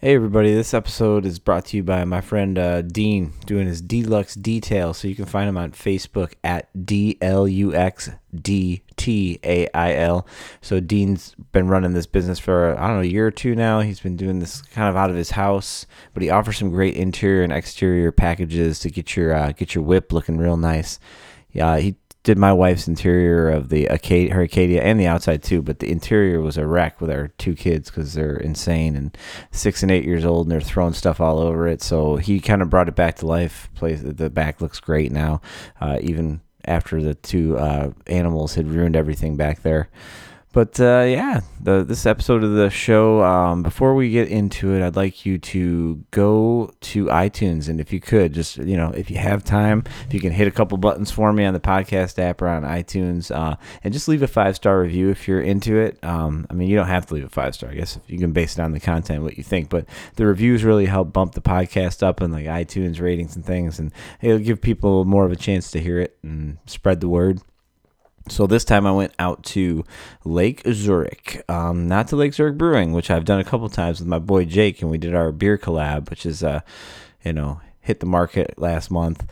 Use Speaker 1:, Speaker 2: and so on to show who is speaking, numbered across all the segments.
Speaker 1: Hey, everybody. This episode is brought to you by my friend uh, Dean doing his deluxe detail. So you can find him on Facebook at D L U X D T A I L. So Dean's been running this business for, I don't know, a year or two now. He's been doing this kind of out of his house, but he offers some great interior and exterior packages to get your, uh, get your whip looking real nice. Yeah, he did my wife's interior of the Acadia, her Acadia and the outside too, but the interior was a wreck with our two kids because they're insane and six and eight years old and they're throwing stuff all over it. So he kind of brought it back to life. Plays the back looks great now, uh, even after the two uh, animals had ruined everything back there. But uh, yeah, the, this episode of the show, um, before we get into it, I'd like you to go to iTunes. And if you could, just, you know, if you have time, if you can hit a couple buttons for me on the podcast app or on iTunes uh, and just leave a five star review if you're into it. Um, I mean, you don't have to leave a five star, I guess, if you can base it on the content, what you think. But the reviews really help bump the podcast up and like iTunes ratings and things. And it'll give people more of a chance to hear it and spread the word. So this time I went out to Lake Zurich, um, not to Lake Zurich Brewing, which I've done a couple times with my boy Jake, and we did our beer collab, which is, uh, you know, hit the market last month.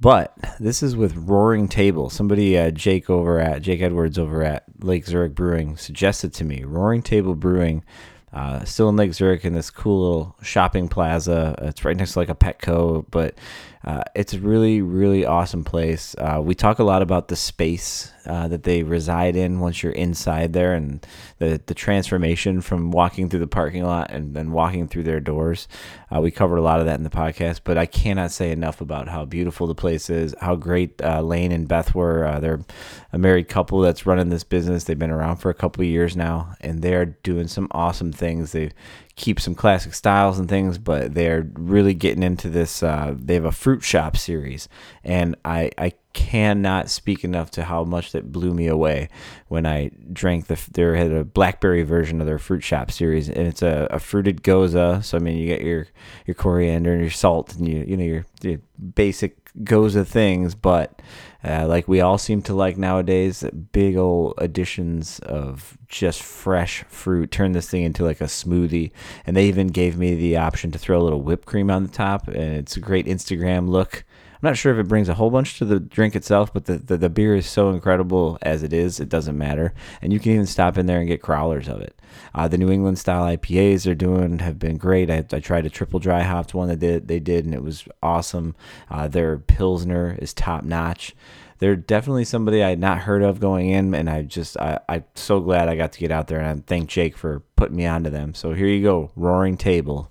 Speaker 1: But this is with Roaring Table. Somebody, uh, Jake over at Jake Edwards over at Lake Zurich Brewing, suggested to me Roaring Table Brewing. Uh, still in Lake Zurich in this cool little shopping plaza. Uh, It's right next to like a Petco, but uh, it's a really, really awesome place. Uh, we talk a lot about the space uh, that they reside in once you're inside there and the, the transformation from walking through the parking lot and then walking through their doors. Uh, we covered a lot of that in the podcast, but I cannot say enough about how beautiful the place is, how great uh, Lane and Beth were. Uh, they're a married couple that's running this business. They've been around for a couple of years now, and they're doing some awesome things. They keep some classic styles and things, but they're really getting into this. Uh, they have a fruit shop series, and I, I cannot speak enough to how much that blew me away when I drank the. There had a blackberry version of their fruit shop series, and it's a, a fruited goza. So I mean, you get your your coriander and your salt, and you you know your, your basic goza things, but. Uh, like we all seem to like nowadays, big old additions of just fresh fruit. Turn this thing into like a smoothie, and they even gave me the option to throw a little whipped cream on the top, and it's a great Instagram look. I'm not sure if it brings a whole bunch to the drink itself, but the, the, the beer is so incredible as it is, it doesn't matter. And you can even stop in there and get crowlers of it. Uh, the New England style IPAs they're doing have been great. I, I tried a triple dry hopped one that they, they did, and it was awesome. Uh, their Pilsner is top notch. They're definitely somebody I had not heard of going in, and I just I, I'm so glad I got to get out there and I thank Jake for putting me onto them. So here you go, Roaring Table.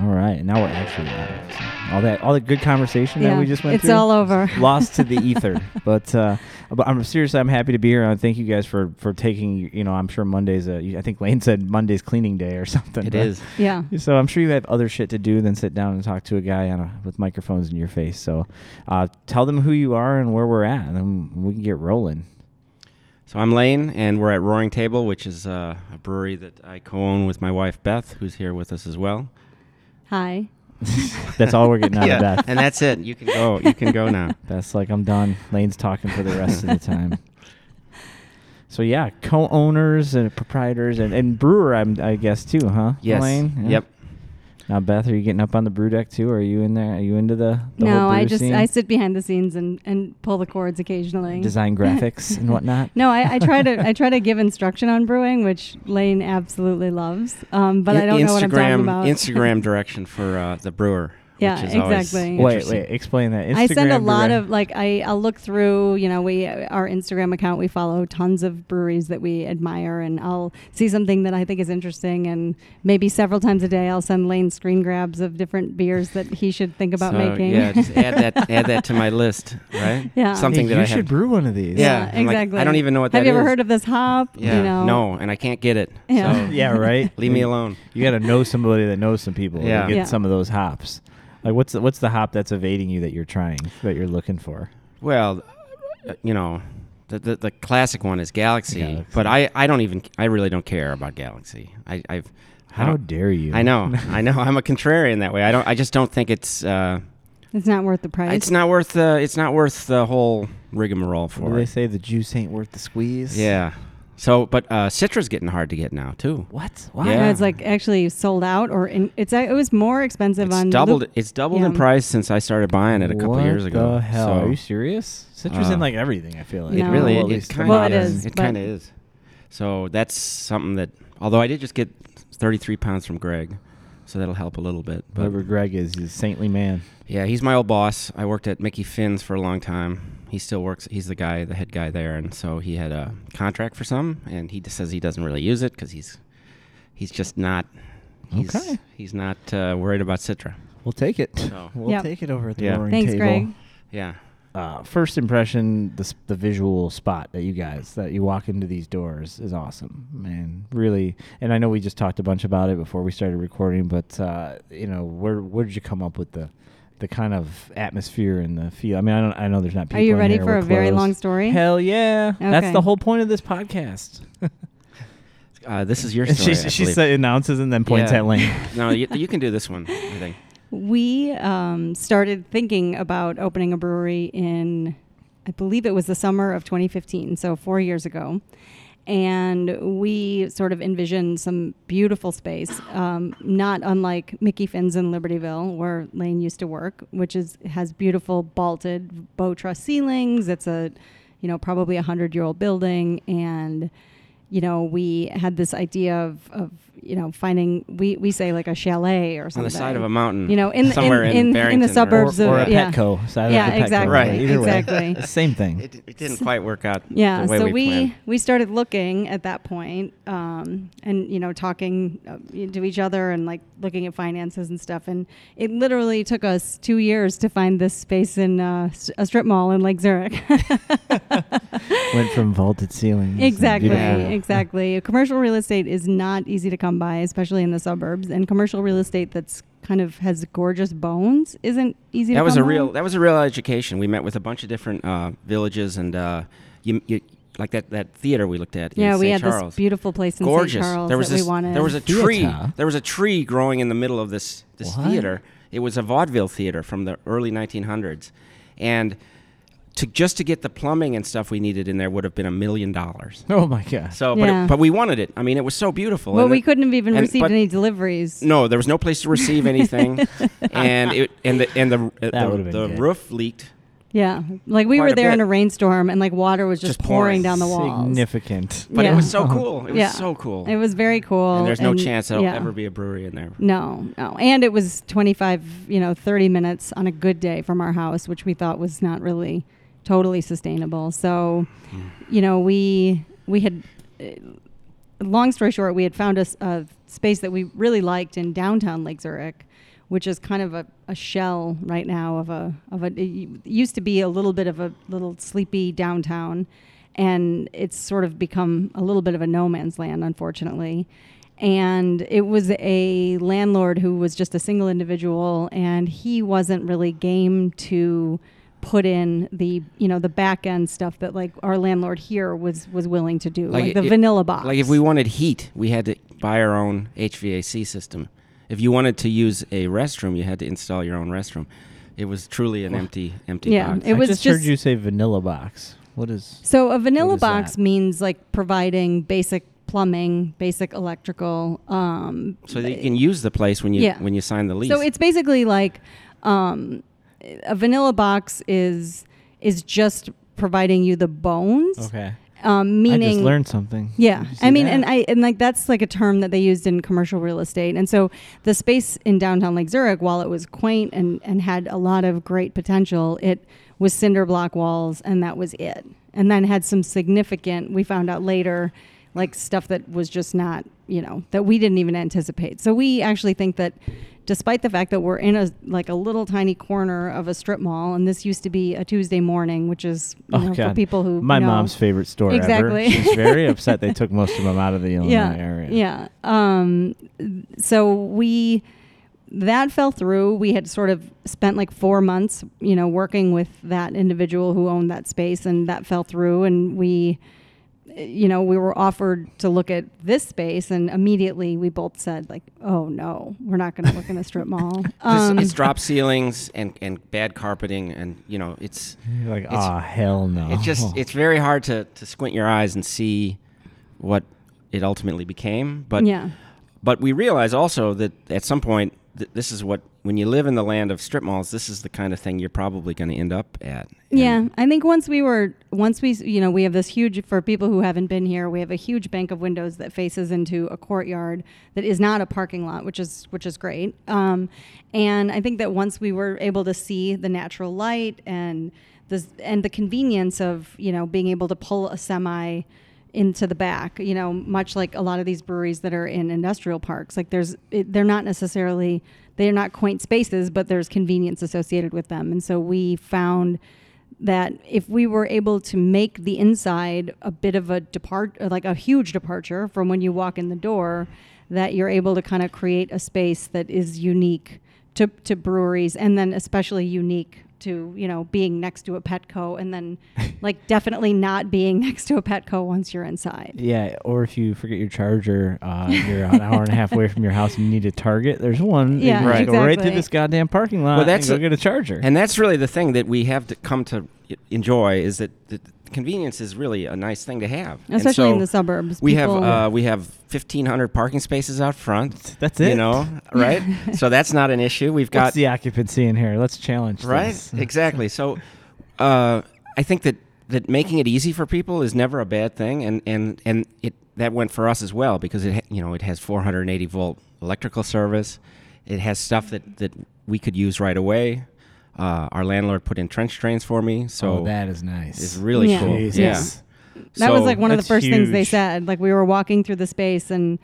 Speaker 2: All right, now we're actually live. So all that, all that good conversation that we just went
Speaker 3: it's
Speaker 2: through,
Speaker 3: all over.
Speaker 2: lost to the ether. But, uh, but I'm seriously, I'm happy to be here. And I thank you guys for for taking. You know, I'm sure Monday's. A, I think Lane said Monday's cleaning day or something.
Speaker 4: It
Speaker 2: but-
Speaker 4: is.
Speaker 3: Yeah.
Speaker 2: So I'm sure you have other shit to do than sit down and talk to a guy on a, with microphones in your face. So, uh, tell them who you are and where we're at, and then we can get rolling.
Speaker 4: So I'm Lane, and we're at Roaring Table, which is uh, a brewery that I co-own with my wife Beth, who's here with us as well.
Speaker 3: Hi.
Speaker 2: That's all we're getting out of that.
Speaker 4: and that's it. You can go. You can go now.
Speaker 2: That's like I'm done. Lane's talking for the rest of the time. So yeah, co-owners and proprietors and, and brewer, I'm, I guess too, huh?
Speaker 4: Yes.
Speaker 2: Lane. Yeah.
Speaker 4: Yep.
Speaker 2: Now, Beth, are you getting up on the brew deck too? Or are you in there? Are you into the, the whole
Speaker 3: no, I
Speaker 2: brew
Speaker 3: just
Speaker 2: scene?
Speaker 3: I sit behind the scenes and and pull the cords occasionally.
Speaker 2: design graphics and whatnot.
Speaker 3: No, I, I try to I try to give instruction on brewing, which Lane absolutely loves. Um, but I I don't
Speaker 4: Instagram,
Speaker 3: know what I'm talking about.
Speaker 4: Instagram direction for uh, the brewer.
Speaker 3: Yeah,
Speaker 4: which is always
Speaker 3: exactly.
Speaker 2: Wait,
Speaker 4: interesting.
Speaker 2: wait, explain that. Instagram
Speaker 3: I send a lot
Speaker 2: direct-
Speaker 3: of like I I'll look through you know we our Instagram account we follow tons of breweries that we admire and I'll see something that I think is interesting and maybe several times a day I'll send Lane screen grabs of different beers that he should think about
Speaker 4: So,
Speaker 3: making.
Speaker 4: Yeah, just add that. add that to my list, right?
Speaker 3: Yeah.
Speaker 4: Something
Speaker 2: Hey,
Speaker 4: that
Speaker 2: you
Speaker 4: I
Speaker 2: should
Speaker 4: have.
Speaker 2: brew one of these.
Speaker 4: Yeah, I'm like,
Speaker 3: exactly.
Speaker 4: I don't even know what
Speaker 3: Have
Speaker 4: that
Speaker 3: you ever
Speaker 4: is.
Speaker 3: heard of this hop?
Speaker 4: Yeah.
Speaker 3: You know?
Speaker 4: No, and I can't get it.
Speaker 3: Yeah.
Speaker 4: So
Speaker 2: yeah, right.
Speaker 4: leave me alone.
Speaker 2: You got to know somebody that knows some people.
Speaker 4: Yeah.
Speaker 2: to get
Speaker 3: Yeah.
Speaker 2: some of those hops. Like, what's the, what's the hop that's evading you that you're trying that you're looking for?
Speaker 4: Well, uh, you know, the, the the classic one is Galaxy,
Speaker 2: Galaxy.
Speaker 4: but I I don't even I really don't care about Galaxy. I I've I
Speaker 2: How
Speaker 4: don't-
Speaker 2: dare you?
Speaker 4: I know, I know. I'm a contrarian that way. I don't. I just don't think it's. Uh,
Speaker 3: It's not worth the price.
Speaker 4: it's not worth. Uh, it's not worth the whole rigmarole
Speaker 2: What do
Speaker 4: for
Speaker 2: they
Speaker 4: it.
Speaker 2: say? The juice ain't worth the squeeze.
Speaker 4: Yeah. So, but uh, citra's getting hard to get now too.
Speaker 2: What?
Speaker 4: Yeah.
Speaker 3: Yeah. It's like actually sold out, or in, it's uh, it was more expensive
Speaker 4: It's
Speaker 3: on
Speaker 4: doubled.
Speaker 3: Lu-
Speaker 4: it's doubled in
Speaker 3: Yeah.
Speaker 4: price since I started buying it a couple
Speaker 2: What
Speaker 4: years ago.
Speaker 2: The hell? Are
Speaker 4: So
Speaker 2: you serious? Citrus
Speaker 4: Uh,
Speaker 2: in like everything. I feel like
Speaker 4: it
Speaker 3: No.
Speaker 4: really,
Speaker 3: Well,
Speaker 2: at
Speaker 4: it,
Speaker 2: least
Speaker 4: kind
Speaker 3: Well,
Speaker 4: of
Speaker 3: it
Speaker 4: is.
Speaker 3: is,
Speaker 4: It
Speaker 3: but-
Speaker 4: kind of is. So that's something that. Although I did just get 33 pounds from Greg, so that'll help a little bit. But
Speaker 2: Whoever Greg is, he's a saintly man.
Speaker 4: yeah, he's my old boss. I worked at Mickey Finn's for a long time. He still works. He's the guy, the head guy there, and so he had a contract for some, and he just says he doesn't really use it because he's he's just not. He's,
Speaker 2: Okay.
Speaker 4: He's not uh, worried about Citra.
Speaker 2: We'll take it.
Speaker 4: So-
Speaker 2: We'll
Speaker 3: Yep.
Speaker 2: take it over at the
Speaker 4: Yeah.
Speaker 2: roaring
Speaker 3: Thanks,
Speaker 2: table.
Speaker 3: Greg.
Speaker 4: Yeah.
Speaker 2: Uh, first impression, the s- the visual spot that you guys that you walk into these doors is awesome, man. Really, and I know we just talked a bunch about it before we started recording, but uh, you know, where where did you come up with the the kind of atmosphere and the feel? I mean, I don't, I know there's not people.
Speaker 3: Are you
Speaker 2: in
Speaker 3: ready
Speaker 2: here,
Speaker 3: for
Speaker 2: we're
Speaker 3: a very
Speaker 2: closed.
Speaker 3: long story?
Speaker 2: Hell yeah! That's
Speaker 3: Okay.
Speaker 2: the whole point of this podcast.
Speaker 4: Uh, this is your story.
Speaker 2: she
Speaker 4: I
Speaker 2: she
Speaker 4: believe.
Speaker 2: sa- announces and then points
Speaker 4: Yeah.
Speaker 2: at Lane.
Speaker 4: no, you, you can do this one. I think.
Speaker 3: We um, started thinking about opening a brewery in, I believe it was the summer of 2015, so four years ago. And we sort of envisioned some beautiful space, um, not unlike Mickey Finn's in Libertyville, where Lane used to work, which is has beautiful vaulted bow truss ceilings. It's a, you know, probably a hundred year old building, and you know, we had this idea of, of you know finding we, we say like a chalet or
Speaker 4: on
Speaker 3: something
Speaker 4: the side of a mountain.
Speaker 3: you know, in- in-
Speaker 4: somewhere
Speaker 3: in- in the
Speaker 4: Barrington or-
Speaker 3: suburbs
Speaker 2: or,
Speaker 3: of-
Speaker 2: or a
Speaker 3: yeah.
Speaker 2: Petco. Side
Speaker 3: Yeah,
Speaker 2: of the Petco.
Speaker 3: exactly,
Speaker 4: Right.
Speaker 2: Either way.
Speaker 3: exactly.
Speaker 2: Same thing.
Speaker 4: It, it didn't quite work out.
Speaker 3: yeah
Speaker 4: the way
Speaker 3: so
Speaker 4: we, planned.
Speaker 3: we we started looking at that point um, and you know talking uh, to each other and like looking at finances and stuff and it literally took us two years to find this space in uh, s- a strip mall in lake zurich
Speaker 2: Went from vaulted ceilings.
Speaker 3: Exactly,
Speaker 4: Beautiful.
Speaker 3: exactly. Commercial real estate is not easy to come by, especially in the suburbs. And commercial real estate that's kind of has gorgeous bones isn't easy.
Speaker 4: that
Speaker 3: to
Speaker 4: was a
Speaker 3: come
Speaker 4: real
Speaker 3: by.
Speaker 4: that was a real education. We met with a bunch of different uh, villages and uh, you, you like that that theater we looked at. in
Speaker 3: yeah, we
Speaker 4: St.
Speaker 3: had
Speaker 4: Charles.
Speaker 3: this beautiful place in St.
Speaker 4: gorgeous.
Speaker 3: Charles
Speaker 4: there was
Speaker 3: that
Speaker 4: this,
Speaker 3: we wanted.
Speaker 4: there was a
Speaker 2: Theater.
Speaker 4: tree. There was a tree growing in the middle of this this
Speaker 2: What?
Speaker 4: theater. It was a vaudeville theater from the early 1900s, and to just to get the plumbing and stuff we needed in there would have been a million dollars.
Speaker 2: Oh my gosh.
Speaker 4: So, but, it-
Speaker 3: Yeah.
Speaker 4: but we wanted it. I mean, it was so beautiful.
Speaker 3: well,
Speaker 4: and
Speaker 3: we
Speaker 4: it-
Speaker 3: couldn't have even
Speaker 4: and-
Speaker 3: received
Speaker 4: but-
Speaker 3: any deliveries.
Speaker 4: No, there was no place to receive anything, and it and the and the uh,
Speaker 2: That
Speaker 4: the,
Speaker 2: would've been
Speaker 4: the
Speaker 2: good.
Speaker 4: roof leaked.
Speaker 3: Yeah, like we
Speaker 4: Quite
Speaker 3: were
Speaker 4: a
Speaker 3: there in
Speaker 4: bit.
Speaker 3: a rainstorm, and like water was just,
Speaker 4: Just pouring.
Speaker 3: pouring, down the walls.
Speaker 2: Significant.
Speaker 4: But
Speaker 3: Yeah.
Speaker 4: it was so
Speaker 2: Uh-huh.
Speaker 4: cool. It was
Speaker 3: Yeah.
Speaker 4: so cool.
Speaker 3: It was very cool.
Speaker 4: and there's no
Speaker 3: and-
Speaker 4: chance there'll
Speaker 3: yeah.
Speaker 4: ever be a brewery in there.
Speaker 3: No, no. And it was 25, you know, 30 minutes on a good day from our house, which we thought was not really totally sustainable. So, you know, we we had uh, long story short, we had found a, s- a space that we really liked in downtown Lake Zurich, which is kind of a, a shell right now of a of a it u- used to be a little bit of a little sleepy downtown, and it's sort of become a little bit of a no man's land, unfortunately. And it was a landlord who was just a single individual, and he wasn't really game to put in the you know the back end stuff that like our landlord here was was willing to do like, the
Speaker 4: it-
Speaker 3: vanilla box
Speaker 4: Like if we wanted heat, we had to buy our own HVAC system. If you wanted to use a restroom, you had to install your own restroom. It was truly an empty, empty
Speaker 3: Yeah,
Speaker 4: box.
Speaker 3: it was
Speaker 2: I just, heard
Speaker 3: just-
Speaker 2: you say vanilla box. What is?
Speaker 3: So a vanilla
Speaker 2: is that?
Speaker 3: box means like providing basic plumbing, basic electrical. Um,
Speaker 4: so that you can use the place when you
Speaker 3: Yeah.
Speaker 4: when you sign the lease.
Speaker 3: so it's basically like um, a vanilla box is is just providing you the bones,
Speaker 2: Okay.
Speaker 3: um,
Speaker 2: I
Speaker 3: meaning
Speaker 2: just learned something.
Speaker 3: yeah,
Speaker 2: Did you
Speaker 3: I
Speaker 2: see
Speaker 3: mean,
Speaker 2: that?
Speaker 3: and I and like that's like a term that they used in commercial real estate. And so the space in downtown Lake Zurich, while it was quaint and and had a lot of great potential, it was cinder block walls, and that was it. And then had some significant. We found out later, like stuff that was just not you know that we didn't even anticipate. So we actually think that. Despite the fact that we're in a like a little tiny corner of a strip mall, and this used to be a Tuesday morning, which is you
Speaker 2: Oh,
Speaker 3: know, for
Speaker 2: God.
Speaker 3: people who
Speaker 2: my
Speaker 3: know.
Speaker 2: mom's favorite store
Speaker 3: Exactly.
Speaker 2: ever. She's very upset they took most of them out of the Illinois area.
Speaker 3: Yeah. Um, so we that fell through. We had sort of spent like four months, you know, working with that individual who owned that space, and that fell through. And we, you know, we were offered to look at this space, and immediately we both said like, "Oh no, we're not going to look in a strip mall."
Speaker 4: This-
Speaker 3: Um,
Speaker 4: it's drop ceilings and, and bad carpeting and you know it's
Speaker 2: You're like,
Speaker 4: It's-
Speaker 2: ah, hell no.
Speaker 4: It just it's very hard to, to squint your eyes and see what it ultimately became. But
Speaker 3: yeah.
Speaker 4: but we realize also that at some point, th- this is what when you live in the land of strip malls, this is the kind of thing you're probably going to end up at. And
Speaker 3: Yeah, I think once we were, once we, s- you know, we have this huge, for people who haven't been here, we have a huge bank of windows that faces into a courtyard that is not a parking lot, which is, which is great. Um, and I think that once we were able to see the natural light and this, and the convenience of, you know, being able to pull a semi into the back, you know, much like a lot of these breweries that are in industrial parks, like there's, it, they're not necessarily, they're not quaint spaces, but there's convenience associated with them. And so we found, that if we were able to make the inside a bit of a depart or like a huge departure from when you walk in the door that you're able to kind of create a space that is unique to, to breweries and then especially unique to you know being next to a petco and then like definitely not being next to a petco once you're inside
Speaker 2: Yeah, or if you forget your charger, uh, you're an hour and a half away from your house and you need a Target. There's one. that
Speaker 3: Yeah,
Speaker 2: you can
Speaker 4: Right.
Speaker 2: Go right through
Speaker 3: exactly.
Speaker 2: this goddamn parking lot.
Speaker 4: Well, that's
Speaker 2: and
Speaker 4: a-
Speaker 2: go get a charger.
Speaker 4: And that's really the thing that we have to come to y- enjoy is that the convenience is really a nice thing to have, And
Speaker 3: especially in
Speaker 4: so
Speaker 3: the suburbs
Speaker 4: We have
Speaker 3: People-
Speaker 4: uh, we have fifteen hundred parking spaces out front.
Speaker 2: That's
Speaker 4: You
Speaker 2: it.
Speaker 4: know, right? so that's not an issue. We've got
Speaker 2: What's the occupancy in here? Let's challenge.
Speaker 4: right
Speaker 2: this. Hmm.
Speaker 4: exactly so uh, i think that that making it easy for people is never a bad thing and and and it that went for us as well because it ha- you know it has 480 volt electrical service it has stuff that that we could use right away uh, our landlord put in trench drains for me so
Speaker 2: oh, that is nice.
Speaker 4: it's really
Speaker 3: Yeah.
Speaker 4: cool
Speaker 2: Jesus.
Speaker 4: yeah
Speaker 3: that was
Speaker 4: So-
Speaker 3: like one of the
Speaker 2: that's
Speaker 3: first things they
Speaker 2: huge.
Speaker 3: said like we were walking through the space and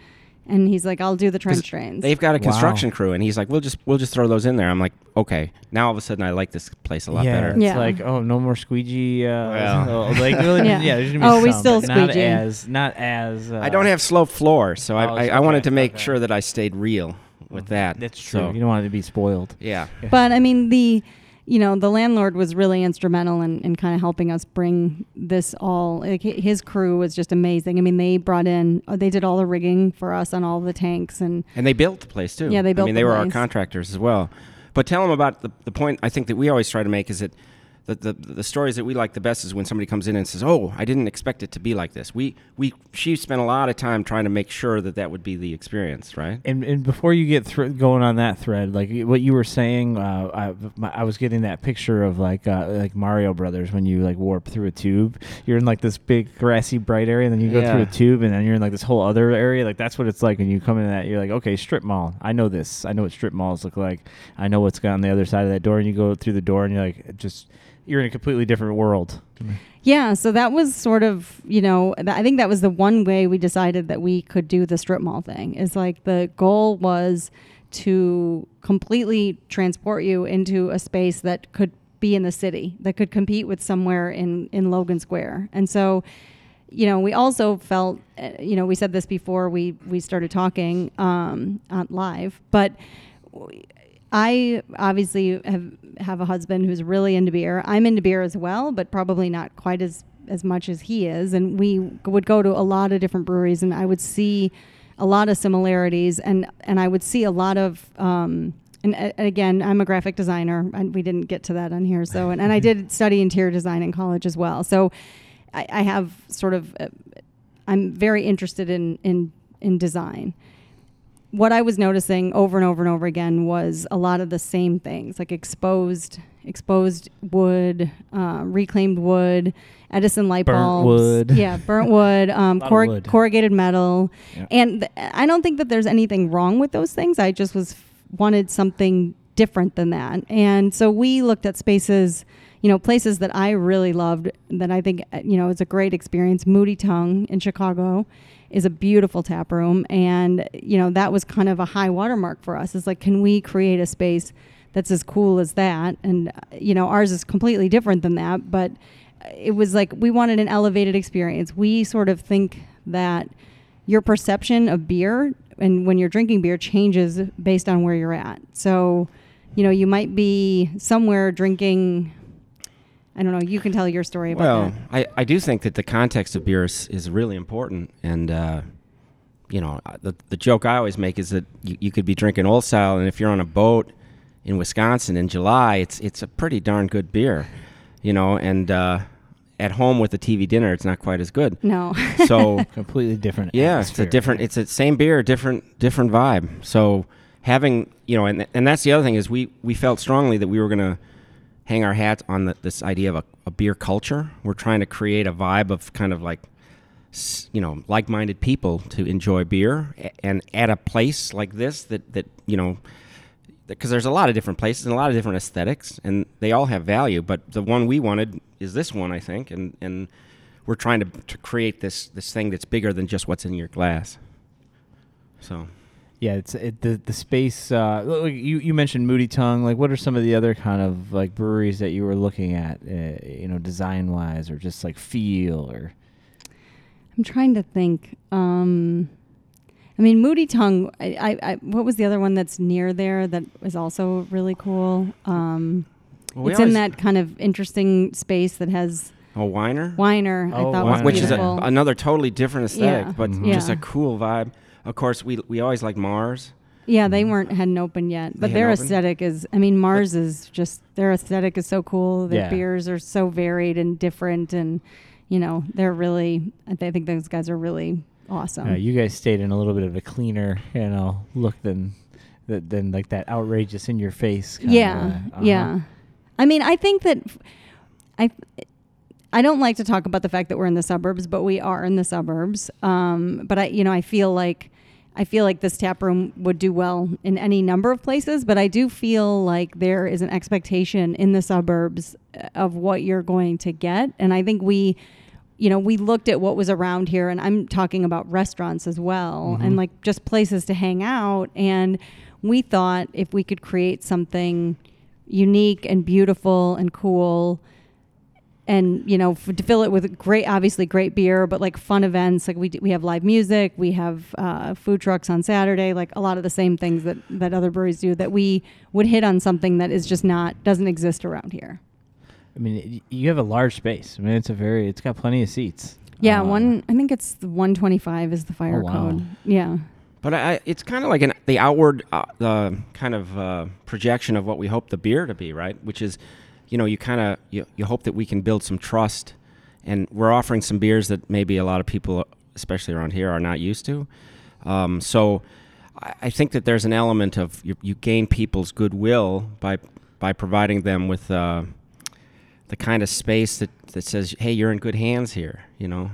Speaker 3: and he's like i'll do the trench drains
Speaker 4: They've got a
Speaker 2: Wow.
Speaker 4: construction crew, and he's like, "We'll just we'll just throw those in there." I'm like, "Okay." Now all of a sudden, I like this place a lot
Speaker 2: yeah,
Speaker 4: better.
Speaker 2: It's
Speaker 3: Yeah.
Speaker 2: like, oh, no more squeegee. Uh,
Speaker 4: Well.
Speaker 2: like, well,
Speaker 3: Yeah.
Speaker 2: yeah. there's gonna be
Speaker 3: Oh, we
Speaker 2: some,
Speaker 3: still
Speaker 2: but not
Speaker 3: squeegee.
Speaker 2: as not as. Uh,
Speaker 4: I don't have slope floor, so I,
Speaker 2: Oh,
Speaker 4: I, I
Speaker 2: okay,
Speaker 4: wanted to make
Speaker 2: okay. Mm-hmm.
Speaker 4: sure that I stayed real with that.
Speaker 2: That's true.
Speaker 4: So,
Speaker 2: you don't want it to be spoiled.
Speaker 4: yeah.
Speaker 3: but I mean the you know the landlord was really instrumental in, in kind of helping us bring this all like hi- his crew was just amazing i mean they brought in uh, they did all the rigging for us on all the tanks and
Speaker 4: And they built the place too.
Speaker 3: Yeah, they
Speaker 4: I
Speaker 3: built
Speaker 4: mean,
Speaker 3: the
Speaker 4: they were our
Speaker 3: place.
Speaker 4: contractors as well. But tell them about the, the point. I think that we always try to make is that the, the the stories that we like the best is when somebody comes in and says, "Oh, I didn't expect it to be like this." We we she spent a lot of time trying to make sure that that would be the experience, right?
Speaker 2: And, and before you get thr going on that thread, like y- what you were saying, uh, I, my, I was getting that picture of like uh, like Mario Brothers when you like warp through a tube. You're in like this big grassy bright area, and then you go through
Speaker 4: Yeah.
Speaker 2: a tube, and then you're in like this whole other area. Like that's what it's like when you come in that. You're like, okay, strip mall. I know this. I know what strip malls look like. I know what's on the other side of that door. And you go through the door, and you're like, just you're in a completely different world.
Speaker 4: Mm-hmm.
Speaker 3: yeah so that was sort of you know th- i think that was the one way we decided that we could do the strip mall thing is like the goal was to completely transport you into a space that could be in the city that could compete with somewhere in in logan square and so you know, we also felt, uh, you know, we said this before we we started talking um, on live, but w- I obviously have have a husband who's really into beer. I'm into beer as well, but probably not quite as as much as he is. And we would go to a lot of different breweries, and I would see a lot of similarities, and and I would see a lot of. Um, and a- again, I'm a graphic designer, and we didn't get to that on here. So, and, and I did study interior design in college as well. So, I, I have sort of uh, I'm very interested in in in design. What I was noticing over and over and over again was a lot of the same things, like exposed exposed wood, uh, reclaimed wood, Edison light
Speaker 2: Burnt
Speaker 3: bulbs,
Speaker 2: wood.
Speaker 3: yeah, burnt wood, um,
Speaker 2: Lot of
Speaker 3: corrug-
Speaker 2: wood.
Speaker 3: corrugated metal,
Speaker 2: Yeah.
Speaker 3: and th- I don't think that there's anything wrong with those things. I just was wanted something different than that, and so we looked at spaces, you know, places that I really loved that I think uh, you know is a great experience. Moody Tongue in Chicago is a beautiful tap room, and you know that was kind of a high watermark for us. It's like, can we create a space that's as cool as that? And uh, you know, ours is completely different than that, but uh, it was like we wanted an elevated experience. We sort of think that your perception of beer and when you're drinking beer changes based on where you're at. So, you know, you might be somewhere drinking. I don't know. You can tell your story about
Speaker 4: well,
Speaker 3: that.
Speaker 4: I, I do think that the context of beer is, is really important. And, uh, you know, uh, the, the joke I always make is that you, you could be drinking old style, and if you're on a boat in Wisconsin in July, it's, it's a pretty darn good beer, you know, and, uh, at home with a TV dinner, it's not quite as good.
Speaker 3: No.
Speaker 4: So
Speaker 2: Completely different.
Speaker 4: yeah, it's a
Speaker 2: atmosphere.
Speaker 4: different. It's the same beer, different different vibe. So having you know, and and that's the other thing is we we felt strongly that we were gonna hang our hats on the, this idea of a, a beer culture. We're trying to create a vibe of kind of like s- you know like-minded people to enjoy beer a- and at a place like this that that you know because there's a lot of different places and a lot of different aesthetics, and they all have value. But the one we wanted is this one, I think, and and we're trying to to create this this thing that's bigger than just what's in your glass. So
Speaker 2: Yeah, it's it, the the space. Uh, like you you mentioned Moody Tongue. Like, what are some of the other kind of like breweries that you were looking at? Uh, you know, design wise, or just like feel, or
Speaker 3: I'm trying to think. Um, I mean, Moody Tongue. I, I, I, what was the other one that's near there that was also really cool? Um,
Speaker 4: Well, we
Speaker 3: it's in
Speaker 4: always-
Speaker 3: that kind of interesting space that has
Speaker 4: a winer,
Speaker 3: Weiner.
Speaker 2: Oh,
Speaker 3: I thought was
Speaker 2: Weiner.
Speaker 4: which is a,
Speaker 3: beautiful.
Speaker 4: another totally different aesthetic,
Speaker 3: Yeah. Mm-hmm.
Speaker 4: but
Speaker 2: Mhm.
Speaker 4: just a
Speaker 3: Yeah.
Speaker 4: cool vibe. Of course, we we always like Mars.
Speaker 3: yeah, they weren't hadn't opened yet, but
Speaker 4: hadn't
Speaker 3: their
Speaker 4: opened?
Speaker 3: aesthetic is. I mean, Mars is just their aesthetic is so cool. Their
Speaker 2: Yeah.
Speaker 3: beers are so varied and different, and you know they're really. I, th- I think those guys are really awesome.
Speaker 2: Uh, you guys stayed in a little bit of a cleaner, you know, look than than, than like that outrageous in your face. kinda,
Speaker 3: yeah
Speaker 2: uh-huh.
Speaker 3: yeah i mean i think that f- i i don't like to talk about the fact that we're in the suburbs but we are in the suburbs um but i you know i feel like I feel like this tap room would do well in any number of places, but I do feel like there is an expectation in the suburbs uh, of what you're going to get. And I think we, you know, we looked at what was around here, and I'm talking about restaurants as well, and like just places to hang out. And we thought if we could create something unique and beautiful and cool and you know f- to fill it with great obviously great beer but like fun events like we do, we have live music we have uh, food trucks on saturday like a lot of the same things that that other breweries do that we would hit on something that is just not doesn't exist around here
Speaker 2: I mean, y- you have a large space. I mean, it's a very it's got plenty of seats.
Speaker 3: yeah
Speaker 2: Uh,
Speaker 3: one i think it's the 125 is the fire
Speaker 2: wow.
Speaker 3: code yeah
Speaker 4: But I, it's kind of like an the outward, uh, the kind of uh, projection of what we hope the beer to be, right? Which is, you know, you kind of you, you hope that we can build some trust, and we're offering some beers that maybe a lot of people, especially around here, are not used to. Um, so, I, I think that there's an element of you, you gain people's goodwill by by providing them with. Uh, the kind of space that, that says, "Hey, you're in good hands here." You know,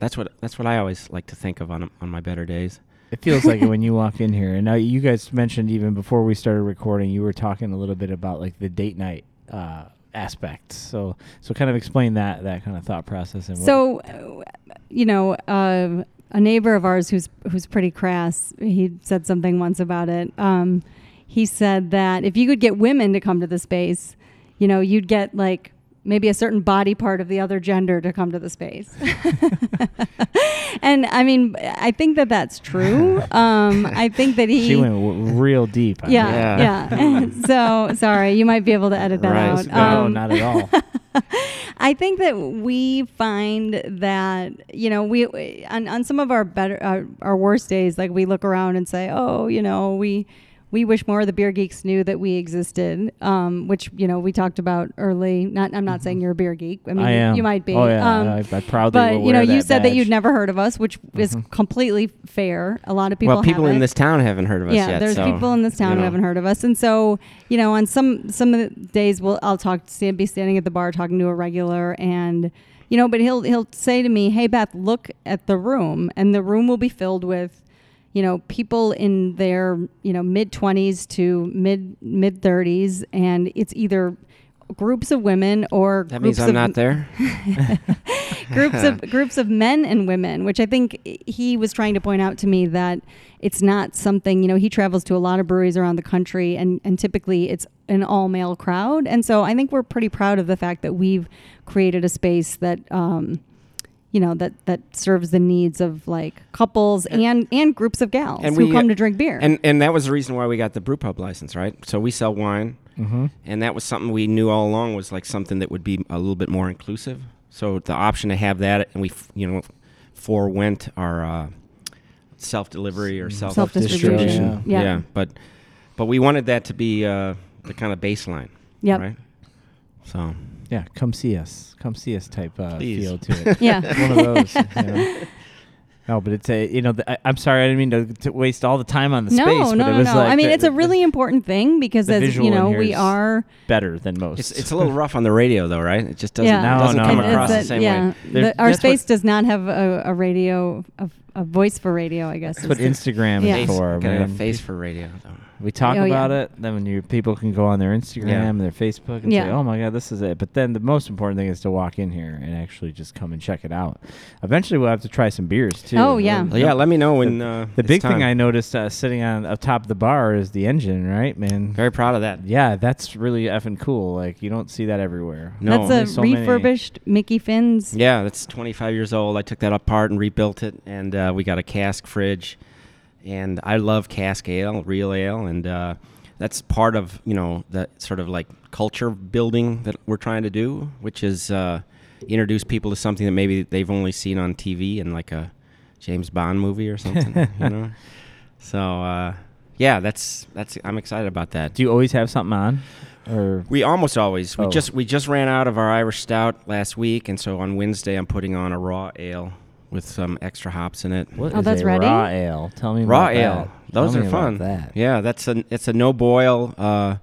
Speaker 4: that's what that's what I always like to think of on on my better days.
Speaker 2: It feels like it when you walk in here. And now you guys mentioned even before we started recording, you were talking a little bit about like the date night uh, aspect. So so kind of explain that that kind of thought process and what-
Speaker 3: So, uh, you know, uh, a neighbor of ours who's who's pretty crass, he said something once about it. Um, he said that if you could get women to come to the space, you know, you'd get like maybe a certain body part of the other gender to come to the space. and I mean, I think that that's true. Um, I think that he
Speaker 2: she went w- real deep. on that.
Speaker 3: yeah,
Speaker 4: Yeah.
Speaker 3: yeah. so sorry, you might be able to edit that out.
Speaker 4: Right.
Speaker 2: No,
Speaker 3: Um,
Speaker 2: not at all.
Speaker 3: I think that we find that you know we- we on, on some of our better our, our worst days, like we look around and say, oh, you know, we we wish more of the beer geeks knew that we existed, um, which you know we talked about early. Not I'm not saying you're a beer geek. I mean,
Speaker 2: Mm-hmm. I
Speaker 3: you-
Speaker 2: am.
Speaker 3: you might be.
Speaker 2: Oh yeah,
Speaker 3: um,
Speaker 2: I, I proudly.
Speaker 3: but
Speaker 2: will
Speaker 3: you know,
Speaker 2: wear
Speaker 3: you
Speaker 2: that
Speaker 3: said that you'd
Speaker 2: badge. Mm-hmm.
Speaker 3: never heard of us, which is completely fair. A lot of people.
Speaker 4: well, people in
Speaker 3: haven't
Speaker 4: this town haven't heard of us
Speaker 3: yeah,
Speaker 4: yet.
Speaker 3: there's
Speaker 4: so,
Speaker 3: people in this town
Speaker 4: you
Speaker 3: who
Speaker 4: know.
Speaker 3: haven't heard of us, and so you know, on some some of the days, we'll I'll talk stand, be standing at the bar talking to a regular, and you know, but he'll he'll say to me, "Hey Beth, look at the room," and the room will be filled with, you know, people in their you know mid twenties to mid mid thirties, and it's either groups of women or
Speaker 4: That
Speaker 3: groups
Speaker 4: means I'm
Speaker 3: of
Speaker 4: not there.
Speaker 3: groups of groups of men and women, which I think he was trying to point out to me that it's not something you know he travels to a lot of breweries around the country, and and typically it's an all male crowd, and so I think we're pretty proud of the fact that we've created a space that. Um, you know that that serves the needs of like couples and and, groups of gals
Speaker 4: and
Speaker 3: who
Speaker 4: we-
Speaker 3: come to drink beer.
Speaker 4: And and that was the reason why we got the brew pub license, right? So we sell wine,
Speaker 2: Mm-hmm.
Speaker 4: and that was something we knew all along was like something that would be a little bit more inclusive. So the option to have that, and we f- you know forewent our uh, self delivery or self
Speaker 3: Mm-hmm. Self-distribution,
Speaker 4: distribution.
Speaker 3: yeah. Yeah.
Speaker 4: but but we wanted that to be uh, the kind of baseline.
Speaker 3: Yep.
Speaker 4: Right. So
Speaker 2: Yeah, come see us. Come see us type uh,
Speaker 4: Please.
Speaker 2: feel to it.
Speaker 3: Yeah.
Speaker 2: one of those. You know? No, but it's a you know the, I, I'm sorry I didn't mean to, to waste all the time on the
Speaker 3: no,
Speaker 2: space.
Speaker 3: no,
Speaker 2: but it
Speaker 3: no,
Speaker 2: was
Speaker 3: no.
Speaker 2: Like
Speaker 3: I mean,
Speaker 2: the-
Speaker 3: it's a
Speaker 2: the-
Speaker 3: really important thing because
Speaker 2: the
Speaker 3: as
Speaker 2: visual
Speaker 3: you
Speaker 2: in
Speaker 3: know,
Speaker 2: here
Speaker 3: we
Speaker 2: is
Speaker 3: are.
Speaker 2: better than most.
Speaker 4: it's it's a little rough on the radio though, right? It just doesn't,
Speaker 3: Yeah.
Speaker 2: No,
Speaker 4: doesn't
Speaker 2: no,
Speaker 4: come
Speaker 2: no.
Speaker 4: across
Speaker 2: It's
Speaker 4: the
Speaker 3: that-
Speaker 4: same
Speaker 3: yeah,
Speaker 4: way.
Speaker 3: the-
Speaker 2: There's-
Speaker 3: our
Speaker 2: that's what-
Speaker 3: space does not have a, a radio, a, a voice for radio. I guess
Speaker 2: That's what
Speaker 3: is the-
Speaker 2: Instagram
Speaker 3: Yeah.
Speaker 2: is
Speaker 4: Face-
Speaker 2: for.
Speaker 4: gotta have
Speaker 2: man.
Speaker 4: a face for radio. Though.
Speaker 2: We talk
Speaker 3: Oh, yeah.
Speaker 2: about it, then when your people can go on their Instagram
Speaker 4: Yeah.
Speaker 2: and their Facebook and say,
Speaker 3: Yeah.
Speaker 2: "Oh my God, this is it." But then the most important thing is to walk in here and actually just come and check it out. Eventually, we'll have to try some beers too.
Speaker 3: Oh, yeah.
Speaker 4: Well, yeah, let me know when uh,
Speaker 2: The
Speaker 4: it's
Speaker 2: big
Speaker 4: time.
Speaker 2: thing I noticed uh, sitting on atop the bar is the engine, right, man?
Speaker 4: Very proud of that.
Speaker 2: Yeah, that's really effing cool. Like you don't see that everywhere.
Speaker 4: No.
Speaker 3: that's a
Speaker 2: there's so many.
Speaker 3: refurbished Mickey Finn's.
Speaker 4: Yeah, that's 25 years old. I took that apart and rebuilt it, and uh, we got a cask fridge. And I love cask ale, real ale, and uh, that's part of you know that sort of like culture building that we're trying to do, which is uh, introduce people to something that maybe they've only seen on TV in like a James Bond movie or something, you know. So uh, yeah, that's that's I'm excited about that.
Speaker 2: Do you always have something on? Or
Speaker 4: We almost always. We
Speaker 2: Oh.
Speaker 4: just we just ran out of our Irish stout last week, and so on Wednesday I'm putting on a raw ale with some extra hops in it.
Speaker 2: what
Speaker 3: Oh,
Speaker 2: is
Speaker 3: that's
Speaker 2: a
Speaker 3: ready?
Speaker 2: raw ale? Tell me
Speaker 4: Raw
Speaker 2: about
Speaker 4: ale.
Speaker 2: that.
Speaker 4: Those
Speaker 2: Tell
Speaker 4: are
Speaker 2: me about
Speaker 4: fun.
Speaker 2: That.
Speaker 4: Yeah, that's an it's a no boil uh,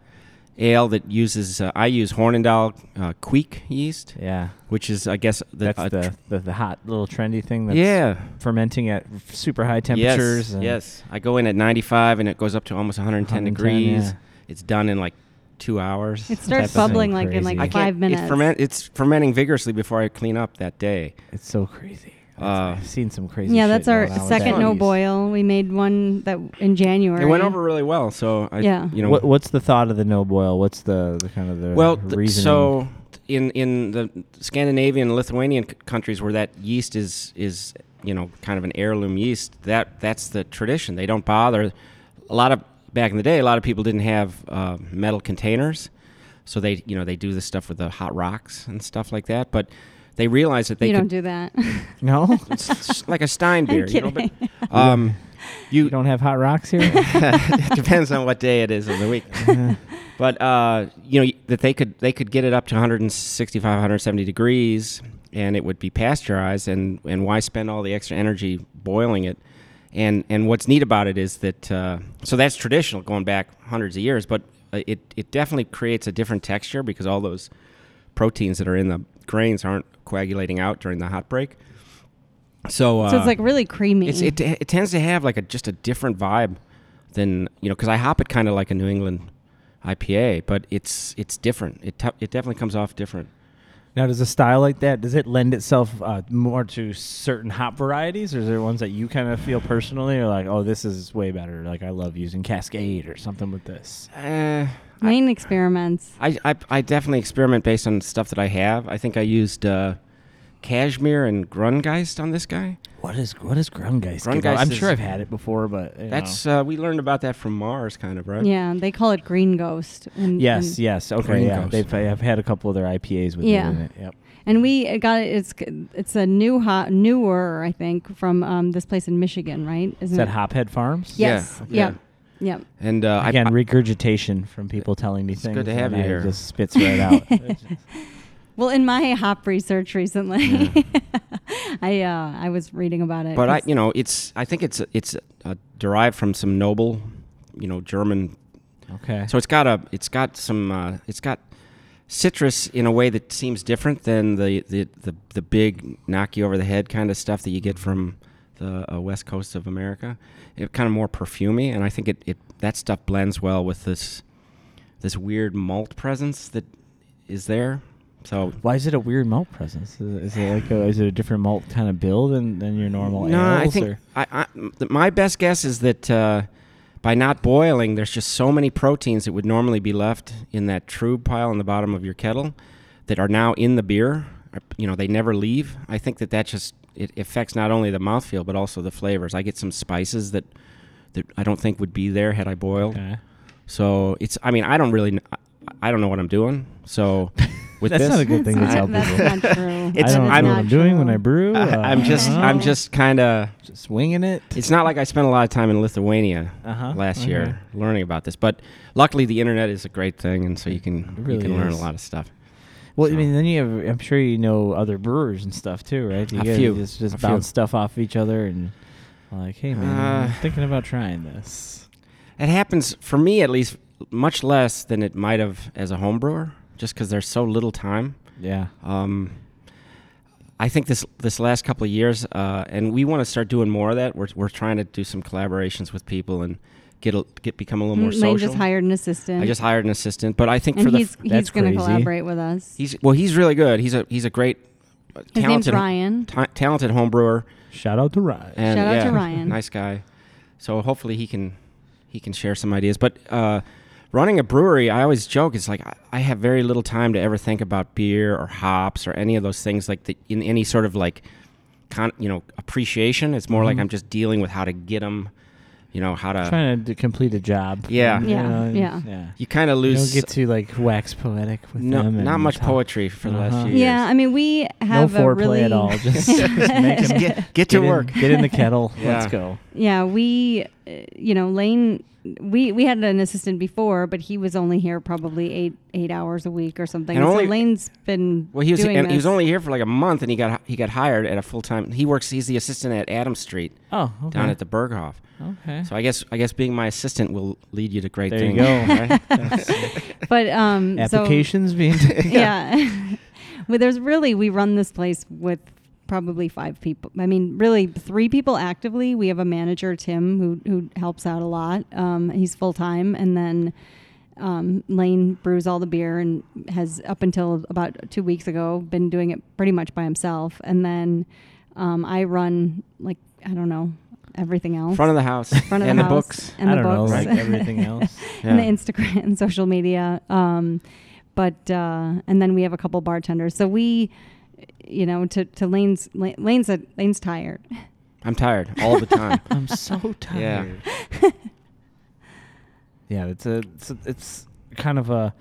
Speaker 4: ale that uses uh, I use Hornendahl uh, Queek yeast,
Speaker 2: Yeah.
Speaker 4: which is I guess the,
Speaker 2: that's
Speaker 4: uh,
Speaker 2: the,
Speaker 4: tr-
Speaker 2: the the hot little trendy thing that's
Speaker 4: yeah.
Speaker 2: fermenting at super high temperatures.
Speaker 4: Yes,
Speaker 2: and
Speaker 4: yes. I go in at 95 and it goes up to almost 110,
Speaker 2: 110,
Speaker 4: degrees.
Speaker 2: yeah.
Speaker 4: It's done in like two hours.
Speaker 3: It
Speaker 2: Type
Speaker 3: starts
Speaker 2: of thing,
Speaker 3: bubbling like in like
Speaker 2: crazy.
Speaker 4: I
Speaker 3: five
Speaker 4: can't-
Speaker 3: minutes.
Speaker 4: It ferment, it's fermenting vigorously before I clean up that day.
Speaker 2: It's so crazy. That's-
Speaker 4: Uh,
Speaker 2: I've seen some crazy.
Speaker 3: yeah,
Speaker 2: shit
Speaker 3: that's our
Speaker 2: going on with
Speaker 3: second
Speaker 2: that.
Speaker 3: no
Speaker 4: Jeez.
Speaker 3: boil. We made one that in January.
Speaker 4: It went over really well, so I,
Speaker 3: Yeah.
Speaker 4: you know,
Speaker 2: What, what's the thought of the no boil? What's the, the kind of the
Speaker 4: well, th-
Speaker 2: reasoning?
Speaker 4: so in in the Scandinavian and Lithuanian c- countries where that yeast is is you know kind of an heirloom yeast, that that's the tradition. They don't bother. A lot of back in the day, a lot of people didn't have uh, metal containers, so they you know they do this stuff with the hot rocks and stuff like that, but. They realized that they
Speaker 3: you
Speaker 4: could
Speaker 3: don't do that.
Speaker 2: no,
Speaker 4: it's s- like a Stein beer, you know. But
Speaker 3: kidding.
Speaker 4: um,
Speaker 2: you
Speaker 4: you
Speaker 2: don't have hot rocks here.
Speaker 4: it depends on what day it is of the week. but uh, you know that they could they could get it up to 165, 170 degrees, and it would be pasteurized. And and why spend all the extra energy boiling it? And and what's neat about it is that uh, so that's traditional, going back hundreds of years. But uh, it it definitely creates a different texture because all those proteins that are in the grains aren't coagulating out during the hot break. So, uh,
Speaker 3: so it's like really creamy.
Speaker 4: it's, it, it tends to have like a just a different vibe than you know because I hop it kind of like a New England IPA, but it's it's different. It t- it definitely comes off different.
Speaker 2: now, does a style like that does it lend itself uh, more to certain hop varieties, or is there ones that you kind of feel personally, or like, oh, this is way better? Like, I love using Cascade or something with this.
Speaker 4: Uh,
Speaker 3: Main experiments.
Speaker 4: I, I I definitely experiment based on stuff that I have. I think I used uh, cashmere and Grungeist on this guy.
Speaker 2: What is what is Grungeist?
Speaker 4: Grundgeist
Speaker 2: I'm
Speaker 4: is-
Speaker 2: sure I've had it before, but you know.
Speaker 4: That's uh, we learned about that from Mars, kind of right.
Speaker 3: Yeah, they call it green ghost. And,
Speaker 2: Yes,
Speaker 3: and-
Speaker 2: yes. Okay,
Speaker 4: Green
Speaker 2: yeah.
Speaker 4: Ghost.
Speaker 2: They've I've had a couple of their IPAs with
Speaker 3: Yeah.
Speaker 2: it in it. Yep.
Speaker 3: And we got it. It's it's a new hot newer, I think, from um, this place in Michigan, right? Isn't
Speaker 2: Is that
Speaker 3: it?
Speaker 2: Hophead Farms?
Speaker 4: Yeah,
Speaker 3: Yes.
Speaker 4: yeah.
Speaker 3: Yep. Yep.
Speaker 4: And uh,
Speaker 2: Again,
Speaker 4: I,
Speaker 2: regurgitation from people telling me
Speaker 4: It's
Speaker 2: things.
Speaker 4: good to have
Speaker 2: and
Speaker 4: you
Speaker 2: I
Speaker 4: here.
Speaker 2: Just spits right out.
Speaker 3: Well, in my hop research recently, I uh, I was reading about it.
Speaker 4: but I
Speaker 3: 'cause-
Speaker 4: you know it's I think it's it's uh, derived from some noble, you know German
Speaker 2: okay.
Speaker 4: So it's got a it's got some uh, it's got citrus in a way that seems different than the the, the, the big knock you over the head kind of stuff that you get from the uh, west coast of America. It kind of more perfumey, and I think it, it that stuff blends well with this this weird malt presence that is there. So
Speaker 2: why is it a weird malt presence? Is, is it like a, is it a different malt kind of bill than, than your normal
Speaker 4: no, I
Speaker 2: ales,
Speaker 4: think
Speaker 2: or-
Speaker 4: I, I, th- my best guess is that uh, by not boiling, there's just so many proteins that would normally be left in that trube pile in the bottom of your kettle that are now in the beer. Uh, You know, they never leave. I think that that just it affects not only the mouthfeel but also the flavors. I get some spices that that I don't think would be there had I boiled.
Speaker 2: Okay.
Speaker 4: So it's. I mean, I don't really. kn- I- I don't know what I'm doing. So with
Speaker 2: That's
Speaker 4: this,
Speaker 2: not a good thing to
Speaker 3: That's
Speaker 2: tell
Speaker 3: not, that's
Speaker 2: people.
Speaker 3: not true.
Speaker 4: It's-
Speaker 2: I don't
Speaker 4: I'm-
Speaker 2: know what
Speaker 4: not
Speaker 2: I'm doing when I
Speaker 3: brew.
Speaker 2: brew.
Speaker 4: I-
Speaker 2: uh,
Speaker 4: I'm just.
Speaker 2: I don't
Speaker 4: I'm
Speaker 2: know.
Speaker 4: just kind of.
Speaker 2: just winging it.
Speaker 4: It's not like I spent a lot of time in Lithuania
Speaker 2: Uh-huh,
Speaker 4: last
Speaker 2: okay.
Speaker 4: year learning about this, but luckily the internet is a great thing, and so you can
Speaker 2: really
Speaker 4: you can learn a
Speaker 2: is.
Speaker 4: lot of stuff.
Speaker 2: Well, I
Speaker 4: So-
Speaker 2: mean, then you have. I'm sure you know other brewers and stuff too, right? You
Speaker 4: A
Speaker 2: guys
Speaker 4: few.
Speaker 2: just, just
Speaker 4: A few.
Speaker 2: bounce stuff off of each other and like, hey man, I'm
Speaker 4: Uh,
Speaker 2: thinking about trying this.
Speaker 4: It happens for me at least much less than it might have as a home brewer, just because there's so little time.
Speaker 2: Yeah.
Speaker 4: Um, I think this this last couple of years, uh, and we want to start doing more of that. We're we're trying to do some collaborations with people and get a, get become a little more
Speaker 3: Mm,
Speaker 4: social.
Speaker 3: Lane just hired an assistant.
Speaker 4: I just hired an assistant, but I think
Speaker 3: and
Speaker 4: for the
Speaker 3: he's
Speaker 4: f-
Speaker 3: he's
Speaker 2: that's
Speaker 3: going to
Speaker 2: crazy.
Speaker 3: collaborate with us.
Speaker 4: he's well, he's really good. He's a he's a great, uh,
Speaker 3: His name's
Speaker 4: talented
Speaker 3: Ryan.
Speaker 4: ta- talented home brewer.
Speaker 2: Shout out to Ryan.
Speaker 4: And
Speaker 3: Shout out
Speaker 4: yeah,
Speaker 3: to Ryan.
Speaker 4: Nice guy. So hopefully he can he can share some ideas. But uh, running a brewery, I always joke it's like I- I have very little time to ever think about beer or hops or any of those things like the, in any sort of like con, you know appreciation. It's more like
Speaker 2: Mhm.
Speaker 4: I'm just dealing with how to get them, you know, how to
Speaker 2: trying to complete a job.
Speaker 4: Uh, Yeah.
Speaker 2: You
Speaker 3: Yeah,
Speaker 2: know,
Speaker 3: yeah.
Speaker 2: Yeah.
Speaker 4: you kind of
Speaker 2: You
Speaker 4: lose
Speaker 2: don't get to like wax poetic with
Speaker 4: no,
Speaker 2: them.
Speaker 4: not
Speaker 2: and
Speaker 4: much
Speaker 2: talk-
Speaker 4: poetry for the
Speaker 2: Uh-huh.
Speaker 4: last few years.
Speaker 3: Yeah, I mean, we
Speaker 2: No
Speaker 3: have a
Speaker 2: foreplay
Speaker 3: really
Speaker 2: at all. Just, just make 'em-
Speaker 4: Get- get to
Speaker 2: in-
Speaker 4: work.
Speaker 2: get in the kettle. Let's
Speaker 4: Yeah.
Speaker 2: go.
Speaker 3: Yeah, we, uh, you know, Lane, we we had an assistant before, but he was only here probably eight eight hours a week or something.
Speaker 4: And
Speaker 3: so
Speaker 4: only-
Speaker 3: Lane's been
Speaker 4: Well, he was
Speaker 3: doing
Speaker 4: and he was
Speaker 3: this.
Speaker 4: only here for like a month, and he got he got hired at a full time. He works. He's the assistant at Adam Street
Speaker 2: Oh, okay.
Speaker 4: down at the Berghoff.
Speaker 2: okay.
Speaker 4: So I guess I guess being my assistant will lead you to great
Speaker 2: There you
Speaker 4: things.
Speaker 2: go.
Speaker 4: right?
Speaker 3: but um,
Speaker 2: Applications being
Speaker 3: So, yeah, well, there's really we run this place with probably five people. I mean, really three people actively. We have a manager, Tim, who who helps out a lot. Um, he's full time, and then. um, Lane brews all the beer and has up until about two weeks ago been doing it pretty much by himself. And then um, I run like I don't know everything else.
Speaker 4: Front of the house
Speaker 3: Front of
Speaker 4: and
Speaker 3: the,
Speaker 4: the,
Speaker 3: house
Speaker 4: books.
Speaker 3: and
Speaker 2: I
Speaker 3: the
Speaker 2: don't know,
Speaker 3: books
Speaker 2: like everything else.
Speaker 3: and the
Speaker 4: Yeah.
Speaker 3: Instagram and social media. Um, but uh, and then we have a couple bartenders. So we, you know, to to Lane's La- Lane's a, Lane's tired.
Speaker 4: I'm tired all the time.
Speaker 2: I'm so
Speaker 4: Yeah.
Speaker 2: tired. Yeah. it's a it's, a, it's kind of a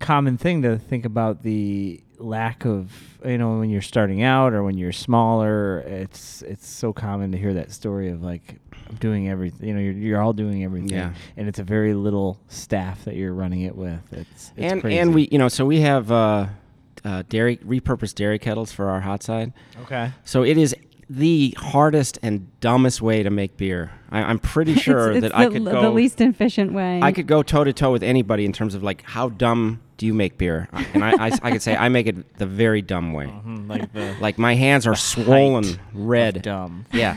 Speaker 2: common thing to think about the lack of you know when you're starting out or when you're smaller. It's it's so common to hear that story of like I'm doing everything. You know, you're you're all doing everything,
Speaker 4: Yeah.
Speaker 2: and it's a very little staff that you're running it with. It's, it's
Speaker 4: and
Speaker 2: crazy.
Speaker 4: and we you know so we have uh, uh, dairy repurposed dairy kettles for our hot side.
Speaker 2: okay.
Speaker 4: So it is the hardest and dumbest way to make beer. I, I'm pretty
Speaker 3: It's-
Speaker 4: sure
Speaker 3: it's
Speaker 4: that I
Speaker 3: the,
Speaker 4: could
Speaker 3: the
Speaker 4: go
Speaker 3: least efficient way.
Speaker 4: I could go toe to toe with anybody in terms of like how dumb do you make beer, and I, I, I could say I make it the very dumb way.
Speaker 2: Mm-hmm, like Uh-huh. the
Speaker 4: Like my hands are swollen red.
Speaker 2: dumb.
Speaker 4: Yeah,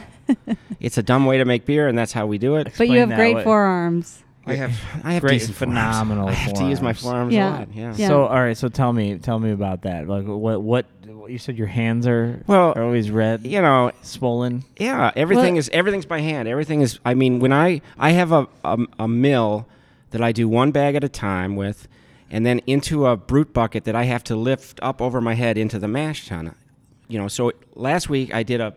Speaker 4: it's a dumb way to make beer, and that's how we do it.
Speaker 3: but you
Speaker 2: explain
Speaker 3: have
Speaker 2: that
Speaker 3: great
Speaker 2: way.
Speaker 3: forearms.
Speaker 4: I have I have
Speaker 2: Great,
Speaker 4: decent
Speaker 2: phenomenal
Speaker 4: Forearms. I have to use my
Speaker 3: forearms.
Speaker 4: forearms
Speaker 3: Yeah.
Speaker 4: a lot. Yeah.
Speaker 3: Yeah.
Speaker 2: So all right, so tell me, tell me about that. Like what, what you said, your hands are
Speaker 4: Well,
Speaker 2: are always red,
Speaker 4: You know,
Speaker 2: swollen.
Speaker 4: yeah. Everything
Speaker 3: Well-
Speaker 4: is everything's by hand. Everything is. I mean, when I I have a, a a mill that I do one bag at a time with, and then into a brute bucket that I have to lift up over my head into the mash tun. You know, so last week I did a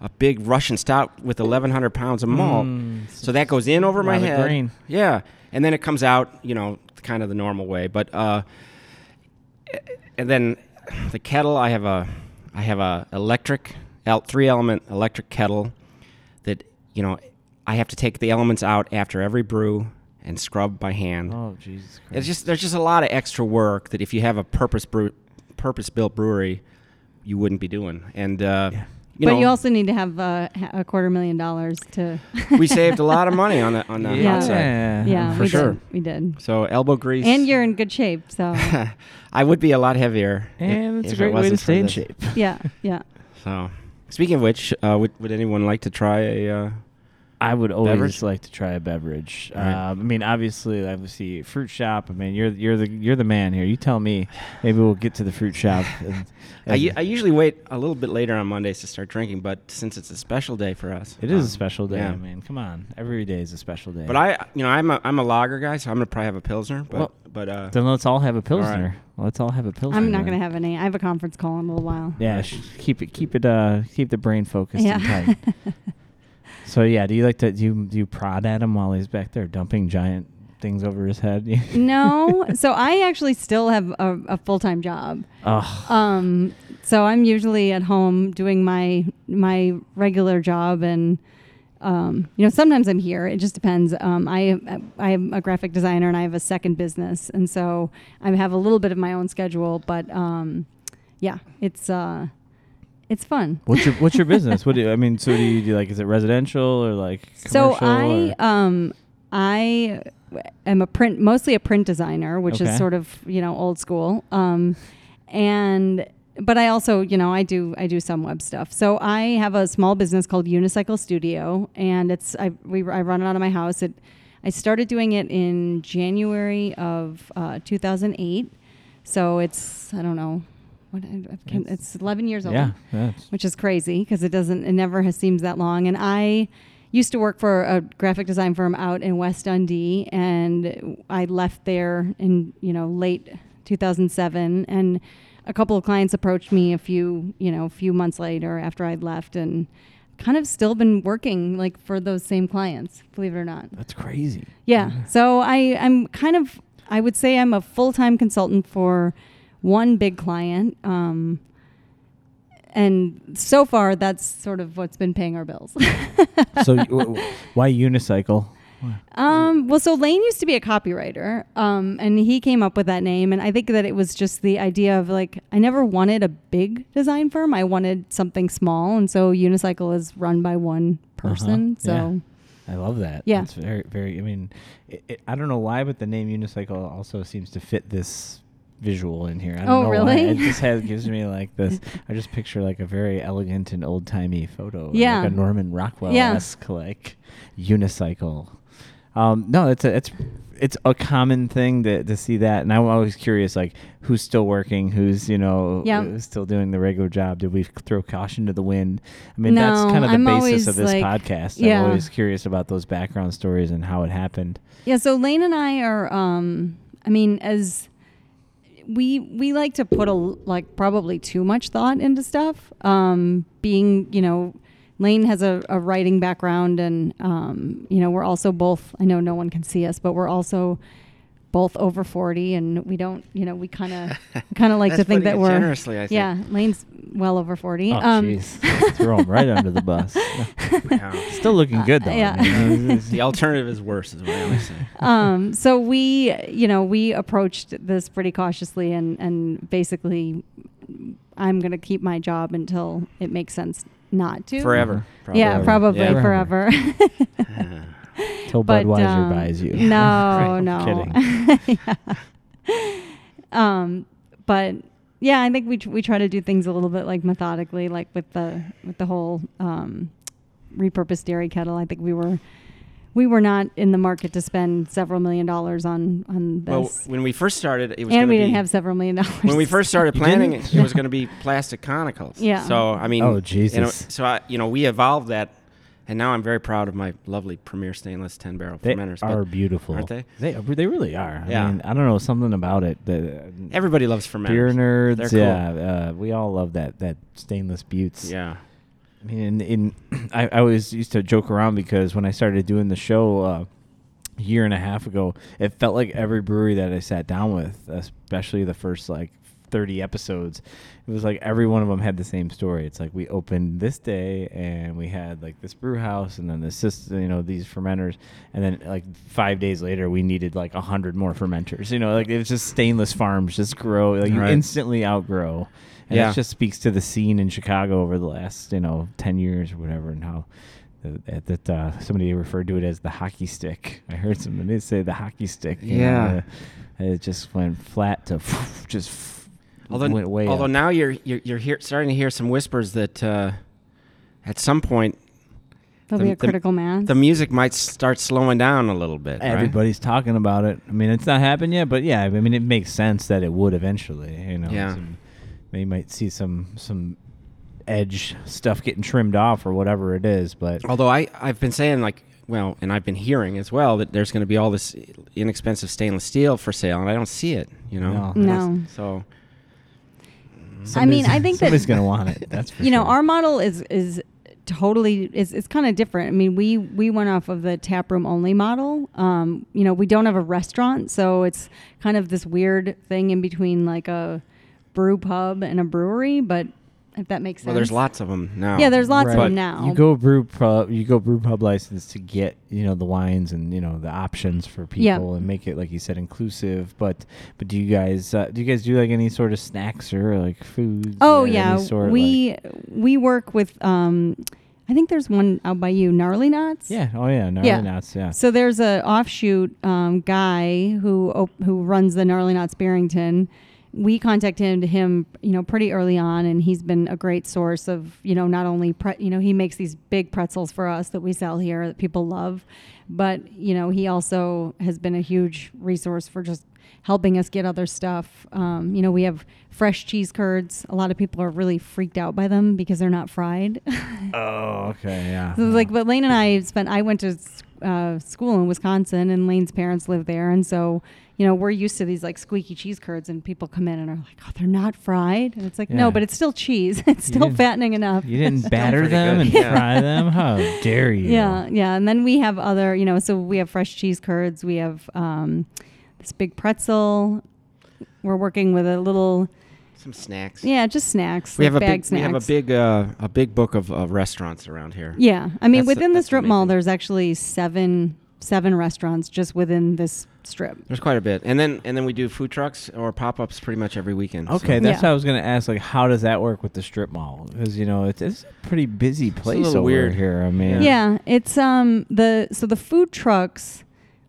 Speaker 4: a big Russian stout with 1,100 pounds of malt.
Speaker 2: Mm,
Speaker 4: so that goes in over my
Speaker 2: lot of
Speaker 4: head.
Speaker 2: grain.
Speaker 4: Yeah, and then it comes out, you know, kind of the normal way. But uh, and then the kettle, I have a, I have a electric, el- three element electric kettle, that you know, I have to take the elements out after every brew and scrub by hand.
Speaker 2: Oh Jesus Christ!
Speaker 4: It's just there's just a lot of extra work that if you have a purpose brew, purpose built brewery, you wouldn't be doing. And uh,
Speaker 2: Yeah.
Speaker 4: you
Speaker 3: but
Speaker 4: know,
Speaker 3: you also need to have uh, ha- a quarter million dollars to.
Speaker 4: we saved a lot of money on the on the
Speaker 3: Yeah.
Speaker 4: hot side.
Speaker 3: yeah,
Speaker 4: for
Speaker 3: we
Speaker 4: sure.
Speaker 3: Did. We did.
Speaker 4: So elbow grease.
Speaker 3: And you're in good shape, so
Speaker 4: I would be a lot heavier. i-
Speaker 2: And it's
Speaker 4: if
Speaker 2: a
Speaker 4: it
Speaker 2: great way to
Speaker 4: wasn't for
Speaker 2: stay in
Speaker 4: this.
Speaker 2: shape.
Speaker 3: yeah, yeah.
Speaker 4: So, speaking of which, uh, would would anyone like to try a? Uh,
Speaker 2: I would always
Speaker 4: Beverage?
Speaker 2: like to try a beverage.
Speaker 4: Right.
Speaker 2: Um, I mean, obviously, obviously, fruit shop. I mean, you're you're the you're the man here. You tell me. Maybe we'll get to the fruit shop. And,
Speaker 4: I, u-
Speaker 2: and-
Speaker 4: I usually wait a little bit later on Mondays to start drinking, but since it's a special day for us,
Speaker 2: it is
Speaker 4: um,
Speaker 2: a special day.
Speaker 4: yeah.
Speaker 2: I mean, come on, every day is a special day.
Speaker 4: But I, you know, I'm a I'm a lager guy, so I'm gonna probably have a pilsner. But
Speaker 2: Well,
Speaker 4: but uh,
Speaker 2: then let's all have a
Speaker 4: right.
Speaker 2: pilsner. Let's all have a pilsner.
Speaker 3: I'm not
Speaker 2: then.
Speaker 3: gonna have any. I have a conference call in a little while.
Speaker 2: Yeah, sh- keep it, keep it, uh, keep the brain focused
Speaker 3: Yeah.
Speaker 2: and tight. so yeah, do you like to do you, do you prod at him while he's back there dumping giant things over his head?
Speaker 3: no, so I actually still have a, a full time job.
Speaker 2: Oh,
Speaker 3: Um, so I'm usually at home doing my my regular job and um, you know, sometimes I'm here. It just depends. Um, I I am a graphic designer and I have a second business, and so I have a little bit of my own schedule. But um, yeah, it's uh, it's fun.
Speaker 2: What's your What's your business? What do you, I mean? So do you do like? Is it residential or like?
Speaker 3: So
Speaker 2: commercial
Speaker 3: I
Speaker 2: or-
Speaker 3: um I am a print mostly a print designer, which
Speaker 2: Okay.
Speaker 3: is sort of you know old school. Um, and but I also you know I do I do some web stuff. So I have a small business called Unicycle Studio, and it's I we I run it out of my house. It I started doing it in January of uh, 2008. So it's I don't know what I, I can,
Speaker 2: It's-
Speaker 3: it's 11 years old
Speaker 2: yeah, that's-
Speaker 3: which is crazy because it doesn't it never has seems that long and i used to work for a graphic design firm out in west dundee and i left there in you know late 2007 and a couple of clients approached me a few you know a few months later after i'd left and kind of still been working like for those same clients believe it or not
Speaker 2: that's crazy. Mm-hmm.
Speaker 3: yeah. So I, I'm kind of, I would say I'm a full time consultant for one big client. Um, and so far, that's sort of what's been paying our bills.
Speaker 2: so y- w- w- why unicycle?
Speaker 3: Um, well, so Lane used to be a copywriter, um, and he came up with that name. And I think that it was just the idea of like, I never wanted a big design firm. I wanted something small. And so Unicycle is run by one person.
Speaker 2: Uh-huh. Yeah.
Speaker 3: So,
Speaker 2: I love that.
Speaker 3: Yeah.
Speaker 2: it's very, very. I mean, it, it, I don't know why, but the name unicycle also seems to fit this visual in here. I don't
Speaker 3: Oh,
Speaker 2: know
Speaker 3: really?
Speaker 2: Why. It just has gives me like this. I just picture like a very elegant and old timey photo.
Speaker 3: Yeah.
Speaker 2: like a Norman Rockwell esque like unicycle. Um, no, it's a it's it's a common thing to, to see that, and I'm always curious like who's still working, who's you know
Speaker 3: Yeah.
Speaker 2: who's still doing the regular job. Did we throw caution to the wind? I mean, that's
Speaker 3: No,
Speaker 2: kind of the
Speaker 3: I'm
Speaker 2: basis
Speaker 3: always,
Speaker 2: of this
Speaker 3: like-
Speaker 2: podcast.
Speaker 3: yeah.
Speaker 2: I'm always curious about those background stories and how it happened.
Speaker 3: Yeah, so Lane and I are um I mean as we we like to put a l- like probably too much thought into stuff. Um being, you know, Lane has a, a writing background and um you know, we're also both I know no one can see us, but we're also both over 40 and we don't, you know, we kind of kind of like to
Speaker 4: That's
Speaker 3: think that
Speaker 4: putting it
Speaker 3: we're
Speaker 4: generously, I think.
Speaker 3: Yeah, Lane's well over Um, 40.
Speaker 2: Oh, jeez. Throw him right under the bus.
Speaker 4: Wow.
Speaker 2: Still looking good though. I
Speaker 3: yeah.
Speaker 2: mean, it's-
Speaker 4: the alternative is worse, is what I always say.
Speaker 3: um, so we, you know, we approached this pretty cautiously and, and basically I'm going to keep my job until it makes sense not to.
Speaker 4: Forever.
Speaker 2: Mm-hmm.
Speaker 3: Yeah, probably
Speaker 4: Yeah.
Speaker 3: forever.
Speaker 2: Till
Speaker 3: But,
Speaker 2: Budweiser
Speaker 3: um,
Speaker 2: buys you.
Speaker 3: No,
Speaker 2: I'm
Speaker 3: no.
Speaker 2: Kidding.
Speaker 3: um, but yeah, I think we, tr- we try to do things a little bit like methodically, like with the, with the whole, um, repurposed dairy kettle. I think we were, we were not in the market to spend several million dollars on, on
Speaker 4: Well,
Speaker 3: this.
Speaker 4: when we first started, it was
Speaker 3: and
Speaker 4: gonna
Speaker 3: we
Speaker 4: be,
Speaker 3: didn't have several million dollars.
Speaker 4: when we first started
Speaker 2: You
Speaker 4: planning
Speaker 2: didn't?
Speaker 4: it, it was going to be plastic conicals.
Speaker 3: Yeah.
Speaker 4: So I mean,
Speaker 2: Oh,
Speaker 4: you know,
Speaker 2: Jesus.
Speaker 4: so I, you know, we evolved that, and now I'm very proud of my lovely Premier stainless ten barrel
Speaker 2: They
Speaker 4: fermenters. but
Speaker 2: are beautiful.
Speaker 4: aren't they?
Speaker 2: They, they really are. I
Speaker 4: Yeah.
Speaker 2: mean, I don't know something about it. That,
Speaker 4: Everybody loves fermenters.
Speaker 2: beer nerds.
Speaker 4: They're cool.
Speaker 2: Yeah, uh, we all love that that stainless buttes.
Speaker 4: Yeah.
Speaker 2: I mean, in, in I, I always used to joke around because when I started doing the show uh, a year and a half ago, it felt like every brewery that I sat down with, especially the first like 30 episodes, it was like every one of them had the same story. It's like we opened this day and we had like this brew house and then this, sys- you know, these fermenters. And then like five days later, we needed like a 100 more fermenters. You know, like it was just stainless farms just grow. Like you
Speaker 4: Right.
Speaker 2: instantly outgrow. And
Speaker 4: Yeah.
Speaker 2: that just speaks to the scene in Chicago over the last, you know, 10 years or whatever, and how th- that, that uh, somebody referred to it as the hockey stick. I heard somebody say the hockey stick. you know,
Speaker 4: Yeah.
Speaker 2: uh, it just went flat to just
Speaker 4: Although,
Speaker 2: went way
Speaker 4: although
Speaker 2: up.
Speaker 4: now you're you're, you're hear, starting to hear some whispers that uh, at some point
Speaker 3: There'll
Speaker 4: the-
Speaker 3: be a
Speaker 4: the-
Speaker 3: critical mass.
Speaker 4: the music might start slowing down a little bit. right?
Speaker 2: Everybody's talking about it. I mean, it's not happened yet, but yeah, I mean, it makes sense that it would eventually. You know,
Speaker 4: Yeah.
Speaker 2: some- you might see some some edge stuff getting trimmed off or whatever it is, but
Speaker 4: Although I, I've been saying like, well, and I've been hearing as well that there's going to be all this inexpensive stainless steel for sale, and I don't see it. You know.
Speaker 2: No.
Speaker 4: I don't-
Speaker 3: No.
Speaker 4: So
Speaker 3: I mean, I think that
Speaker 2: somebody's gonna want it. That's for
Speaker 3: you know
Speaker 2: sure.
Speaker 3: our model is is totally is it's kind of different. I mean, we we went off of the tap room only model. Um, you know, we don't have a restaurant, so it's kind of this weird thing in between like a brew pub and a brewery, but if that makes sense.
Speaker 4: Well, there's lots of them now.
Speaker 3: Yeah, there's lots of
Speaker 2: Right.
Speaker 3: them now.
Speaker 2: You go brew pub, you go brew pub license to get you know the wines and you know the options for people
Speaker 3: Yeah.
Speaker 2: and make it like you said inclusive. But but do you guys uh, do you guys do like any sort of snacks or like foods?
Speaker 3: Oh
Speaker 2: or any
Speaker 3: yeah,
Speaker 2: sort, like-
Speaker 3: we we work with. Um, I think there's one out by you, gnarly knots.
Speaker 2: yeah oh yeah gnarly
Speaker 3: Yeah.
Speaker 2: nuts yeah
Speaker 3: So there's a offshoot um, guy who op- who runs the Gnarly Knots Barrington. We contacted him, him, you know, pretty early on, and he's been a great source of, you know, not only, pre- you know, he makes these big pretzels for us that we sell here that people love, but you know, he also has been a huge resource for just helping us get other stuff. Um, you know, we have fresh cheese curds. A lot of people are really freaked out by them because they're not fried.
Speaker 2: oh okay yeah
Speaker 3: So like, but Lane and I spent. I went to s- uh, school in Wisconsin, and Lane's parents live there, and so you know we're used to these like squeaky cheese curds, and people come in and are like, "Oh, they're not fried," and it's like,
Speaker 2: Yeah.
Speaker 3: "No, but it's still cheese. it's still
Speaker 2: didn't-
Speaker 3: fattening enough."
Speaker 2: you didn't batter
Speaker 4: pretty
Speaker 2: them
Speaker 4: good,
Speaker 2: and
Speaker 4: yeah.
Speaker 2: fry them how dare you
Speaker 3: Yeah, yeah. And then we have other, you know, so we have fresh cheese curds. We have um, this big pretzel. We're working with a little,
Speaker 4: Some snacks.
Speaker 3: yeah, just snacks.
Speaker 4: We have a
Speaker 3: like bag
Speaker 4: big.
Speaker 3: snacks.
Speaker 4: We have a big. Uh, a big book of uh, restaurants around here.
Speaker 3: Yeah, I mean,
Speaker 4: That's-
Speaker 3: within the
Speaker 4: that's
Speaker 3: strip mall,
Speaker 4: amazing.
Speaker 3: there's actually seven seven restaurants just within this strip.
Speaker 4: There's quite a bit, and then and then we do food trucks or pop ups pretty much every weekend. so-
Speaker 2: Okay,
Speaker 3: that-
Speaker 2: that's
Speaker 3: Yeah.
Speaker 2: what I was gonna ask. Like, how does that work with the strip mall? Because you know it's, it's a pretty busy place
Speaker 4: little
Speaker 2: over
Speaker 4: weird.
Speaker 2: here. I mean,
Speaker 3: Yeah. it's um the so the food trucks,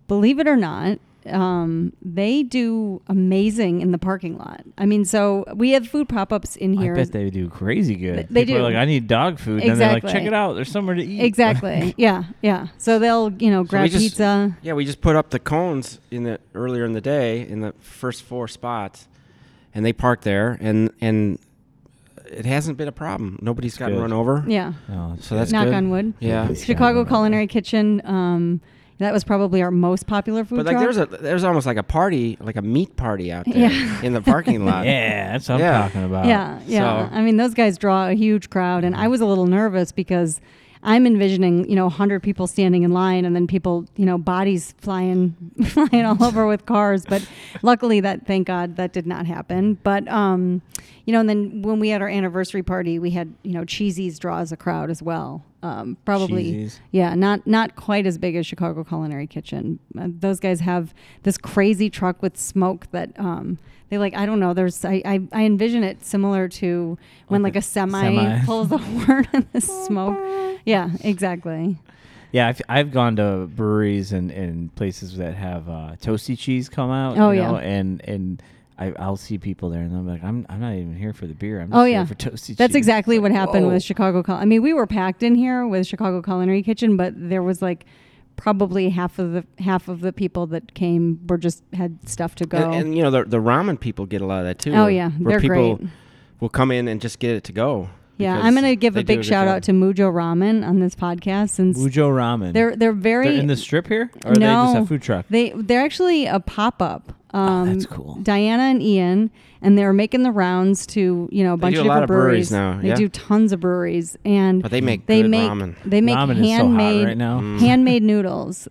Speaker 3: believe it or not, um they do amazing in the parking lot. I mean, so we have food pop ups in
Speaker 2: I
Speaker 3: here.
Speaker 2: bet they do crazy good.
Speaker 3: Th- they
Speaker 2: People are
Speaker 3: do.
Speaker 2: like, I need dog food, and then they're like, check
Speaker 3: Exactly.
Speaker 2: it out. There's somewhere to eat.
Speaker 3: exactly. yeah, yeah. So they'll you know
Speaker 4: we
Speaker 3: grab
Speaker 4: just-
Speaker 3: pizza.
Speaker 4: Yeah, we just put up the cones in the earlier in the day in the first four spots, and they parked there, and and it hasn't been a problem. Nobody's gotten
Speaker 2: good.
Speaker 4: run over.
Speaker 3: Yeah.
Speaker 2: Oh,
Speaker 4: So that's
Speaker 3: Knock
Speaker 4: good.
Speaker 3: on wood.
Speaker 4: Yeah.
Speaker 2: Please.
Speaker 3: Chicago Culinary Kitchen. Um, that was probably our most popular food
Speaker 4: But
Speaker 3: truck.
Speaker 4: like there's a there's almost like a party, like a meat party out there
Speaker 3: Yeah.
Speaker 4: in the parking lot.
Speaker 2: yeah, that's what
Speaker 4: Yeah.
Speaker 2: I'm talking about.
Speaker 3: Yeah, yeah.
Speaker 4: So-
Speaker 3: I mean, those guys draw a huge crowd, and I was a little nervous because I'm envisioning, you know, 100 people standing in line, and then people, you know, bodies flying, flying all over with cars. But luckily, that thank God that did not happen. But um, you know, and then when we had our anniversary party, we had, you know, Cheesy's draws a crowd as well. Um, probably,
Speaker 2: Cheesy's.
Speaker 3: yeah, not not quite as big as Chicago Culinary Kitchen. Uh, those guys have this crazy truck with smoke that um, they like. I don't know. There's I, I, I envision it similar to when
Speaker 2: Like
Speaker 3: like
Speaker 2: a
Speaker 3: a semi,
Speaker 2: semi.
Speaker 3: pulls the horn and the smoke. Yeah, exactly.
Speaker 2: Yeah, I've, I've gone to breweries and, and places that have uh, toasty cheese come out.
Speaker 3: Oh,
Speaker 2: you know,
Speaker 3: yeah.
Speaker 2: and and I, I'll see people there, and I'm like, I'm, I'm not even here for the beer. I'm just
Speaker 3: Oh,
Speaker 2: here
Speaker 3: yeah.
Speaker 2: for toasty.
Speaker 3: That's
Speaker 2: cheese.
Speaker 3: exactly
Speaker 2: It's
Speaker 3: what
Speaker 2: like,
Speaker 3: happened
Speaker 2: whoa.
Speaker 3: with Chicago. Cul- I mean, we were packed in here with Chicago Culinary Kitchen, but there was like probably half of the half of the people that came were just had stuff to go.
Speaker 4: And, and, you know the the ramen people get a lot of that too.
Speaker 3: Oh, yeah.
Speaker 4: where
Speaker 3: They're
Speaker 4: people
Speaker 3: great.
Speaker 4: will come in and just get it to go.
Speaker 3: yeah,
Speaker 4: because
Speaker 3: I'm gonna give
Speaker 4: they
Speaker 3: a
Speaker 4: do
Speaker 3: big
Speaker 4: good
Speaker 3: shout
Speaker 4: job.
Speaker 3: out to Mujo Ramen on this podcast since
Speaker 2: Bujo Ramen.
Speaker 3: They're they're very
Speaker 2: They're in the strip here, or
Speaker 3: no,
Speaker 2: they just have food truck.
Speaker 3: They they're actually a pop up.
Speaker 4: Oh,
Speaker 3: Um,
Speaker 2: that's cool.
Speaker 3: Diana and Ian, and they're making the rounds to you know a bunch
Speaker 4: do
Speaker 3: of
Speaker 4: a lot
Speaker 3: different
Speaker 4: of breweries
Speaker 3: breweries.
Speaker 4: now,
Speaker 3: They
Speaker 4: yeah.
Speaker 3: do tons of breweries, and
Speaker 4: But they make
Speaker 3: they
Speaker 4: good
Speaker 3: make
Speaker 4: ramen. Mm.
Speaker 3: they make
Speaker 2: Ramen is so
Speaker 3: handmade
Speaker 2: hot right now.
Speaker 3: handmade noodles.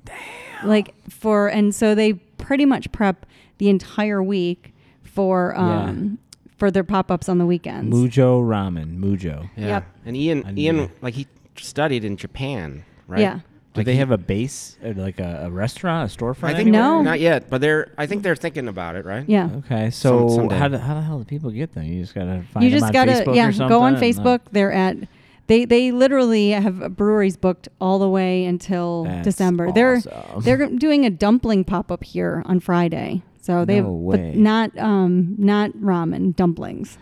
Speaker 3: Like for and so they pretty much prep the entire week for
Speaker 2: Yeah.
Speaker 3: um for their pop ups on the weekends.
Speaker 2: Mujo Ramen. Mujo.
Speaker 4: Yeah.
Speaker 3: Yep.
Speaker 4: And
Speaker 2: I
Speaker 4: Ian
Speaker 2: knew
Speaker 4: Ian
Speaker 2: it.
Speaker 4: like he studied in Japan, right?
Speaker 3: Yeah.
Speaker 2: Do
Speaker 4: Like
Speaker 2: they
Speaker 4: he-
Speaker 2: have a base, or like a, a restaurant, a storefront?
Speaker 4: I think
Speaker 2: anywhere?
Speaker 3: No.
Speaker 4: not yet, but they're I think they're thinking about it, right?
Speaker 3: Yeah.
Speaker 2: Okay, so
Speaker 4: someday.
Speaker 2: how, do, how the hell do people get them? You just gotta find
Speaker 3: you
Speaker 2: them
Speaker 3: just
Speaker 2: on
Speaker 3: gotta
Speaker 2: Facebook
Speaker 3: yeah
Speaker 2: or something.
Speaker 3: go on
Speaker 2: and, uh,
Speaker 3: facebook they're at they they literally have breweries booked all the way until
Speaker 2: That's
Speaker 3: december
Speaker 2: awesome.
Speaker 3: they're they're doing a dumpling pop-up here on friday so they have
Speaker 2: No way.
Speaker 3: but not um not ramen dumplings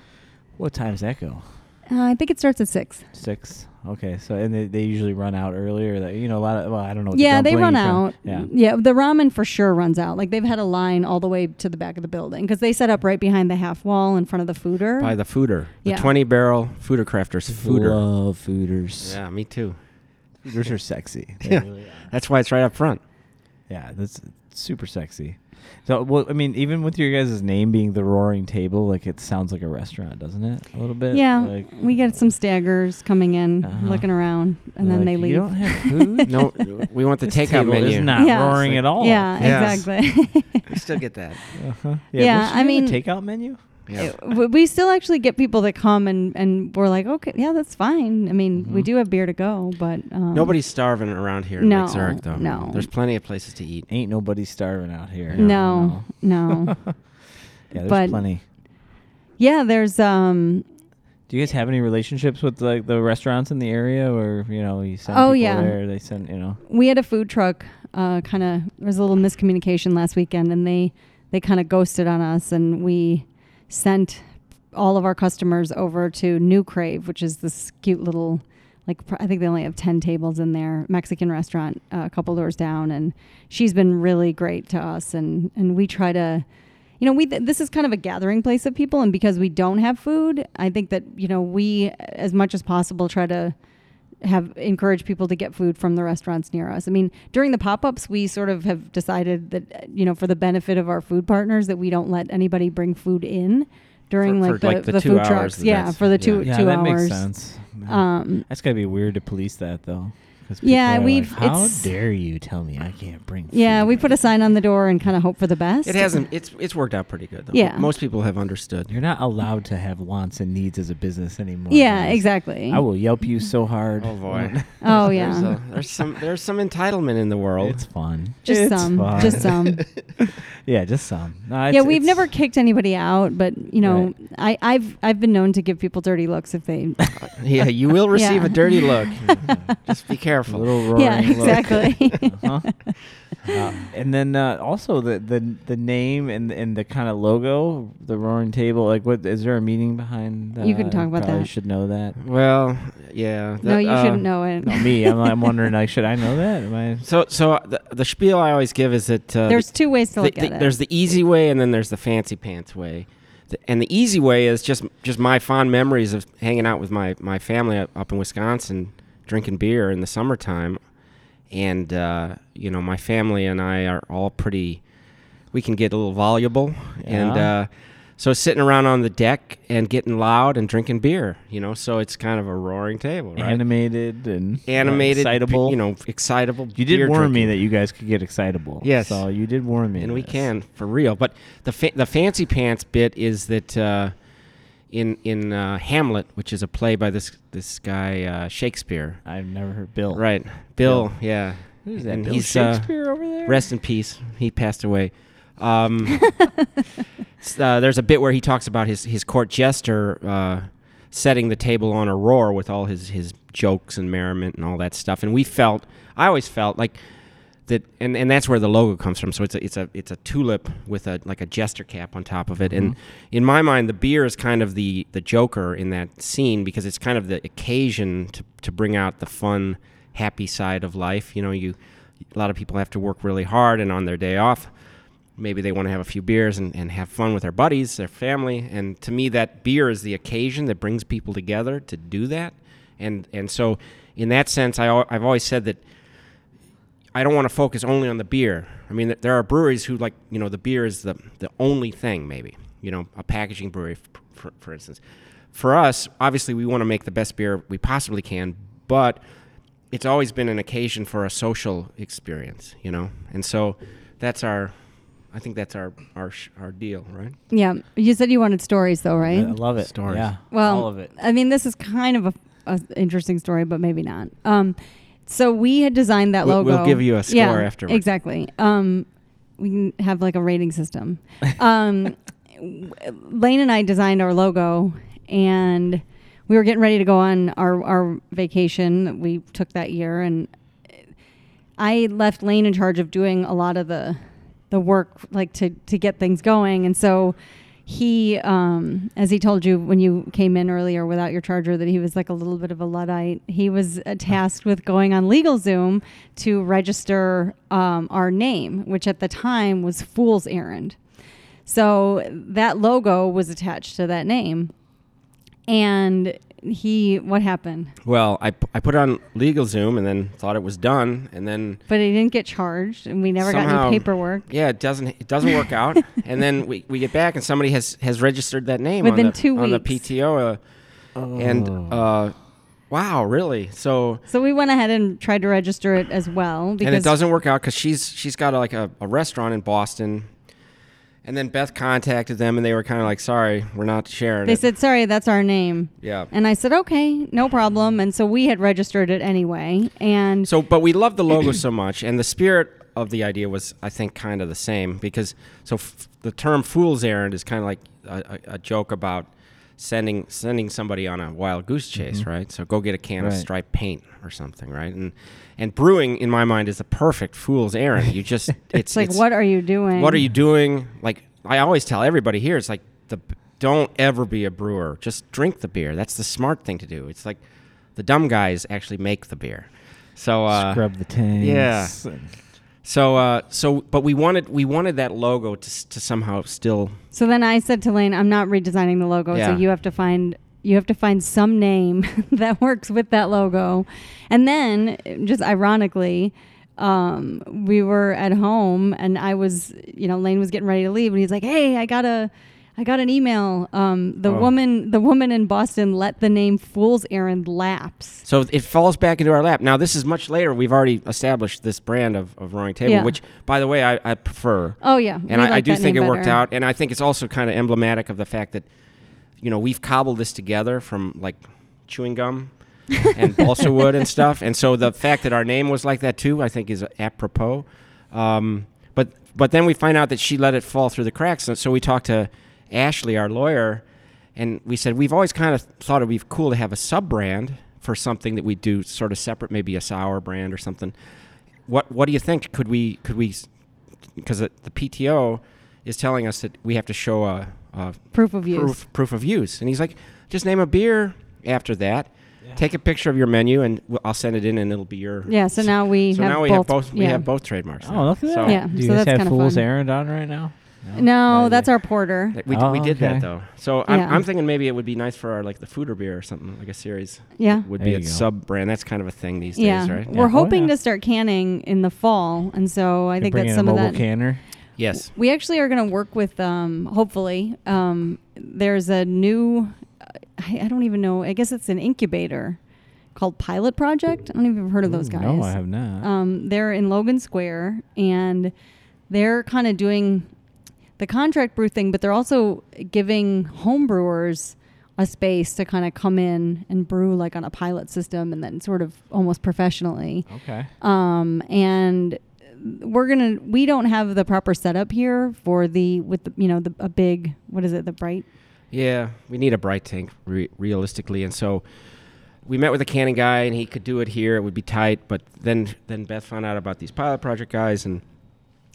Speaker 2: What time's that go?
Speaker 3: uh, i think it starts at six
Speaker 2: Six. Okay, so and they, they usually run out earlier. That you know a lot of well, I don't know. with Oh, the
Speaker 3: yeah they
Speaker 2: dumpling,
Speaker 3: run
Speaker 2: you can-
Speaker 3: out
Speaker 2: Yeah.
Speaker 3: the ramen for sure runs out like they've had a line all the way to the back of the building because they set up right behind the half wall in front of the fooder
Speaker 4: By the fooder.
Speaker 3: Yeah.
Speaker 4: The twenty barrel fooder crafters fooder.
Speaker 2: Love fooders.
Speaker 4: Yeah, me too.
Speaker 2: Fooders are sexy. They
Speaker 4: Yeah.
Speaker 2: really are.
Speaker 4: That's why it's right up front.
Speaker 2: Yeah, that's super sexy. So, well, I mean, even with your guys' name being the Roaring Table, like it sounds like a restaurant, doesn't it? A little bit.
Speaker 3: yeah
Speaker 2: Like,
Speaker 3: we get some staggers coming in
Speaker 2: Uh-huh.
Speaker 3: looking around and then
Speaker 2: like,
Speaker 3: they leave
Speaker 2: You don't have food.
Speaker 4: No, we want the
Speaker 2: This
Speaker 4: takeout
Speaker 2: table
Speaker 4: menu.
Speaker 2: Is not
Speaker 3: Yeah.
Speaker 2: roaring at all.
Speaker 3: Yeah,
Speaker 4: Yeah.
Speaker 3: exactly.
Speaker 4: We still get that.
Speaker 2: Uh-huh.
Speaker 3: Yeah,
Speaker 2: we should
Speaker 3: I
Speaker 2: do a
Speaker 3: mean-
Speaker 2: takeout menu.
Speaker 4: Yeah.
Speaker 3: it- w- Uh, we still actually get people that come and and we're like, okay, yeah, that's fine. I mean, we
Speaker 2: Mhm.
Speaker 3: do have beer to go, but um,
Speaker 4: Nobody's starving around here in
Speaker 3: No,
Speaker 4: Lake Zurich, though.
Speaker 3: no.
Speaker 4: There's plenty of places to eat.
Speaker 2: Ain't nobody starving out here.
Speaker 3: No, no.
Speaker 2: Yeah, there's
Speaker 3: But-
Speaker 2: plenty.
Speaker 3: yeah, there's um.
Speaker 2: Do you guys have any relationships with like the restaurants in the area, or you know, you send
Speaker 3: Oh,
Speaker 2: people
Speaker 3: yeah.
Speaker 2: there, they send you know?
Speaker 3: we had a food truck uh, kind of there was a little miscommunication last weekend and they they kind of ghosted on us and we sent all of our customers over to new crave which is this cute little like pr- i think they only have 10 tables in there mexican restaurant uh, a couple doors down and she's been really great to us and and we try to you know, we th- this is kind of a gathering place of people, and because we don't have food, I think that you know we, as much as possible, try to have encouraged people to get food from the restaurants near us. I mean, during the pop-ups, we sort of have decided that uh, you know, for the benefit of our food partners, that we don't let anybody bring food in during
Speaker 4: For-
Speaker 3: like,
Speaker 4: for,
Speaker 3: the,
Speaker 4: like, the
Speaker 3: the,
Speaker 4: two
Speaker 3: food
Speaker 4: hours
Speaker 3: trucks.
Speaker 4: that
Speaker 3: Yeah,
Speaker 4: that's-
Speaker 3: for the two
Speaker 2: yeah,
Speaker 3: two
Speaker 2: that
Speaker 3: hours.
Speaker 2: makes sense. Yeah.
Speaker 3: Um,
Speaker 2: That's gotta be weird to police that though. 'cause
Speaker 3: Yeah,
Speaker 2: people are
Speaker 3: we've-
Speaker 2: Like, How
Speaker 3: it's-
Speaker 2: dare you tell me I can't bring?
Speaker 3: yeah,
Speaker 2: food
Speaker 3: we
Speaker 2: in?"
Speaker 3: put a sign on the door and kind of hope for the best.
Speaker 4: It hasn't. It's it's worked out pretty good though.
Speaker 3: Yeah.
Speaker 4: Most people have understood.
Speaker 2: You're not allowed to have wants and needs as a business anymore.
Speaker 3: Yeah,
Speaker 2: guys.
Speaker 3: exactly.
Speaker 2: I will yelp you so hard.
Speaker 4: Oh boy.
Speaker 3: Oh
Speaker 4: There's,
Speaker 3: yeah,
Speaker 4: a- there's some there's some entitlement in the world. Uh,
Speaker 2: It's fun.
Speaker 3: just
Speaker 2: It's
Speaker 3: some,
Speaker 2: fun.
Speaker 3: just some.
Speaker 2: yeah, just some. No, it's-
Speaker 3: yeah, we've
Speaker 2: it's-
Speaker 3: never kicked anybody out, but you know, I, I've I've been known to give people dirty looks if they.
Speaker 4: yeah, you will receive
Speaker 3: Yeah.
Speaker 4: a dirty look. Just be
Speaker 2: A
Speaker 4: careful.
Speaker 2: little roaring
Speaker 3: yeah,
Speaker 2: look.
Speaker 3: exactly.
Speaker 2: Uh-huh.
Speaker 4: Uh-huh.
Speaker 2: Uh, and then uh, also the, the the name and and the kind of logo, the roaring table. Like, what is there a meaning behind? that?
Speaker 3: You can talk about
Speaker 2: probably
Speaker 3: that.
Speaker 2: Should know that.
Speaker 4: well, yeah.
Speaker 3: no,
Speaker 4: that,
Speaker 3: you
Speaker 4: uh,
Speaker 3: shouldn't know it.
Speaker 2: No, me. I'm, I'm wondering. Like, should I know that? Am I?
Speaker 4: So so the, the spiel I always give is that uh,
Speaker 3: There's two ways to
Speaker 4: the-
Speaker 3: look
Speaker 4: the-
Speaker 3: at it.
Speaker 4: There's the easy way, and then there's the fancy pants way. The- And the easy way is just just my fond memories of hanging out with my my family up- up in Wisconsin, drinking beer in the summertime, and uh, you know my family and I are all pretty. We can get a little voluble, and
Speaker 2: Yeah.
Speaker 4: uh, so sitting around on the deck and getting loud and drinking beer, you know. So it's kind of a roaring table, right?
Speaker 2: Animated and uh,
Speaker 4: Animated,
Speaker 2: excitable.
Speaker 4: you know, excitable.
Speaker 2: you did
Speaker 4: beer
Speaker 2: warn
Speaker 4: drinking.
Speaker 2: me that you guys could get excitable.
Speaker 4: Yes.
Speaker 2: So you did warn me.
Speaker 4: and
Speaker 2: of
Speaker 4: we
Speaker 2: this.
Speaker 4: can for real. But the fa- the fancy pants bit is that uh, in in uh, Hamlet, which is a play by this this guy uh, Shakespeare,
Speaker 2: I've never heard Bill.
Speaker 4: right? Bill, yeah.
Speaker 2: Who's that?
Speaker 4: And
Speaker 2: Bill
Speaker 4: he's, uh,
Speaker 2: Shakespeare over there.
Speaker 4: Rest in peace. He passed away. Um, s- uh, there's a bit where he talks about his his court jester uh, setting the table on a roar with all his his jokes and merriment and all that stuff. And we felt, I always felt like that, and, and that's where the logo comes from. So it's a it's a it's a tulip with a like a jester cap on top of it. And in my mind, the beer is kind of the the joker in that scene because it's kind of the occasion to to bring out the fun, happy side of life. You know, you a lot of people have to work really hard and on their day off maybe they want to have a few beers and, and have fun with their buddies their family and to me that beer is the occasion that brings people together to do that and and so in that sense I, al- i've always said that i don't want to focus only on the beer i mean th- there are breweries who like you know the beer is the, the only thing maybe you know a packaging brewery f- for, for instance for us obviously we want to make the best beer we possibly can but it's always been an occasion for a social experience, you know, and so that's our, I think that's our our sh- our deal, right?
Speaker 3: yeah, you said you wanted stories though,
Speaker 2: I
Speaker 3: right?
Speaker 2: love it.
Speaker 4: Stories.
Speaker 2: Yeah.
Speaker 3: well,
Speaker 2: all of it.
Speaker 3: I mean, this is kind of a, a interesting story, but maybe not. Um, so we had designed that
Speaker 4: We'll-
Speaker 3: logo.
Speaker 4: we'll give you a score
Speaker 3: yeah,
Speaker 4: afterwards.
Speaker 3: Exactly. Um, we can have like a rating system. Um, w- Lane and I designed our logo, and we were getting ready to go on our our vacation that we took that year, and I left Lane in charge of doing a lot of the the work like to to get things going and so he um as he told you when you came in earlier without your charger that he was like a little bit of a luddite he was uh, tasked with going on LegalZoom to register um, our name which at the time was fool's errand so that logo was attached to that name and he what happened
Speaker 4: Well, I, p- I put it on LegalZoom and then thought it was done, and then
Speaker 3: but he didn't get charged and we never got
Speaker 4: Somehow-
Speaker 3: any paperwork
Speaker 4: yeah, it doesn't it doesn't work out, and then we, we get back and somebody has has registered that name
Speaker 3: Within
Speaker 4: on the,
Speaker 3: two
Speaker 4: on the
Speaker 3: weeks.
Speaker 4: PTO, uh, and uh, wow, really? So
Speaker 3: So we went ahead and tried to register it as well because
Speaker 4: and it doesn't work out because she's she's got a, like a, a restaurant in Boston, And then Beth contacted them, and they were kind of like, "Sorry, we're not sharing."
Speaker 3: They
Speaker 4: it."
Speaker 3: said, sorry, that's our name.
Speaker 4: "Yeah."
Speaker 3: And I said, okay, no problem. And so we had registered it anyway. And
Speaker 4: So, but we love the logo so much, and the spirit of the idea was, I think, kind of the same because so f- the term "fool's errand" is kind of like a, a, a joke about sending sending somebody on a wild goose chase, right? So go get a can of
Speaker 2: Right.
Speaker 4: striped paint or something, right? And and brewing, in my mind, is the perfect fool's errand. You just
Speaker 3: it's
Speaker 4: it's
Speaker 3: like, what are you doing?
Speaker 4: what are you doing? Like I always tell everybody here, it's like the don't ever be a brewer. Just drink the beer. That's the smart thing to do. It's like the dumb guys actually make the beer. So uh,
Speaker 2: Scrub the tanks.
Speaker 4: yeah.
Speaker 2: and-
Speaker 4: So uh, so but we wanted we wanted that logo to s- to somehow still
Speaker 3: So then I said to Lane, I'm not redesigning the logo.
Speaker 4: Yeah.
Speaker 3: So you have to find you have to find some name that works with that logo. And then just ironically, um, we were at home and I was, you know, Lane was getting ready to leave and he's like, "Hey, I got a I got an email. Um, the
Speaker 4: Oh.
Speaker 3: woman the woman in Boston let the name Fool's Errand lapse."
Speaker 4: so it falls back into our lap. Now this is much later. We've already established this brand of, of Roaring Table,
Speaker 3: Yeah.
Speaker 4: which by the way I, I prefer.
Speaker 3: Oh yeah.
Speaker 4: and
Speaker 3: we
Speaker 4: I, I
Speaker 3: like
Speaker 4: do
Speaker 3: that
Speaker 4: think it
Speaker 3: name
Speaker 4: worked
Speaker 3: better.
Speaker 4: out. And I think it's also kind of emblematic of the fact that, you know, we've cobbled this together from like chewing gum and balsa wood and stuff. And so the fact that our name was like that too, I think, is apropos. Um, but but then we find out that she let it fall through the cracks. And so we talked to Ashley, our lawyer, and we said we've always kind of thought it would be cool to have a sub brand for something that we do sort of separate, maybe a sour brand or something. What what do you think? Could we could we because the the PTO is telling us that we have to show a, a
Speaker 3: Proof of use.
Speaker 4: proof proof of use, and he's like, just name a beer after that, take a picture of your menu, and w- I'll send it in, and it'll be your.
Speaker 3: Yeah, so now we
Speaker 4: So
Speaker 3: have
Speaker 4: now we
Speaker 3: both.
Speaker 4: have both. We
Speaker 3: yeah.
Speaker 4: have both trademarks.
Speaker 2: Oh,
Speaker 4: now.
Speaker 2: look at that.
Speaker 4: So-
Speaker 3: Yeah,
Speaker 2: Do you
Speaker 3: so
Speaker 2: guys
Speaker 3: that's
Speaker 2: have
Speaker 3: kinda
Speaker 2: Fool's
Speaker 3: fun.
Speaker 2: errand on right now?
Speaker 3: No,
Speaker 2: Not
Speaker 3: that's
Speaker 2: yet.
Speaker 3: our porter.
Speaker 4: That- We,
Speaker 2: Oh,
Speaker 4: we did
Speaker 2: okay.
Speaker 4: that though. So I'm,
Speaker 3: Yeah.
Speaker 4: I'm thinking maybe it would be nice for our like the food or beer or something like a series.
Speaker 3: Yeah.
Speaker 4: Would
Speaker 2: There
Speaker 4: be
Speaker 2: you
Speaker 4: a
Speaker 2: go.
Speaker 4: sub brand. That's kind of a thing these
Speaker 3: yeah.
Speaker 4: days, right?
Speaker 3: We're
Speaker 2: Yeah.
Speaker 3: hoping
Speaker 2: Oh, yeah.
Speaker 3: to start canning in the fall, and so I
Speaker 2: Could
Speaker 3: think
Speaker 2: bring
Speaker 3: that's
Speaker 2: in
Speaker 3: some
Speaker 2: a
Speaker 3: of
Speaker 2: mobile
Speaker 3: that.
Speaker 2: canner.
Speaker 4: Yes.
Speaker 3: We actually are going to work with, um, hopefully, um, there's a new, I, I don't even know, I guess it's an incubator called Pilot Project. I don't even have heard of those
Speaker 2: Ooh,
Speaker 3: guys.
Speaker 2: No, I have not.
Speaker 3: Um, they're in Logan Square, and they're kind of doing the contract brew thing, but they're also giving home brewers a space to kind of come in and brew like on a pilot system and then sort of almost professionally
Speaker 2: okay.
Speaker 3: um, and we're gonna we don't have the proper setup here for the with the, you know the a big what is it the bright
Speaker 4: Yeah, we need a bright tank re- realistically, and so we met with a canning guy, and he could do it here. It would be tight, but then then Beth found out about these pilot project guys, and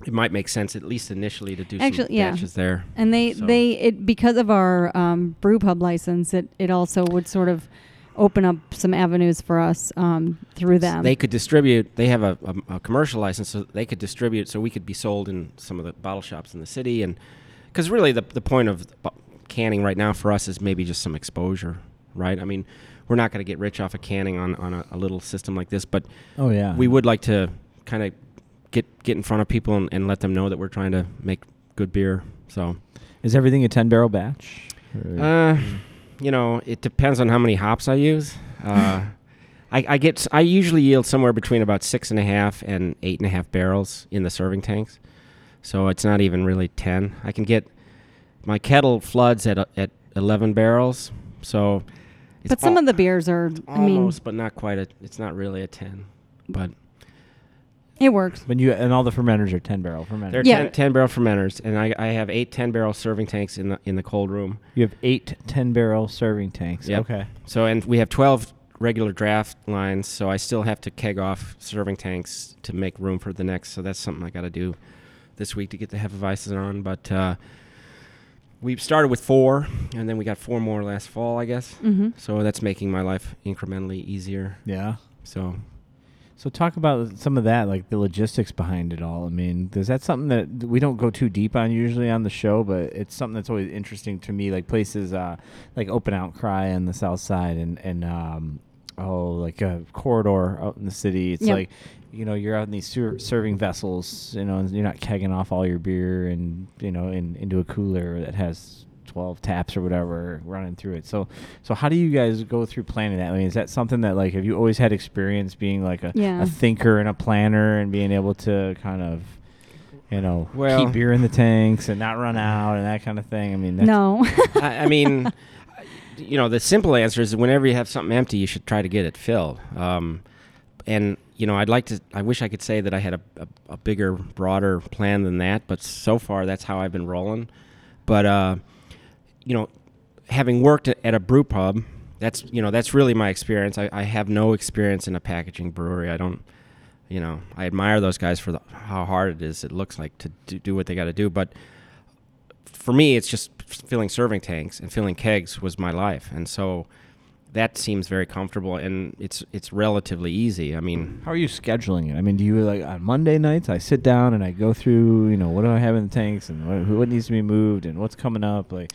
Speaker 4: it might make sense at least initially to do some
Speaker 3: Actually, yeah.
Speaker 4: batches there.
Speaker 3: and they
Speaker 4: So-
Speaker 3: they it because of our um, brew pub license it it also would sort of open up some avenues for us um, through them
Speaker 4: They could distribute. They have a, a, a commercial license, so they could distribute. So we could be sold in some of the bottle shops in the city, and because really the the point of bu- canning right now for us is maybe just some exposure, right? I mean, we're not going to get rich off of canning on on a, a little system like this, but
Speaker 2: Oh yeah.
Speaker 4: we would like to kind of get get in front of people and, and let them know that we're trying to make good beer. So,
Speaker 2: Is everything a ten barrel batch? Or-
Speaker 4: uh, you know, it depends on how many hops I use. Uh, I, I get s- I usually yield somewhere between about six and a half and eight and a half barrels in the serving tanks. So it's not even really ten. I can get my kettle floods at a- at eleven barrels. So, it's
Speaker 3: but some
Speaker 4: al-
Speaker 3: of the beers are i mean
Speaker 4: almost, but not quite a. It's not really a ten, but
Speaker 3: it works
Speaker 2: But you and all the fermenters are ten barrel fermenters.
Speaker 4: They're
Speaker 3: Yeah.
Speaker 4: ten, 10 barrel fermenters, and I, I have eight 10 barrel serving tanks in the in the cold room.
Speaker 2: You have eight 10 barrel serving tanks.
Speaker 4: Yep.
Speaker 2: Okay.
Speaker 4: So and we have twelve regular draft lines, so I still have to keg off serving tanks to make room for the next. So that's something I got to do this week to get the Hefeweizen on. But uh, we started with four, and then we got four more last fall, I guess.
Speaker 3: hmm
Speaker 4: So that's making my life incrementally easier.
Speaker 2: Yeah.
Speaker 4: So
Speaker 2: So talk about some of that, like the logistics behind it all. I mean, is that something that we don't go too deep on usually on the show, but it's something that's always interesting to me. Like places uh, like Open Outcry on the South Side, and and um, oh, like a corridor out in the city. It's
Speaker 3: Yep.
Speaker 2: like you know you're out in these ser- serving vessels, you know, and you're not kegging off all your beer and you know in, into a cooler that has. 12 taps or whatever running through it. So so how do you guys go through planning that? I mean, is that something that like have you always had experience being like a,
Speaker 3: Yeah.
Speaker 2: a thinker and a planner and being able to kind of you know,
Speaker 4: Well-
Speaker 2: keep beer in the tanks and not run out and that kind of thing. I mean, that's,
Speaker 3: No.
Speaker 4: I, I mean, you know, the simple answer is whenever you have something empty, you should try to get it filled. Um, and you know, I'd like to. I wish I could say that I had a, a, a bigger, broader plan than that, but so far that's how I've been rolling. But uh, you know, having worked at a brew pub, that's you know that's really my experience. I, I have no experience in a packaging brewery. I don't. You know, I admire those guys for the, how hard it is. It looks like to do, do what they got to do, but for me, it's just filling serving tanks and filling kegs was my life, and so that seems very comfortable and it's it's relatively easy. I mean,
Speaker 2: How are you scheduling it? I mean, do you like on Monday nights? I sit down and I go through, you know, what do I have in the tanks and what, who- what needs to be moved and what's coming up. Like,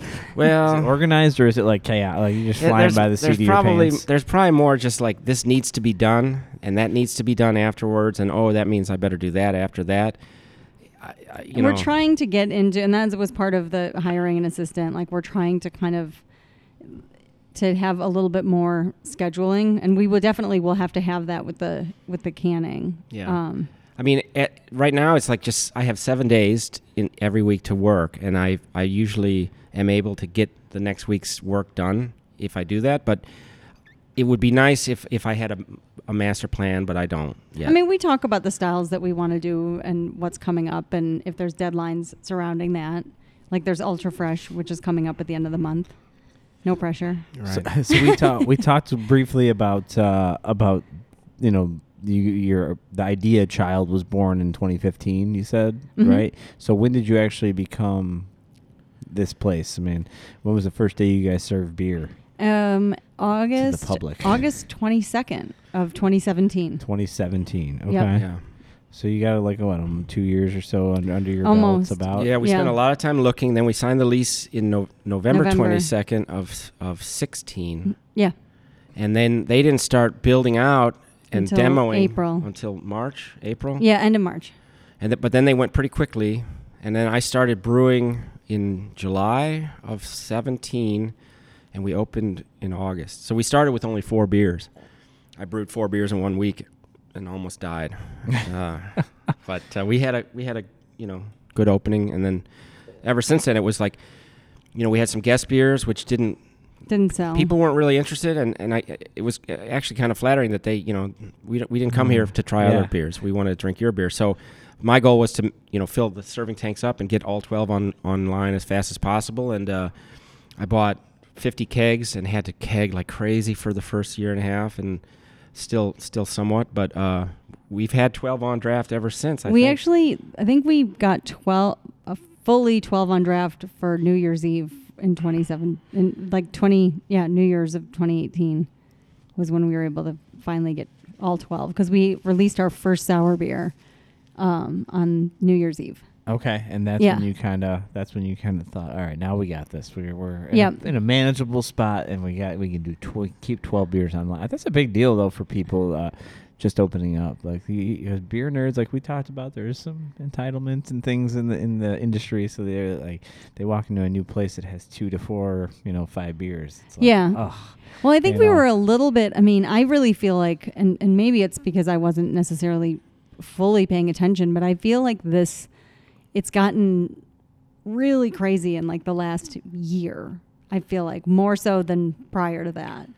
Speaker 2: is it
Speaker 4: well,
Speaker 2: organized or is it like chaos? Like you're just
Speaker 4: yeah,
Speaker 2: flying
Speaker 4: there's,
Speaker 2: by the seat
Speaker 4: there's
Speaker 2: of your
Speaker 4: probably
Speaker 2: pants.
Speaker 4: there's probably more just like this needs to be done and that needs to be done afterwards, and oh, that means I better do that after that. I, I, you
Speaker 3: we're
Speaker 4: know,
Speaker 3: trying to get into, and that was part of the hiring an assistant. Like we're trying to kind of to have a little bit more scheduling, and we will definitely will have to have that with the with the canning.
Speaker 4: Yeah.
Speaker 3: Um,
Speaker 4: I mean, at, right now it's like just I have seven days t- in every week to work, and I I usually am able to get the next week's work done if I do that. But it would be nice if if I had a, a master plan, but I don't. Yeah.
Speaker 3: I mean, we talk about the styles that we want to do and what's coming up, and if there's deadlines surrounding that. Like there's Ultra Fresh, which is coming up at the end of the month. No pressure.
Speaker 2: So, so we talked we talked briefly about uh, about you know you, your the idea child was born in 2015. You said
Speaker 3: Mhm.
Speaker 2: right. So when did you actually become this place? I mean, when was the first day you guys served beer?
Speaker 3: Um, August
Speaker 2: public.
Speaker 3: August 22nd of 2017.
Speaker 2: 2017. Okay.
Speaker 4: yeah.
Speaker 2: So you got like what um, two years or so under, under your
Speaker 3: Almost.
Speaker 2: belts about.
Speaker 4: Yeah, we spent
Speaker 3: Yeah.
Speaker 4: a lot of time looking. Then we signed the lease in no- November
Speaker 3: November.
Speaker 4: twenty second of of sixteen,
Speaker 3: Yeah.
Speaker 4: and then they didn't start building out and
Speaker 3: Until
Speaker 4: demoing
Speaker 3: April.
Speaker 4: until March, April.
Speaker 3: Yeah, end of March.
Speaker 4: and th- but then they went pretty quickly and then i started brewing in july of 17 and we opened in august so we started with only four beers i brewed four beers in one week and almost died uh, but uh, we had a we had a you know good opening and then ever since then it was like you know we had some guest beers which didn't
Speaker 3: Didn't sell.
Speaker 4: people weren't really interested and, and I it was actually kind of flattering that they you know we, don't- we didn't come here
Speaker 3: Mm-hmm.
Speaker 4: to try
Speaker 2: Yeah.
Speaker 4: other beers we want to drink your beer so my goal was to you know fill the serving tanks up and get all 12 on online as fast as possible and uh, I bought 50 kegs and had to keg like crazy for the first year and a half and still still somewhat but uh, we've had 12 on draft ever since I
Speaker 3: we
Speaker 4: think.
Speaker 3: actually, I think we got 12, a fully 12 on draft for New Year's Eve in 27, in like 20, yeah, New Year's of 2018 was when we were able to finally get all 12 because we released our first sour beer um, on New Year's Eve.
Speaker 2: Okay, and that's
Speaker 3: Yeah.
Speaker 2: when you kind of that's when you kind of thought, all right, now we got this. We're we're in,
Speaker 3: Yep.
Speaker 2: a, in a manageable spot, and we got we can do tw- keep twelve beers online. That's a big deal though for people uh, just opening up. Like the you know, beer nerds, like we talked about, there's some entitlements and things in the in the industry. So they're like they walk into a new place that has two to four, you know, five beers. It's like,
Speaker 3: Yeah.
Speaker 2: ugh.
Speaker 3: Well, I think
Speaker 2: you
Speaker 3: we
Speaker 2: know.
Speaker 3: were a little bit. I mean, I really feel like, and, and maybe it's because I wasn't necessarily fully paying attention, but I feel like this, it's gotten really crazy in like the last year. I feel like more so than prior to that.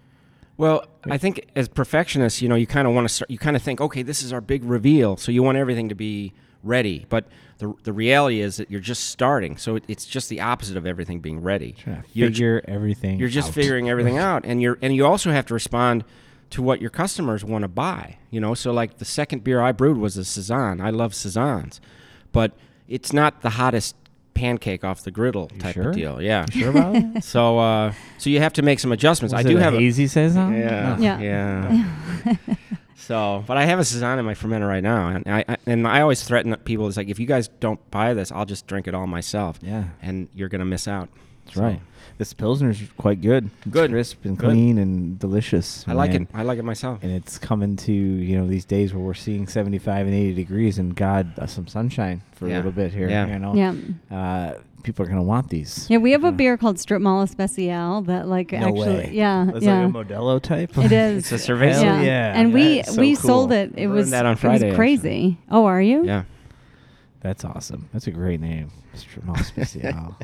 Speaker 4: Well, I think as perfectionists, you know, you kind of want to start. You kind of think, okay, this is our big reveal, so you want everything to be ready. But the the reality is that you're just starting, so it, it's just the opposite of everything being ready.
Speaker 2: Trying to
Speaker 4: You're ju-
Speaker 2: figure everything.
Speaker 4: you're just
Speaker 2: out.
Speaker 4: figuring everything out, and you're and you also have to respond to what your customers want to buy. You know, so like the second beer I brewed was a saison. I love saisons, but it's not the hottest pancake off the griddle type
Speaker 2: sure?
Speaker 4: of deal. Yeah.
Speaker 2: Sure about that?
Speaker 4: so uh, so you have to make some adjustments. I
Speaker 2: Was
Speaker 4: do
Speaker 2: it a
Speaker 4: have a,
Speaker 2: hazy saison.
Speaker 4: yeah.
Speaker 3: Yeah.
Speaker 4: yeah. so, but I have a saison in my fermenter right now, and I, I and I always threaten people. It's like if you guys don't buy this, I'll just drink it all myself.
Speaker 2: Yeah.
Speaker 4: and you're gonna miss out.
Speaker 2: That's
Speaker 4: So,
Speaker 2: right. This pilsner's quite good. It's
Speaker 4: Good.
Speaker 2: crisp and
Speaker 4: Good.
Speaker 2: clean and delicious.
Speaker 4: I like
Speaker 2: man.
Speaker 4: it. I like it myself.
Speaker 2: And it's coming to you know these days where we're seeing 75 and 80 degrees, and God, uh, some sunshine for a
Speaker 4: Yeah.
Speaker 2: little bit here.
Speaker 4: Yeah.
Speaker 2: You know,
Speaker 3: Yeah.
Speaker 2: uh, people are gonna want these.
Speaker 3: Yeah, we have a beer called Strip Mall Especial that like
Speaker 2: No
Speaker 3: actually
Speaker 2: way.
Speaker 3: yeah,
Speaker 2: That's
Speaker 3: yeah.
Speaker 2: like a Modelo type.
Speaker 3: It is.
Speaker 4: It's a cerveza.
Speaker 2: Hell
Speaker 3: Yeah.
Speaker 2: yeah.
Speaker 3: And we
Speaker 2: That's so
Speaker 3: we
Speaker 2: cool.
Speaker 3: sold it. It
Speaker 4: Learned
Speaker 3: was
Speaker 4: that on
Speaker 3: it was
Speaker 4: Friday, actually.
Speaker 3: crazy. Oh, are you?
Speaker 4: yeah,
Speaker 2: That's awesome. That's a great name. Estromal Especial.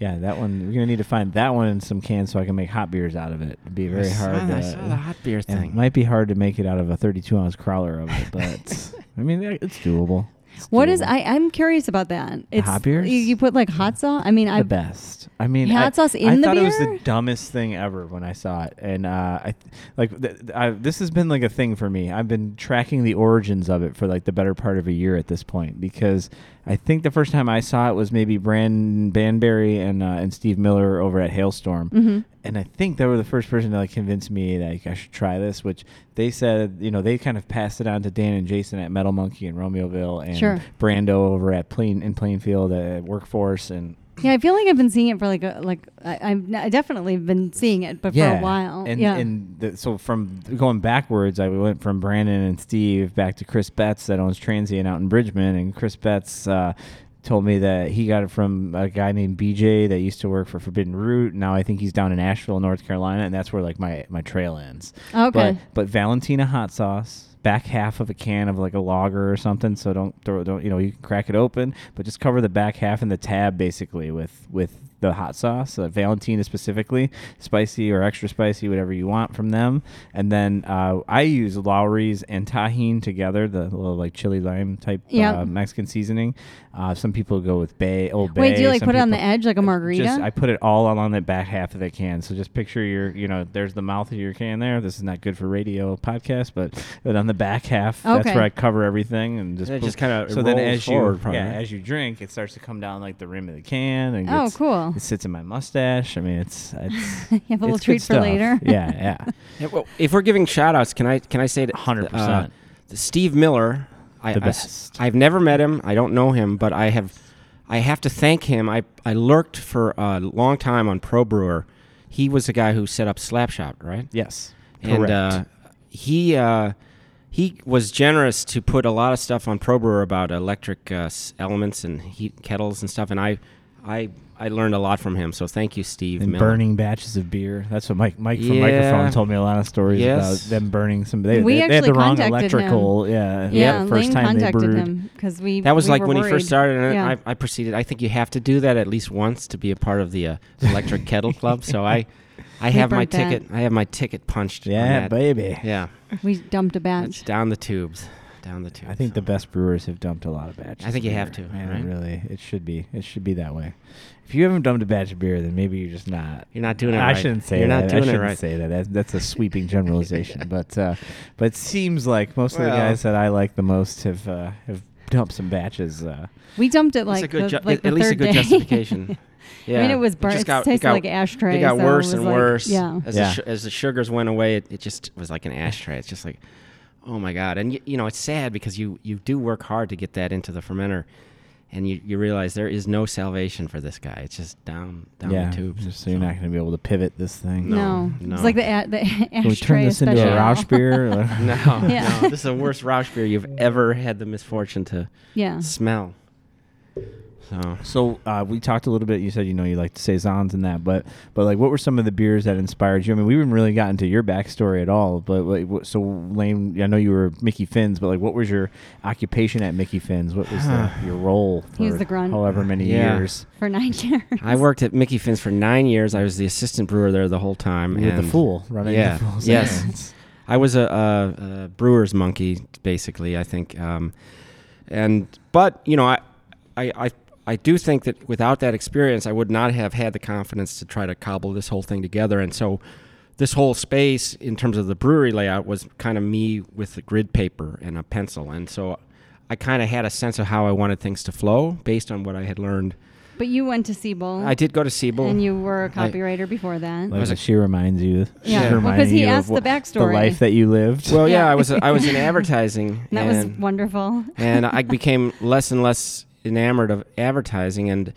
Speaker 2: yeah, that one. We're gonna need to find that one in some cans so I can make hot beers out of it. It'd be
Speaker 4: I
Speaker 2: very
Speaker 4: saw-
Speaker 2: hard.
Speaker 4: I
Speaker 2: to-
Speaker 4: saw the hot beer
Speaker 2: and
Speaker 4: thing.
Speaker 2: It might be hard to make it out of a 32 ounce crowler of it, but I mean it- it's doable. It's
Speaker 3: What is
Speaker 2: doable.
Speaker 3: I? I'm curious about that. It's
Speaker 2: hot beers?
Speaker 3: You, you put like hot sauce. I mean, I
Speaker 2: the best. I mean,
Speaker 3: Hot
Speaker 2: I,
Speaker 3: sauce in
Speaker 2: I
Speaker 3: the
Speaker 2: thought it was
Speaker 3: beer?
Speaker 2: the dumbest thing ever when I saw it, and uh, I like th- th- I, this has been like a thing for me. I've been tracking the origins of it for like the better part of a year at this point because I think the first time I saw it was maybe Brand Banbury and uh, and Steve Miller over at Hailstorm,
Speaker 3: Mhm.
Speaker 2: and I think they were the first person to like convince me like I should try this. Which they said, you know, they kind of passed it on to Dan and Jason at Metal Monkey in Romeoville and
Speaker 3: Sure.
Speaker 2: Brando over at Plain in Plainfield at Workforce and.
Speaker 3: yeah, I feel like I've been seeing it for like a, like I, I've I definitely been seeing it, but for a while.
Speaker 2: And,
Speaker 3: yeah,
Speaker 2: and the, so from going backwards, I went from Brandon and Steve back to Chris Betts that owns Transient out in Bridgman, and Chris Betts. Uh, Told me that he got it from a guy named BJ that used to work for Forbidden Root. Now I think he's down in Asheville, North Carolina, and that's where like my my trail ends.
Speaker 3: Oh, Okay.
Speaker 2: But, but Valentina hot sauce, back half of a can of like a lager or something. So don't throw don't you know you can crack it open, but just cover the back half and the tab basically with with the hot sauce, uh, Valentina specifically, spicy or extra spicy, whatever you want from them. And then uh, I use Lowry's and tahine together, the little like chili lime type
Speaker 3: Yep.
Speaker 2: uh, Mexican seasoning. Uh, some people go with bay, old bay.
Speaker 3: Wait, do you, like,
Speaker 2: some
Speaker 3: put it on
Speaker 2: people-
Speaker 3: the edge like a
Speaker 2: Uh,
Speaker 3: margarita?
Speaker 2: Just, I put it all on the back half of the can. So just picture your, you know, there's the mouth of your can there. This is not good for radio podcast, but, but on the back half, that's
Speaker 3: Okay.
Speaker 2: where I cover everything and just
Speaker 4: And it
Speaker 2: put-
Speaker 4: just kinda
Speaker 2: so then
Speaker 4: rolls
Speaker 2: as you
Speaker 4: forward from
Speaker 2: yeah,
Speaker 4: it.
Speaker 2: as you drink, it starts to come down like the rim of the can and
Speaker 3: Oh,
Speaker 2: gets-
Speaker 3: cool.
Speaker 2: It sits in my mustache. I mean, it's it's
Speaker 3: You have a little
Speaker 2: it's good
Speaker 3: treat for
Speaker 2: stuff.
Speaker 3: later.
Speaker 2: yeah, yeah.
Speaker 4: Yeah, well, if we're giving shout outs, can I can I say that
Speaker 2: 100%.
Speaker 4: uh, Steve Miller, I,
Speaker 2: The
Speaker 4: I s-
Speaker 2: best.
Speaker 4: I've never met him. I don't know him, but I have I have to thank him. I I lurked for a long time on Pro Brewer. He was the guy who set up Slap Shop, right?
Speaker 2: Yes.
Speaker 4: And uh, he uh, he was generous to put a lot of stuff on Pro Brewer about electric uh, s- elements and heat kettles and stuff. And I I I learned a lot from him. So thank you, Steve.
Speaker 2: and
Speaker 4: Miller.
Speaker 2: burning batches of beer. That's what Mike Mike from
Speaker 4: Yeah.
Speaker 2: Microphone told me a lot of stories
Speaker 4: Yes.
Speaker 2: about them burning some. They,
Speaker 3: We
Speaker 2: they, they had
Speaker 3: actually
Speaker 2: the wrong
Speaker 3: contacted him.
Speaker 2: electrical. Yeah,
Speaker 3: yeah,
Speaker 2: the first
Speaker 3: Lane
Speaker 2: time they
Speaker 3: contacted
Speaker 2: brewed.
Speaker 3: him because we
Speaker 4: That was
Speaker 3: we
Speaker 4: like
Speaker 3: were
Speaker 4: when he
Speaker 3: worried.
Speaker 4: first started, and
Speaker 3: yeah.
Speaker 4: I, I proceeded. I think you have to do that at least once to be a part of the uh, Electric Kettle Club. So I, I
Speaker 3: We
Speaker 4: have my
Speaker 3: burnt that.
Speaker 4: ticket. I have my ticket punched. on
Speaker 2: Yeah,
Speaker 4: that.
Speaker 2: baby.
Speaker 4: Yeah,
Speaker 3: we dumped a
Speaker 4: it's
Speaker 3: batch.
Speaker 4: down the tubes, down the tubes.
Speaker 2: I think the best brewers have dumped a lot of batches.
Speaker 4: I think
Speaker 2: of
Speaker 4: you have
Speaker 2: beer.
Speaker 4: to,
Speaker 2: Man,
Speaker 4: right?
Speaker 2: really, it should be. It should be that way. If you haven't dumped a batch of beer, then maybe you're just not.
Speaker 4: You're not doing it
Speaker 2: I
Speaker 4: right.
Speaker 2: shouldn't say
Speaker 4: You're
Speaker 2: that.
Speaker 4: not doing it
Speaker 2: I shouldn't
Speaker 4: right.
Speaker 2: say that. That's, that's a sweeping generalization, but uh, but it seems like most of the
Speaker 4: Well-
Speaker 2: guys that I like the most have uh, have dumped some batches. Uh,
Speaker 3: We dumped it
Speaker 4: That's
Speaker 3: like,
Speaker 4: a good
Speaker 3: the,
Speaker 4: ju-
Speaker 3: like
Speaker 4: at
Speaker 3: the
Speaker 4: least a
Speaker 3: third
Speaker 4: good
Speaker 3: day.
Speaker 4: justification. Yeah,
Speaker 3: I mean, it was burnt.
Speaker 4: just
Speaker 3: It,
Speaker 4: got-
Speaker 3: tasted
Speaker 4: got-
Speaker 3: like ashtray.
Speaker 4: It got
Speaker 3: so
Speaker 4: worse
Speaker 3: was
Speaker 4: and
Speaker 3: like-
Speaker 4: worse.
Speaker 3: Yeah.
Speaker 4: As,
Speaker 2: Yeah.
Speaker 4: The, sh- as the sugars went away, it, it just was like an ashtray. It's just like, oh my god. And y- you know, it's sad because you you do work hard to get that into the fermenter, and you, you realize there is no salvation for this guy. It's just down down
Speaker 2: yeah,
Speaker 4: the tubes.
Speaker 2: just so you're not going to be able to pivot this thing.
Speaker 3: No,
Speaker 4: No,
Speaker 3: it's
Speaker 4: no.
Speaker 3: like the a- the ashtray.
Speaker 2: Can we turn this into a
Speaker 3: special.
Speaker 2: Roush beer?
Speaker 4: No,
Speaker 3: Yeah.
Speaker 4: no, this is the worst Roush beer you've ever had the misfortune to
Speaker 3: yeah.
Speaker 4: smell. So
Speaker 2: So uh, we talked a little bit. You said you know you like to saisons and that, but but like what were some of the beers that inspired you? I mean, we haven't really gotten to your backstory at all. But like, what, so Lane, I know you were Mickey Finn's, but like what was your occupation at Mickey Finn's? What was the, your role? For
Speaker 3: He was the grunt.
Speaker 2: However many
Speaker 4: Yeah.
Speaker 2: years.
Speaker 3: For nine years.
Speaker 4: I worked at Mickey Finn's for nine years. I was the assistant brewer there the whole time.
Speaker 2: You were the
Speaker 4: and-
Speaker 2: fool running
Speaker 4: yeah,
Speaker 2: the fool's
Speaker 4: yes.
Speaker 2: errands.
Speaker 4: I was a, a, a brewer's monkey, basically. I think, um, and but you know, I, I, I, I do think that without that experience, I would not have had the confidence to try to cobble this whole thing together. And so, this whole space in terms of the brewery layout was kind of me with the grid paper and a pencil. And so, I kind of had a sense of how I wanted things to flow based on what I had learned.
Speaker 3: But you went to Siebel.
Speaker 4: I did go to Siebel.
Speaker 3: And you were a
Speaker 4: I-
Speaker 3: copywriter before that.
Speaker 2: Like,
Speaker 4: was a-
Speaker 2: she reminds you. She
Speaker 3: Yeah.
Speaker 4: Well, 'cause
Speaker 2: reminded
Speaker 3: he
Speaker 2: you of
Speaker 3: asked the
Speaker 2: what-
Speaker 3: backstory.
Speaker 2: the life that you lived.
Speaker 4: well, yeah,
Speaker 3: Yeah.
Speaker 4: I was I was in advertising.
Speaker 3: And that was
Speaker 4: and-
Speaker 3: wonderful.
Speaker 4: and I became less and less enamored of advertising. And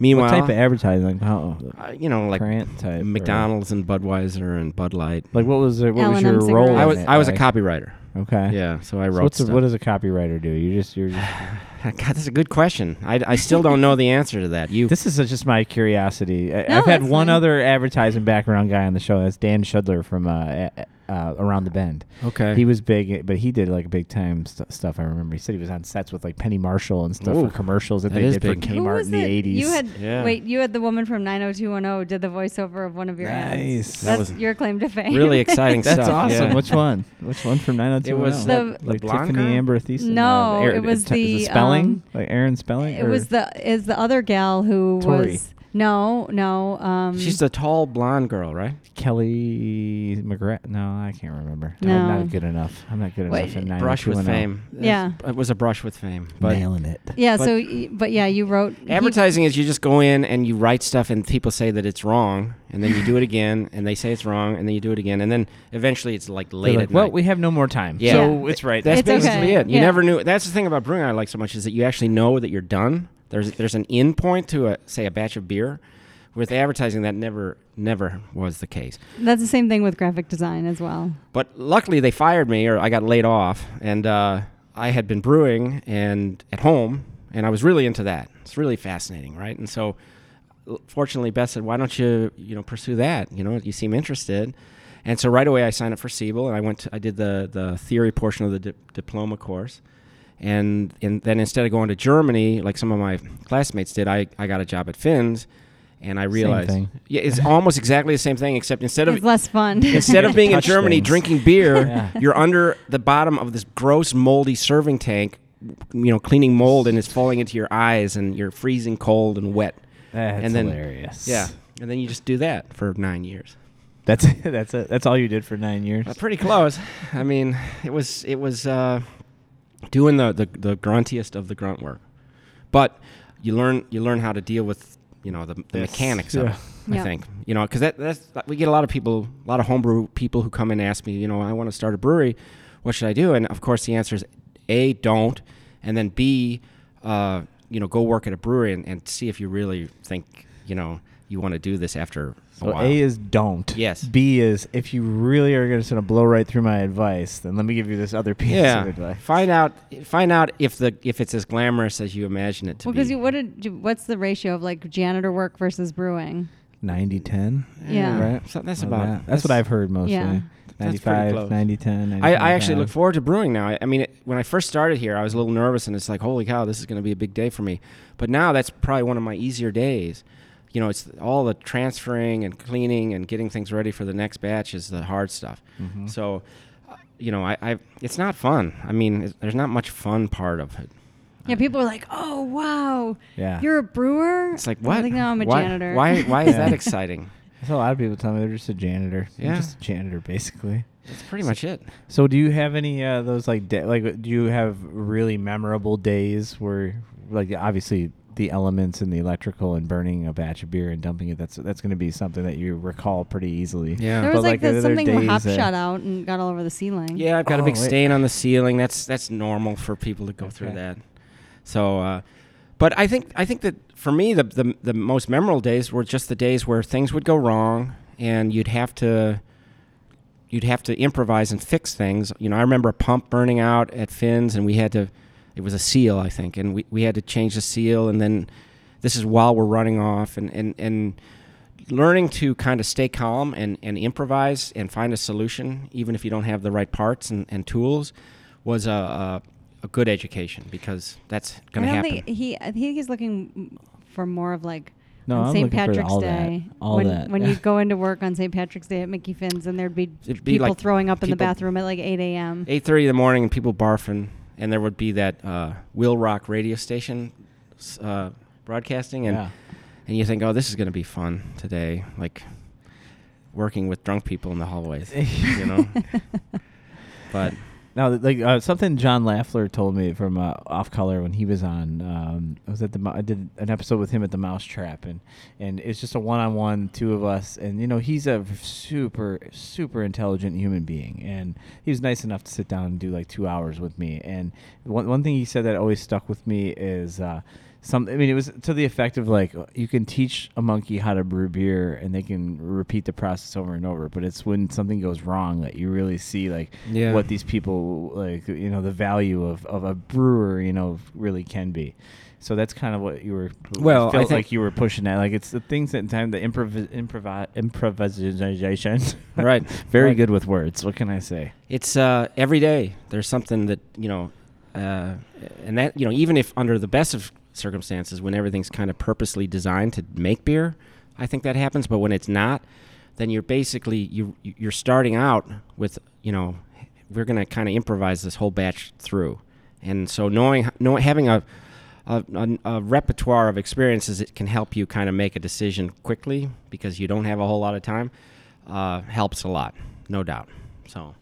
Speaker 4: meanwhile,
Speaker 2: what type of advertising? How,
Speaker 4: uh, you know, like
Speaker 2: Grant type or-
Speaker 4: McDonald's and Budweiser and Bud Light.
Speaker 2: Like what was it? What
Speaker 3: L&M
Speaker 2: was your role?
Speaker 3: cigarettes.
Speaker 2: in
Speaker 4: I was
Speaker 2: it?
Speaker 4: I was a
Speaker 2: Like-
Speaker 4: copywriter.
Speaker 2: Okay.
Speaker 4: Yeah, so I
Speaker 2: So
Speaker 4: wrote
Speaker 2: what's a,
Speaker 4: stuff.
Speaker 2: what does a copywriter do? You just you're just
Speaker 4: God, that's a good question. I, I still don't know the answer to that. You
Speaker 2: This is just my curiosity. I,
Speaker 3: No,
Speaker 2: I've had
Speaker 3: that's
Speaker 2: one
Speaker 3: fine.
Speaker 2: other advertising background guy on the show. That's Dan Shudler from uh, A- A- uh, around the bend.
Speaker 4: Okay.
Speaker 2: He was big, but he did like big time st- stuff. I remember he said he was on sets with like Penny Marshall and stuff
Speaker 4: Ooh,
Speaker 2: for commercials that,
Speaker 4: that
Speaker 2: they
Speaker 4: is
Speaker 2: did
Speaker 4: big.
Speaker 2: for
Speaker 4: Who
Speaker 3: Who
Speaker 2: Kmart
Speaker 3: was
Speaker 2: in the
Speaker 3: it?
Speaker 2: eighties.
Speaker 3: You had
Speaker 4: Yeah.
Speaker 3: wait, you had the woman from 90210 did the voiceover of one of your
Speaker 2: Nice.
Speaker 3: ads.
Speaker 2: That
Speaker 3: That's
Speaker 4: was
Speaker 3: your claim to fame.
Speaker 4: really exciting
Speaker 2: That's
Speaker 4: stuff.
Speaker 2: awesome.
Speaker 4: yeah.
Speaker 2: Which one? Which one from nine hundred two?
Speaker 4: It was
Speaker 3: The-
Speaker 4: the
Speaker 2: like
Speaker 4: blonde
Speaker 2: Tiffany
Speaker 4: girl?
Speaker 2: Amber Thiessen.
Speaker 3: No,
Speaker 2: uh, Aaron-
Speaker 3: it was
Speaker 2: it's- is
Speaker 3: the,
Speaker 2: spelling,
Speaker 3: um,
Speaker 2: like Aaron spelling.
Speaker 3: It
Speaker 2: or-
Speaker 3: was the is the other gal who
Speaker 2: Tori.
Speaker 3: was no no um
Speaker 4: She's the tall blonde girl, right?
Speaker 2: Kelly McGrath. No, I can't remember.
Speaker 3: No.
Speaker 2: I'm not good enough. I'm not good
Speaker 3: Wait,
Speaker 2: enough. oh in
Speaker 4: Brush with
Speaker 2: 90210.
Speaker 4: fame.
Speaker 3: Yeah.
Speaker 4: It was a brush with fame. But
Speaker 2: nailing it.
Speaker 3: yeah
Speaker 4: but-
Speaker 3: so y- but yeah you wrote he-
Speaker 4: Advertising is you just go in and you write stuff and people say that it's wrong and then you do it again and they say it's wrong and then you do it again and then eventually it's like
Speaker 2: They're
Speaker 4: late
Speaker 2: like,
Speaker 4: at
Speaker 2: well,
Speaker 4: night.
Speaker 2: we have no more time.
Speaker 4: Yeah.
Speaker 2: So it's right.
Speaker 4: That's
Speaker 3: It's
Speaker 4: basically
Speaker 3: okay.
Speaker 4: it. You
Speaker 3: Yeah.
Speaker 4: never knew. That's the thing about brewing I like so much is that you actually know that you're done. There's there's an end point to a say a batch of beer. With advertising, that never never was the case.
Speaker 3: that's the same thing with graphic design as well
Speaker 4: But luckily, they fired me, or I got laid off, and uh, I had been brewing and at home, and I was really into that. It's really fascinating, right? And so, l- fortunately, Beth said, "Why don't you, you know, pursue that? You know, you seem interested." And so right away, I signed up for Siebel, and I went. To, I did the the theory portion of the di- diploma course, and and then instead of going to Germany like some of my classmates did, I, I got a job at Finn's, and I realized
Speaker 2: thing.
Speaker 4: yeah, it's almost exactly the same thing, except instead of
Speaker 3: it's less fun
Speaker 4: Instead of being in
Speaker 2: Touch
Speaker 4: Germany
Speaker 2: things.
Speaker 4: drinking beer,
Speaker 2: Yeah.
Speaker 4: you're under the bottom of this gross moldy serving tank, you know, cleaning mold and it's falling into your eyes and you're freezing cold and wet.
Speaker 2: That's
Speaker 4: and then
Speaker 2: hilarious.
Speaker 4: Yeah. And then you just do that for 9 years.
Speaker 2: That's it. That's it. That's all you did for nine years.
Speaker 4: Uh, pretty close. I mean, it was it was uh, doing the, the the gruntiest of the grunt work. But you learn you learn how to deal with, you know, the, the
Speaker 2: Yes.
Speaker 4: mechanics of
Speaker 2: Yeah.
Speaker 4: it. I
Speaker 3: Yeah.
Speaker 4: think you know because that, that's we get a lot of people, a lot of homebrew people who come and ask me, you know, I want to start a brewery, what should I do? And of course, the answer is a don't, and then b, uh, you know, go work at a brewery and, and see if you really think you know you want to do this after a
Speaker 2: So
Speaker 4: while.
Speaker 2: A is don't.
Speaker 4: Yes.
Speaker 2: B is if you really are going to sort of blow right through my advice, then let me give you this other piece of
Speaker 4: yeah,
Speaker 2: advice.
Speaker 4: find out find out if the if it's as glamorous as you imagine it to
Speaker 3: well
Speaker 4: be.
Speaker 3: because you what did you, what's the ratio of like janitor work versus brewing
Speaker 2: 90 10.
Speaker 3: Yeah.
Speaker 2: Right?
Speaker 4: So that's
Speaker 2: Well,
Speaker 4: about
Speaker 2: that- That's what I've heard mostly.
Speaker 3: Yeah.
Speaker 4: That's pretty
Speaker 2: 95,
Speaker 4: close.
Speaker 2: 90 10.
Speaker 4: I, I actually look forward to brewing now. I, I mean, it, when I first started here, I was a little nervous, and it's like, holy cow, this is going to be a big day for me. But now that's probably one of my easier days. You know, it's all the transferring and cleaning and getting things ready for the next batch is the hard stuff.
Speaker 2: Mm-hmm.
Speaker 4: So, uh, you know, I, I it's not fun. I mean, it's, there's not much fun part of it.
Speaker 3: yeah people are like oh wow
Speaker 2: Uh, Yeah.
Speaker 3: you're a brewer
Speaker 4: It's like
Speaker 3: I'm
Speaker 4: what?
Speaker 3: no i'm a
Speaker 4: why,
Speaker 3: janitor
Speaker 4: Why? Why is
Speaker 2: Yeah.
Speaker 4: that exciting?
Speaker 2: That's what a lot of people tell me they're just a janitor. I'm
Speaker 4: Yeah.
Speaker 2: just a janitor, basically.
Speaker 4: That's pretty much it.
Speaker 2: So, do you have any uh, those like da- like do you have really memorable days where like obviously the elements and the electrical and burning a batch of beer and dumping it that's that's going to be something that you recall pretty easily.
Speaker 4: Yeah.
Speaker 3: there
Speaker 2: But
Speaker 3: was like,
Speaker 2: like, are
Speaker 3: the,
Speaker 2: there
Speaker 3: something
Speaker 2: days uh,
Speaker 3: hop
Speaker 2: that-
Speaker 3: shot out and got all over the ceiling
Speaker 4: Yeah, I've got a big
Speaker 2: Oh, wait.
Speaker 4: stain on the ceiling. That's that's normal for people to go through
Speaker 2: Okay.
Speaker 4: that. So, uh, but I think I think that for me, the, the the most memorable days were just the days where things would go wrong, and you'd have to you'd have to improvise and fix things. You know, I remember a pump burning out at Finn's, and we had to. It was a seal, I think, and we, we had to change the seal, and then this is while we're running off, and and and learning to kind of stay calm and and improvise and find a solution, even if you don't have the right parts and, and tools, was a, a a good education because that's going
Speaker 3: I
Speaker 4: to
Speaker 3: don't
Speaker 4: happen.
Speaker 3: think he. I think he's looking for more of like
Speaker 2: No,
Speaker 3: on
Speaker 2: I'm
Speaker 3: St.
Speaker 2: looking for
Speaker 3: Patrick's
Speaker 2: all that,
Speaker 3: Day.
Speaker 2: all
Speaker 3: when
Speaker 2: that.
Speaker 3: when you go into work on St. Patrick's Day at Mickey Finn's, and there'd be,
Speaker 4: It'd be
Speaker 3: people
Speaker 4: like
Speaker 3: throwing up in the
Speaker 4: people-
Speaker 3: bathroom at like 8 a.m.
Speaker 4: eight thirty in the morning and people barfing, and there would be that uh, Will Rock radio station s- uh, broadcasting, and
Speaker 2: Yeah.
Speaker 4: and you think, oh, this is going to be fun today, like working with drunk people in the hallways, you know. but
Speaker 2: Now, like uh, something John Lafleur told me from uh, Off Color when he was on, um, I was at the Mo- I did an episode with him at the Mousetrap, and and it's just a one-on-one, two of us, and you know he's a super super intelligent human being, and he was nice enough to sit down and do like two hours with me, and one one thing he said that always stuck with me is. Uh, some. I mean, it was to the effect of like uh, you can teach a monkey how to brew beer, and they can repeat the process over and over. But it's when something goes wrong that you really see like
Speaker 4: Yeah.
Speaker 2: what these people like. You know, the value of of a brewer. You know, really can be. So that's kind of what you were.
Speaker 4: Well, I
Speaker 2: felt
Speaker 4: think-
Speaker 2: like you were pushing at. Like it's the things that in time the improv improv improvisation.
Speaker 4: Right.
Speaker 2: Very
Speaker 4: Right.
Speaker 2: good with words. What can I say?
Speaker 4: It's uh, every day. There's something that you know, uh, and that you know, even if under the best of circumstances, when everything's kind of purposely designed to make beer, I think that happens. But when it's not, then you're basically you you're starting out with you know, we're gonna kind of improvise this whole batch through, and so knowing knowing having a a, a, a repertoire of experiences that can help you kind of make a decision quickly because you don't have a whole lot of time uh, helps a lot, no doubt. So.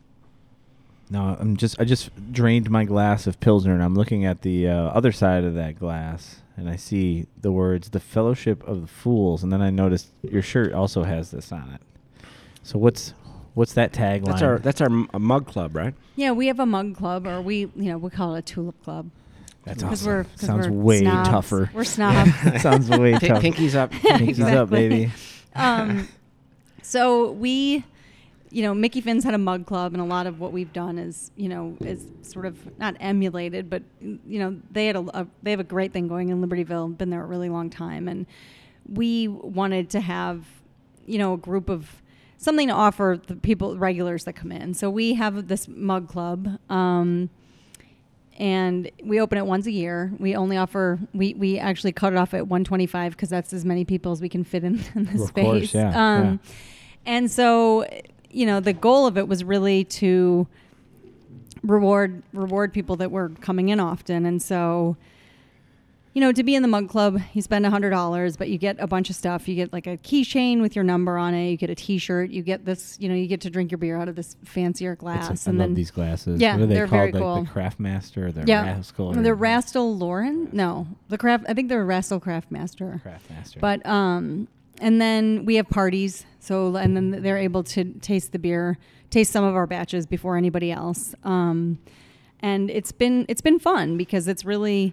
Speaker 2: No, I'm just I just drained my glass of pilsner, and I'm looking at the uh, other side of that glass, and I see the words "the fellowship of the fools," and then I noticed your shirt also has this on it. So what's what's that tagline?
Speaker 4: That's our that's our m- a mug club, right?
Speaker 3: Yeah, we have a mug club, or we, you know, we call it a tulip club.
Speaker 2: That's
Speaker 3: 'Cause
Speaker 2: awesome.
Speaker 3: we're- 'cause
Speaker 2: Sounds
Speaker 3: we're
Speaker 2: way
Speaker 3: snobs.
Speaker 2: tougher.
Speaker 3: We're snobs.
Speaker 2: Sounds way
Speaker 4: Pi-
Speaker 2: tougher.
Speaker 4: pinkies up.
Speaker 2: Pinkies up,
Speaker 3: Exactly.
Speaker 2: baby.
Speaker 3: um, so we, you know, Mickey Finn's had a mug club, and a lot of what we've done is, you know, is sort of not emulated, but you know, they had a, a they have a great thing going in Libertyville. Been there a really long time, and we wanted to have, you know, a group of something to offer the people regulars that come in. So we have this mug club. Um, and we open it once a year. We only offer we we actually cut it off at 125 because that's as many people as we can fit in, in the
Speaker 2: Of
Speaker 3: space.
Speaker 2: course, yeah,
Speaker 3: um, And so, you know, the goal of it was really to reward reward people that were coming in often, and so. You know, to be in the mug club, you spend hundred dollars, but you get a bunch of stuff. You get like a keychain with your number on it. You get a T-shirt. You get this. You know, you get to drink your beer out of this fancier glass.
Speaker 2: It's- I
Speaker 3: and
Speaker 2: love
Speaker 3: then
Speaker 2: these glasses.
Speaker 3: Yeah,
Speaker 2: what are they
Speaker 3: they're
Speaker 2: called?
Speaker 3: very
Speaker 2: like
Speaker 3: cool.
Speaker 2: the Craft Master, or the Rascal, or
Speaker 3: the Rastel Lauren? No, the craft. I think they're Rastel Craft Master.
Speaker 2: Craft Master.
Speaker 3: But um, and then we have parties. So and then they're able to taste the beer, taste some of our batches before anybody else. Um, and it's been it's been fun because it's really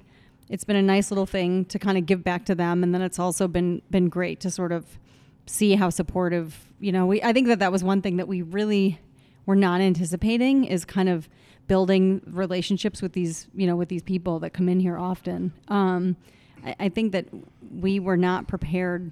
Speaker 3: it's been a nice little thing to kind of give back to them, and then it's also been been great to sort of see how supportive you know we. I think that that was one thing that we really were not anticipating is kind of building relationships with these you know with these people that come in here often. Um, I, I think that we were not prepared.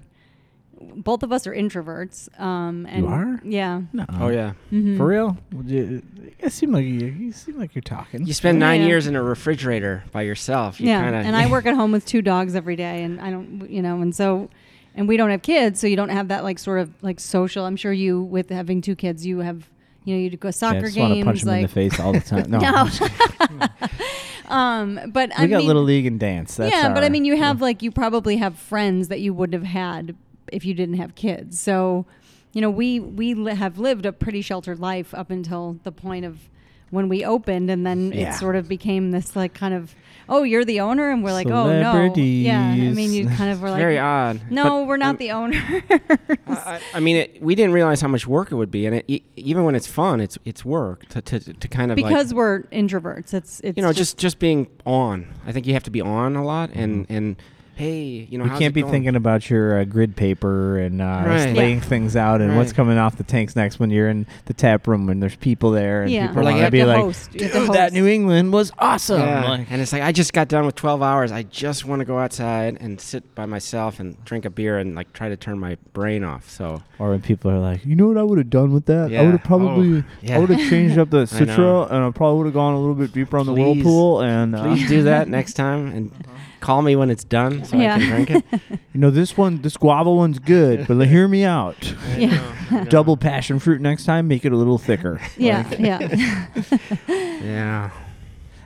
Speaker 3: Both of us are introverts. Um, and
Speaker 2: are?
Speaker 3: Yeah. Mm-hmm.
Speaker 2: No.
Speaker 4: Oh yeah.
Speaker 3: Hmm.
Speaker 2: For real? Would you, you seem like you, you seem like you're talking.
Speaker 4: You spend nine
Speaker 3: Yeah.
Speaker 4: years in a refrigerator by yourself. You
Speaker 3: yeah,
Speaker 4: kinda,
Speaker 3: and I work at home with two dogs every day, and I don't, you know, and so, and we don't have kids, so you don't have that like sort of like social. I'm sure you, with having two kids, you have, you know, you go to
Speaker 2: Yeah,
Speaker 3: soccer
Speaker 2: I just want
Speaker 3: games,
Speaker 2: to punch him
Speaker 3: like,
Speaker 2: in the face all the time. No,
Speaker 3: No.
Speaker 2: I'm just kidding.
Speaker 3: um, but
Speaker 2: we
Speaker 3: I
Speaker 2: got
Speaker 3: mean,
Speaker 2: little league and dance. That's
Speaker 3: yeah, but I
Speaker 2: our-
Speaker 3: mean, you have like you probably have friends that you wouldn't have had if you didn't have kids. So, you know, we we li- have lived a pretty sheltered life up until the point of when we opened, and then
Speaker 2: Yeah.
Speaker 3: it sort of became this like kind of oh, you're the owner, and we're like oh no, yeah. I mean, you kind of were
Speaker 4: it's
Speaker 3: like
Speaker 4: very odd.
Speaker 3: no,
Speaker 4: But,
Speaker 3: we're not
Speaker 4: um,
Speaker 3: the owner.
Speaker 4: I, I mean, it, we didn't realize how much work it would be, and it, e- even when it's fun, it's it's work to to, to kind of
Speaker 3: because
Speaker 4: like,
Speaker 3: we're introverts. It's it's
Speaker 4: you know just just being on. I think you have to be on a lot, and and hey, you know
Speaker 2: Mm-hmm. You
Speaker 4: how's
Speaker 2: can't
Speaker 4: it
Speaker 2: be
Speaker 4: going?
Speaker 2: thinking about your uh, grid paper and uh,
Speaker 4: Right.
Speaker 2: laying
Speaker 3: Yeah.
Speaker 2: things out and what's
Speaker 4: Right.
Speaker 2: coming off the tanks next when you're in the tap room when there's people there and
Speaker 3: Yeah.
Speaker 2: people
Speaker 4: Or like
Speaker 2: want
Speaker 4: you
Speaker 2: to
Speaker 4: have
Speaker 2: be
Speaker 4: to
Speaker 2: like,
Speaker 3: host. You have to
Speaker 2: dude, that
Speaker 3: host."
Speaker 2: New England was awesome.
Speaker 4: Yeah.
Speaker 2: Like,
Speaker 4: and it's like I just got done with 12 hours. I just want to go outside and sit by myself and drink a beer and like try to turn my brain off. So
Speaker 2: Or when people are like, you know what I would have done with that? I
Speaker 4: Yeah.
Speaker 2: would have probably,
Speaker 4: Oh, yeah.
Speaker 2: I would have changed up the
Speaker 4: I know.
Speaker 2: Citra and I probably would have gone a little bit deeper on the
Speaker 4: Please.
Speaker 2: whirlpool. And uh,
Speaker 4: Please do that next time and call me when it's done so
Speaker 3: Yeah.
Speaker 4: I can drink it.
Speaker 2: you know, this one, this guava one's good, but hear me out.
Speaker 3: yeah
Speaker 2: Double passion fruit next time, make it a little thicker.
Speaker 3: yeah yeah.
Speaker 4: Yeah.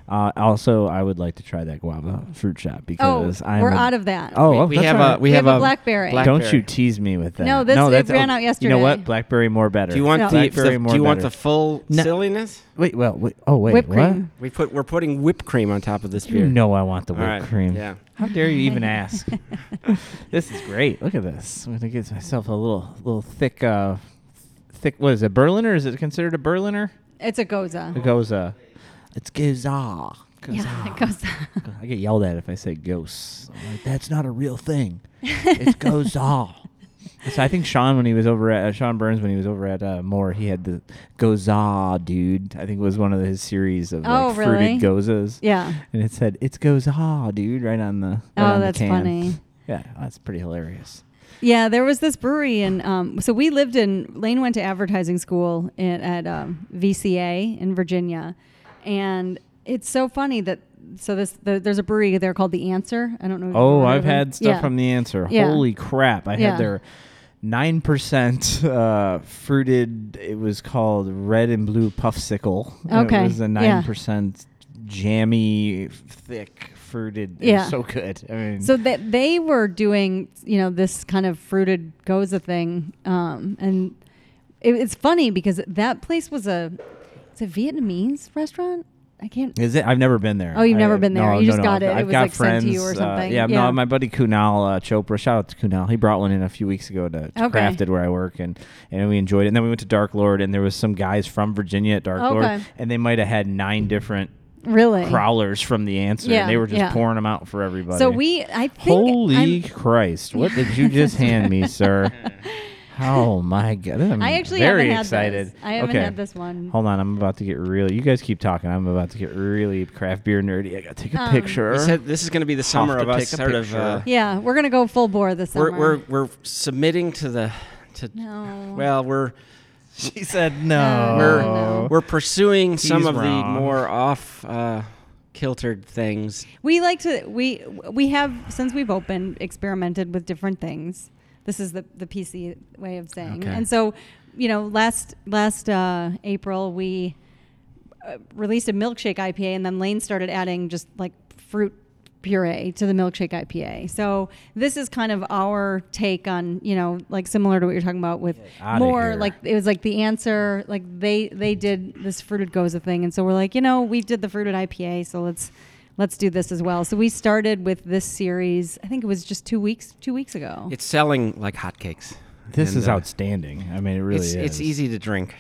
Speaker 2: Uh, also, I would like to try that guava fruit shot
Speaker 3: oh,
Speaker 2: because I'm
Speaker 3: we're out of that.
Speaker 2: Oh, oh,
Speaker 4: we,
Speaker 2: that's
Speaker 4: have
Speaker 2: all right.
Speaker 4: a we,
Speaker 3: We have a
Speaker 4: a
Speaker 3: blackberry.
Speaker 2: Don't you tease me with that. oh,
Speaker 3: No, this- it ran out
Speaker 2: You know
Speaker 3: yesterday.
Speaker 2: what? Blackberry more better.
Speaker 4: Do you want
Speaker 3: No.
Speaker 4: the,
Speaker 2: Blackberry
Speaker 4: the-
Speaker 2: more
Speaker 4: do you want
Speaker 2: better.
Speaker 4: the full
Speaker 2: No.
Speaker 4: silliness?
Speaker 2: Wait, well, wait, oh wait,
Speaker 3: Whipped
Speaker 2: what?
Speaker 3: cream.
Speaker 4: We put we're putting whipped cream on top of this
Speaker 2: You
Speaker 4: beer.
Speaker 2: know I want the
Speaker 4: All
Speaker 2: whipped
Speaker 4: right,
Speaker 2: cream.
Speaker 4: Yeah.
Speaker 2: How dare you even ask? this is great. Look at this. I'm gonna get myself a little, little thick, uh, thick. What is it? uh, Berliner? Is it considered a Berliner?
Speaker 3: It's a goza.
Speaker 2: It goes, uh, it goes ah.
Speaker 3: Yeah, it goes uh, on.
Speaker 2: I get yelled at if I say ghosts. I'm like, That's not a real thing. It's goes all. So I think Sean, when he was over at uh, Sean Burns, when he was over at uh, Moore, he had the Goza dude. I think was one of his series of like,
Speaker 3: Oh, really?
Speaker 2: fruited gozas.
Speaker 3: Yeah.
Speaker 2: and it said it's Goza dude right on the. Right
Speaker 3: Oh,
Speaker 2: on the
Speaker 3: that's
Speaker 2: can.
Speaker 3: funny.
Speaker 2: Yeah, that's pretty hilarious.
Speaker 3: Yeah, there was this brewery, and um, so we lived in. Lane went to advertising school in, at um, VCA in Virginia, and it's so funny that so this the, there's a brewery there called the Answer. I don't know. if you've
Speaker 2: Oh,
Speaker 3: ever heard
Speaker 2: I've
Speaker 3: of them.
Speaker 2: had stuff
Speaker 3: Yeah.
Speaker 2: from the answer.
Speaker 3: Yeah.
Speaker 2: Holy crap! I
Speaker 3: Yeah.
Speaker 2: had their nine percent uh, fruited. It was called red and blue puffsicle. And
Speaker 3: Okay,
Speaker 2: it was a nine
Speaker 3: yeah.
Speaker 2: percent jammy, thick fruited. It
Speaker 3: Yeah.
Speaker 2: was so good. I mean,
Speaker 3: So that they were doing, you know, this kind of fruited goza thing, um, and it, it's funny because that place was a it's a Vietnamese restaurant. I can't.
Speaker 2: Is it? I've never been there.
Speaker 3: Oh, you've
Speaker 2: I-
Speaker 3: never been there.
Speaker 2: no,
Speaker 3: You just
Speaker 2: no, no.
Speaker 3: got it.
Speaker 2: I've
Speaker 3: It was,
Speaker 2: got
Speaker 3: like, sent
Speaker 2: friends,
Speaker 3: to you or something.
Speaker 2: Uh, yeah,
Speaker 3: Yeah.
Speaker 2: no, my buddy Kunal uh, Chopra. Shout out to Kunal. He brought one in a few weeks ago to, to
Speaker 3: Okay.
Speaker 2: Crafted where I work, and and we enjoyed it. And then we went to Dark Lord, and there was some guys from Virginia at Dark
Speaker 3: Okay.
Speaker 2: Lord, and they might have had nine different
Speaker 3: Really?
Speaker 2: crawlers from the answer,
Speaker 3: Yeah,
Speaker 2: and they were just
Speaker 3: yeah.
Speaker 2: pouring them out for everybody.
Speaker 3: So we, I think,
Speaker 2: Holy
Speaker 3: I'm-
Speaker 2: Christ! What did you just hand me, sir? Oh my God! I'm
Speaker 3: I actually
Speaker 2: very
Speaker 3: haven't had
Speaker 2: excited.
Speaker 3: This. I haven't
Speaker 2: Okay.
Speaker 3: had this one.
Speaker 2: Hold on, I'm about to get really. You guys keep talking. I'm about to get really craft beer nerdy. I gotta take a
Speaker 3: Um,
Speaker 2: picture.
Speaker 4: We said this is going to be the summer
Speaker 2: to
Speaker 4: of us
Speaker 2: take a
Speaker 4: sort of.
Speaker 2: picture.
Speaker 4: Uh,
Speaker 3: Yeah, we're gonna go full bore this summer.
Speaker 4: we're, we're we're submitting to the to.
Speaker 3: No.
Speaker 4: Well, we're
Speaker 2: she said
Speaker 3: no.
Speaker 4: We're-
Speaker 3: no.
Speaker 4: we're pursuing some
Speaker 2: Oh. He's
Speaker 4: of
Speaker 2: wrong.
Speaker 4: the more off uh, kiltered things.
Speaker 3: we like to we we have since we've opened experimented with different things. This is the the PC way of saying.
Speaker 4: Okay.
Speaker 3: And so, you know, last last uh, April we uh, released a milkshake IPA, and then Lane started adding just like fruit puree to the milkshake IPA. So this is kind of our take on you know like similar to what you're talking about with
Speaker 2: outta
Speaker 3: more
Speaker 2: here.
Speaker 3: like it was like the answer like they they did this fruited goza thing, and so we're like you know we did the fruited IPA, so let's let's do this as well. So we started with this series. I think it was just two weeks two weeks ago.
Speaker 4: It's selling like hotcakes.
Speaker 2: This
Speaker 4: And,
Speaker 2: is
Speaker 4: uh,
Speaker 2: outstanding. I mean, it really
Speaker 4: it's,
Speaker 2: is.
Speaker 4: it's easy to drink.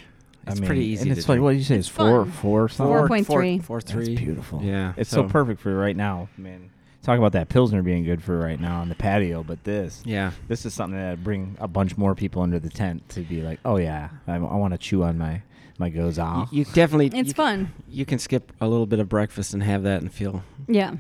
Speaker 2: I
Speaker 4: It's
Speaker 2: mean,
Speaker 4: pretty easy.
Speaker 2: And it's
Speaker 4: to
Speaker 2: like
Speaker 4: drink.
Speaker 2: what do you say? It's,
Speaker 3: It's
Speaker 2: four,
Speaker 3: fun.
Speaker 2: four, something?
Speaker 3: Four point three.
Speaker 4: Four, three.
Speaker 2: That's beautiful.
Speaker 4: Yeah,
Speaker 2: it's so. perfect for right now. Man, talk about that pilsner being good for right now on the patio, but this.
Speaker 4: Yeah.
Speaker 2: This is something that bring a bunch more people under the tent to be like, oh yeah, I, want to chew on my my goza.
Speaker 4: Y- You definitely.
Speaker 3: It's
Speaker 4: you-
Speaker 3: fun.
Speaker 4: You can skip a little bit of breakfast and have that and feel
Speaker 3: yeah.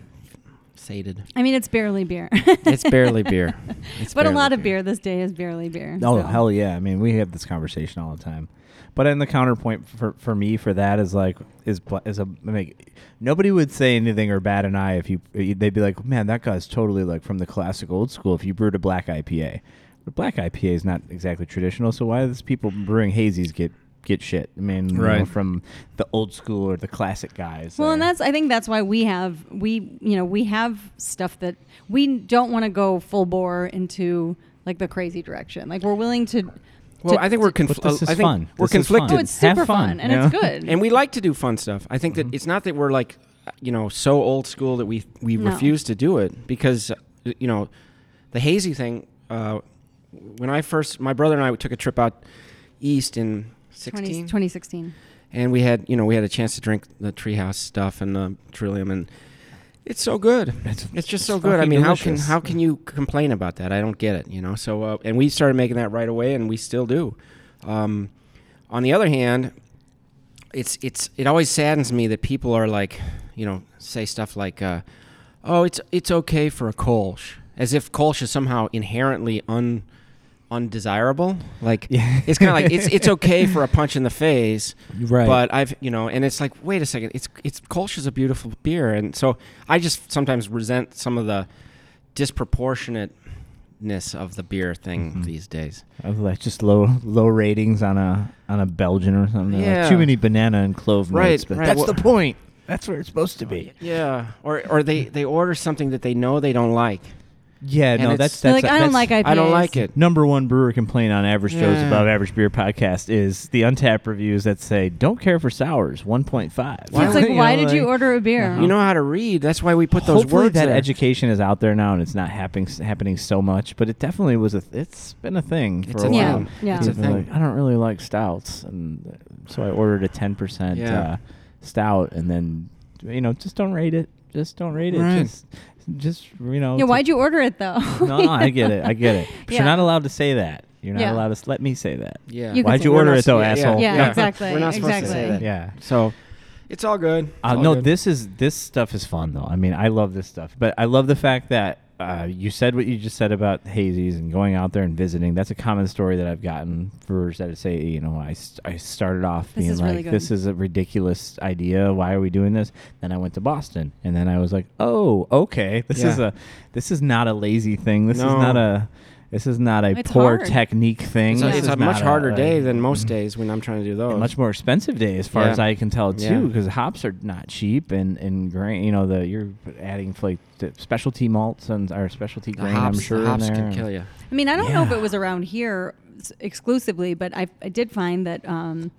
Speaker 4: sated.
Speaker 3: I mean, it's barely beer.
Speaker 4: It's barely beer. It's
Speaker 3: but a
Speaker 4: barely
Speaker 3: lot of beer this day is barely beer.
Speaker 2: Oh
Speaker 3: so.
Speaker 2: hell yeah! I mean, we have this conversation all the time. But then the counterpoint for, for me for that is like is bl- is a I mean, nobody would say anything or bat an eye if you they'd be like man that guy's totally like from the classic old school if you brewed a black IPA, but black IPA is not exactly traditional so why does people brewing hazies get get shit I mean you know,
Speaker 4: Right.
Speaker 2: from the old school or the classic guys
Speaker 3: Well,
Speaker 2: there.
Speaker 3: and that's I think that's why we have we you know we have stuff that we don't want to go full bore into like the crazy direction. Like we're willing to.
Speaker 4: Well,
Speaker 3: to-
Speaker 4: I think we're
Speaker 3: to-
Speaker 4: confl-
Speaker 2: But this is
Speaker 4: I think
Speaker 2: fun.
Speaker 4: We're
Speaker 2: This is fun.
Speaker 4: conflicted.
Speaker 3: Oh, it's super
Speaker 2: Have
Speaker 3: fun,
Speaker 2: fun,
Speaker 3: and
Speaker 2: you
Speaker 3: it's
Speaker 2: know?
Speaker 3: good.
Speaker 4: and we like to do fun stuff. I think that it's not that we're like, you know, so old school that we we
Speaker 3: No.
Speaker 4: refuse to do it because uh, you know, the hazy thing. Uh, when I first, my brother and I took a trip out east in
Speaker 3: 20,
Speaker 4: sixteen,
Speaker 3: 2016.
Speaker 4: and we had you know we had a chance to drink the treehouse stuff and the trillium and. It's so good. It's,
Speaker 2: It's-
Speaker 4: just
Speaker 2: it's
Speaker 4: so good. I
Speaker 2: fucking
Speaker 4: mean, how can
Speaker 2: delicious.
Speaker 4: how can you complain about that? I don't get it. You know. So uh, and we started making that right away, and we still do. Um, on the other hand, it's it's it always saddens me that people are like, you know, say stuff like, uh, "Oh, it's it's okay for a Kolsch," as if Kolsch is somehow inherently un undesirable. Like
Speaker 2: Yeah.
Speaker 4: it's kind of like it's it's okay for a punch in the face,
Speaker 2: Right.
Speaker 4: But I've you know, and it's like, wait a second, it's it's Kolsch is a beautiful beer, and so I just sometimes resent some of the disproportionateness of the beer thing
Speaker 2: Mhm.
Speaker 4: these days.
Speaker 2: Of like just low low ratings on a on a Belgian or something. They're like,
Speaker 4: Yeah.
Speaker 2: too many banana and clove
Speaker 4: Right,
Speaker 2: notes, but
Speaker 4: right.
Speaker 2: that's
Speaker 4: Well-
Speaker 2: the point. That's where it's supposed to be.
Speaker 4: Yeah, or or they they order something that they know they don't like.
Speaker 2: Yeah,
Speaker 4: And
Speaker 2: no,
Speaker 4: it's-
Speaker 2: that's
Speaker 3: They're
Speaker 2: that's
Speaker 3: like I don't like IPAs.
Speaker 4: I don't like it.
Speaker 2: Number one brewer complaint on Average Joe's
Speaker 4: Yeah.
Speaker 2: Above Average Beer podcast is the untapped reviews that say don't care for sours, one point five.
Speaker 3: Yeah, it's like why did you order a beer?
Speaker 2: Uh-huh.
Speaker 4: You know how to read. That's why we put those
Speaker 2: Hopefully
Speaker 4: words
Speaker 2: that
Speaker 4: there.
Speaker 2: education is out there now and it's not happening happening so much, but it definitely was a. th- It's been a thing
Speaker 4: It's
Speaker 2: for
Speaker 4: a
Speaker 2: a
Speaker 4: thing.
Speaker 2: while.
Speaker 3: Yeah.
Speaker 4: It's a
Speaker 2: People are
Speaker 4: thing.
Speaker 2: like, I don't really like stouts, and so I ordered a ten percent
Speaker 4: Yeah.
Speaker 2: uh, stout, and then you know, just don't rate it. Just don't rate it.
Speaker 4: Right.
Speaker 2: Just, just you know.
Speaker 3: Yeah,
Speaker 2: it's a-
Speaker 3: why'd you order it though?
Speaker 2: No, no, I get it. I get it. But
Speaker 3: Yeah.
Speaker 2: You're not allowed to say that. You're not
Speaker 3: Yeah.
Speaker 2: allowed to s- let me say that.
Speaker 4: Yeah.
Speaker 3: You can
Speaker 2: Why'd
Speaker 3: say-
Speaker 2: you
Speaker 3: We're
Speaker 2: order
Speaker 4: not
Speaker 2: it though,
Speaker 4: s- yeah,
Speaker 2: asshole?
Speaker 3: yeah,
Speaker 4: Yeah.
Speaker 3: exactly.
Speaker 4: We're not supposed
Speaker 3: exactly.
Speaker 4: to say that.
Speaker 2: Yeah.
Speaker 4: So it's all good.
Speaker 2: Uh,
Speaker 4: All
Speaker 2: no,
Speaker 4: good.
Speaker 2: this is this stuff is fun though. I mean, I love this stuff, but I love the fact that uh, you said what you just said about hazies and going out there and visiting. That's a common story that I've gotten for that say, you know, I, st- I started off
Speaker 3: This
Speaker 2: being
Speaker 3: is
Speaker 2: like,
Speaker 3: really good.
Speaker 2: this is a ridiculous idea. Why are we doing this? Then I went to Boston, and then I was like, oh, okay, this is
Speaker 4: Yeah.
Speaker 2: a this is not a lazy thing. This
Speaker 4: No.
Speaker 2: is not a this is not a
Speaker 3: It's
Speaker 2: poor
Speaker 3: hard.
Speaker 2: technique thing.
Speaker 4: It's a,
Speaker 3: Yeah.
Speaker 2: This
Speaker 4: it's
Speaker 2: is
Speaker 4: a much
Speaker 2: not
Speaker 4: harder
Speaker 2: a- Mm-hmm.
Speaker 4: day than most days when I'm trying to do
Speaker 2: a
Speaker 4: those.
Speaker 2: much more expensive day as far
Speaker 4: Oh. Yeah.
Speaker 2: as I can tell
Speaker 4: Yeah.
Speaker 2: too, because hops are not cheap and and grain. You know the you're adding like the specialty malts and our specialty
Speaker 4: The
Speaker 2: grain.
Speaker 4: hops,
Speaker 2: I'm sure
Speaker 4: the hops
Speaker 2: in there.
Speaker 4: can kill you.
Speaker 3: I mean, I don't know if
Speaker 2: Yeah.
Speaker 3: it was around here s- exclusively, but I, I did find that um,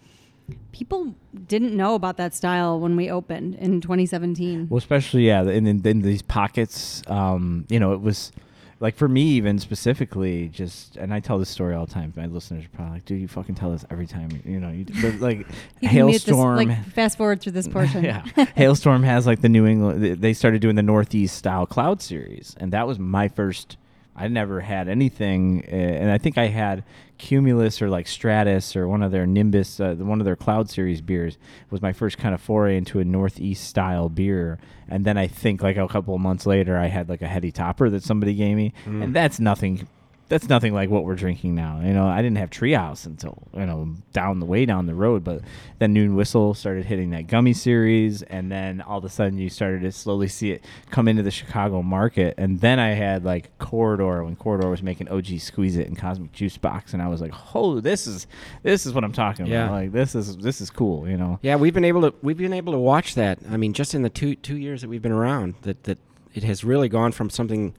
Speaker 3: people didn't know about that style when we opened in
Speaker 4: Mm.
Speaker 3: 2017.
Speaker 2: Well, especially yeah, and then then these pockets. Um, you know, it was like for me even specifically, just and I tell this story all the time. My listeners are probably like, "Dude, you fucking tell this every time." You know, you but, like
Speaker 3: You can mute this-
Speaker 2: hailstorm.
Speaker 3: like, fast forward through this portion.
Speaker 2: yeah, hailstorm has like the New England. th- They started doing the Northeast style cloud series, and that was my first. I never had anything, uh, and I think I had Cumulus or like Stratus or one of their Nimbus, uh, one of their Cloud Series beers was my first kind of foray into a Northeast style beer. And then I think like a couple of months later, I had like a heady topper that somebody gave me, and that's nothing that's nothing like what we're drinking now. You know, I didn't have Treehouse until you know down the way down the road, but then Noon Whistle started hitting that gummy series, and then all of a sudden you started to slowly see it come into the Chicago market, and then I had like Corridor when Corridor was making OG Squeeze It and Cosmic Juice Box, and I was like, oh, this is this is what I'm talking
Speaker 4: Yeah.
Speaker 2: about. Like this is this is cool, you know.
Speaker 4: Yeah, we've been able to we've been able to watch that. I mean, just in the two two years that we've been around, that that it has really gone from something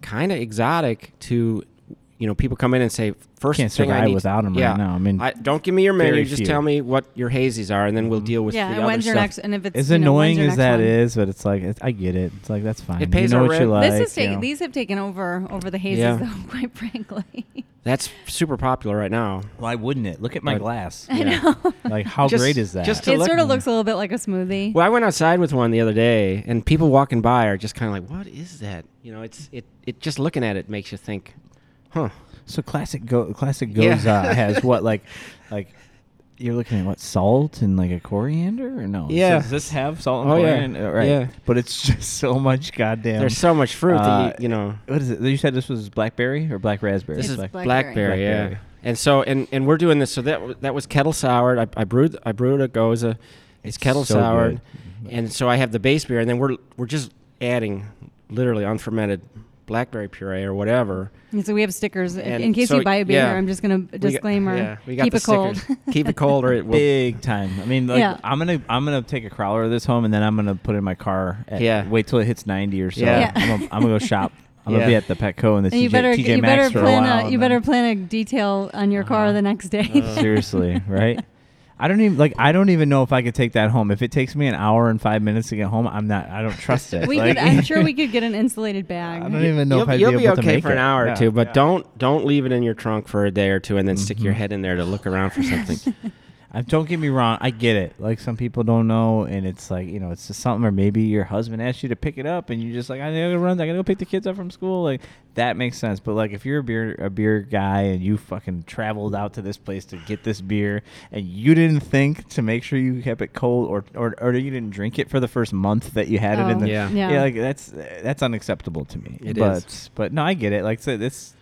Speaker 4: kind of exotic to you know people come in and say first
Speaker 2: Can't
Speaker 4: thing I
Speaker 2: survive
Speaker 4: need
Speaker 2: without 'em right
Speaker 4: yeah,
Speaker 2: now. I mean,
Speaker 4: don't give me your menu.
Speaker 2: very
Speaker 4: Just
Speaker 2: few. Mm-hmm.
Speaker 4: tell me what your hazies are, and then we'll deal with
Speaker 3: Yeah,
Speaker 4: the
Speaker 3: and
Speaker 4: other
Speaker 3: when's your
Speaker 4: stuff.
Speaker 3: next? And if it's
Speaker 2: As
Speaker 3: you know, when's
Speaker 2: annoying
Speaker 3: your next
Speaker 2: as that
Speaker 3: one?
Speaker 2: is, but it's like it's, I get it. It's like that's fine.
Speaker 4: pays
Speaker 2: you know
Speaker 4: our
Speaker 2: what you
Speaker 4: rent.
Speaker 2: like.
Speaker 3: This is
Speaker 2: you
Speaker 3: taking
Speaker 2: know.
Speaker 3: these have taken over over the hazes,
Speaker 4: Yeah.
Speaker 3: though. Quite frankly,
Speaker 4: That's super popular right now.
Speaker 2: Why wouldn't it? Look at my
Speaker 4: But-
Speaker 2: glass.
Speaker 4: I Yeah.
Speaker 3: know.
Speaker 2: Like how
Speaker 4: Just-
Speaker 2: great is that?
Speaker 4: just to
Speaker 3: it
Speaker 4: look-
Speaker 3: sort of looks a little bit like a smoothie.
Speaker 4: Well, I went outside with one the other day, and people walking by are just kind of like, "What is that?" You know, it's it it just looking at it makes you think, "Huh."
Speaker 2: so classic go classic
Speaker 4: Yeah.
Speaker 2: goza has what like like you're looking at what salt and like a coriander or no?
Speaker 4: Yeah.
Speaker 2: Does this have salt and
Speaker 4: Oh, yeah.
Speaker 2: coriander? Right.
Speaker 4: Yeah.
Speaker 2: But it's just so much goddamn.
Speaker 4: There's so much fruit
Speaker 2: uh,
Speaker 4: that you, you know.
Speaker 2: What is it? You said this was blackberry or black raspberry?
Speaker 4: This
Speaker 3: It's
Speaker 4: is
Speaker 2: Black-
Speaker 4: blackberry,
Speaker 3: blackberry.
Speaker 4: yeah.
Speaker 2: Blackberry.
Speaker 4: And so, and and we're doing this. So that w- that was kettle soured. I, I brewed I brewed a goza. It's,
Speaker 2: It's
Speaker 4: kettle
Speaker 2: so
Speaker 4: soured,
Speaker 2: good.
Speaker 4: and so I have the base beer, and then we're we're just adding literally unfermented blackberry puree or whatever.
Speaker 3: And so we have stickers. If-
Speaker 4: And
Speaker 3: in case
Speaker 4: so,
Speaker 3: you buy a beer,
Speaker 4: yeah.
Speaker 3: I'm just going to
Speaker 4: We got-
Speaker 3: disclaimer.
Speaker 4: yeah, we got
Speaker 3: keep
Speaker 4: the
Speaker 3: it cold.
Speaker 4: stickers. keep it cold, or it will
Speaker 2: Big time. I mean, like,
Speaker 3: Yeah.
Speaker 2: I'm gonna I'm gonna take a crowler of this home, and then I'm gonna put it in my car. At,
Speaker 4: Yeah.
Speaker 2: Wait till it hits 90 or so.
Speaker 4: Yeah.
Speaker 3: Yeah.
Speaker 2: I'm, gonna, I'm gonna go shop. I'm gonna
Speaker 4: Yeah.
Speaker 2: be at the Petco and the
Speaker 3: and you
Speaker 2: TJ,
Speaker 3: better
Speaker 2: TJ
Speaker 3: you
Speaker 2: Maxx
Speaker 3: better
Speaker 2: for a
Speaker 3: plan
Speaker 2: while,
Speaker 3: you
Speaker 2: and then-
Speaker 3: better plan a detail on your car
Speaker 2: Uh-huh.
Speaker 3: the next day.
Speaker 4: Uh,
Speaker 2: Seriously, right? I don't even like. I don't even know if I could take that home. If it takes me an hour and five minutes to get home, I'm not. I don't trust it.
Speaker 3: we
Speaker 2: Like-
Speaker 3: could, I'm sure we could get an insulated bag.
Speaker 2: I don't even know
Speaker 4: you'll,
Speaker 2: if I'd
Speaker 4: you'll
Speaker 2: be,
Speaker 4: be,
Speaker 2: able to
Speaker 4: okay
Speaker 2: make
Speaker 4: for an
Speaker 2: it.
Speaker 4: hour
Speaker 2: Yeah.
Speaker 4: or two, but
Speaker 2: Yeah. Mm-hmm.
Speaker 4: don't don't leave it in your trunk for a day or two and then stick your head in there to look around for something.
Speaker 2: I, don't get me wrong. I get it. Like some people don't know, and it's like you know, it's just something. Or maybe your husband asked you to pick it up, and you're just like, I gotta go run. I gotta go pick the kids up from school. Like that makes sense. But like if you're a beer a beer guy and you fucking traveled out to this place to get this beer, and you didn't think to make sure you kept it cold, or or, or you didn't drink it for the first month that you had it in
Speaker 3: Oh,
Speaker 2: the
Speaker 4: Yeah.
Speaker 3: yeah.
Speaker 2: like that's that's unacceptable to me.
Speaker 4: It
Speaker 2: but
Speaker 4: is.
Speaker 2: but no, I get it. Like so this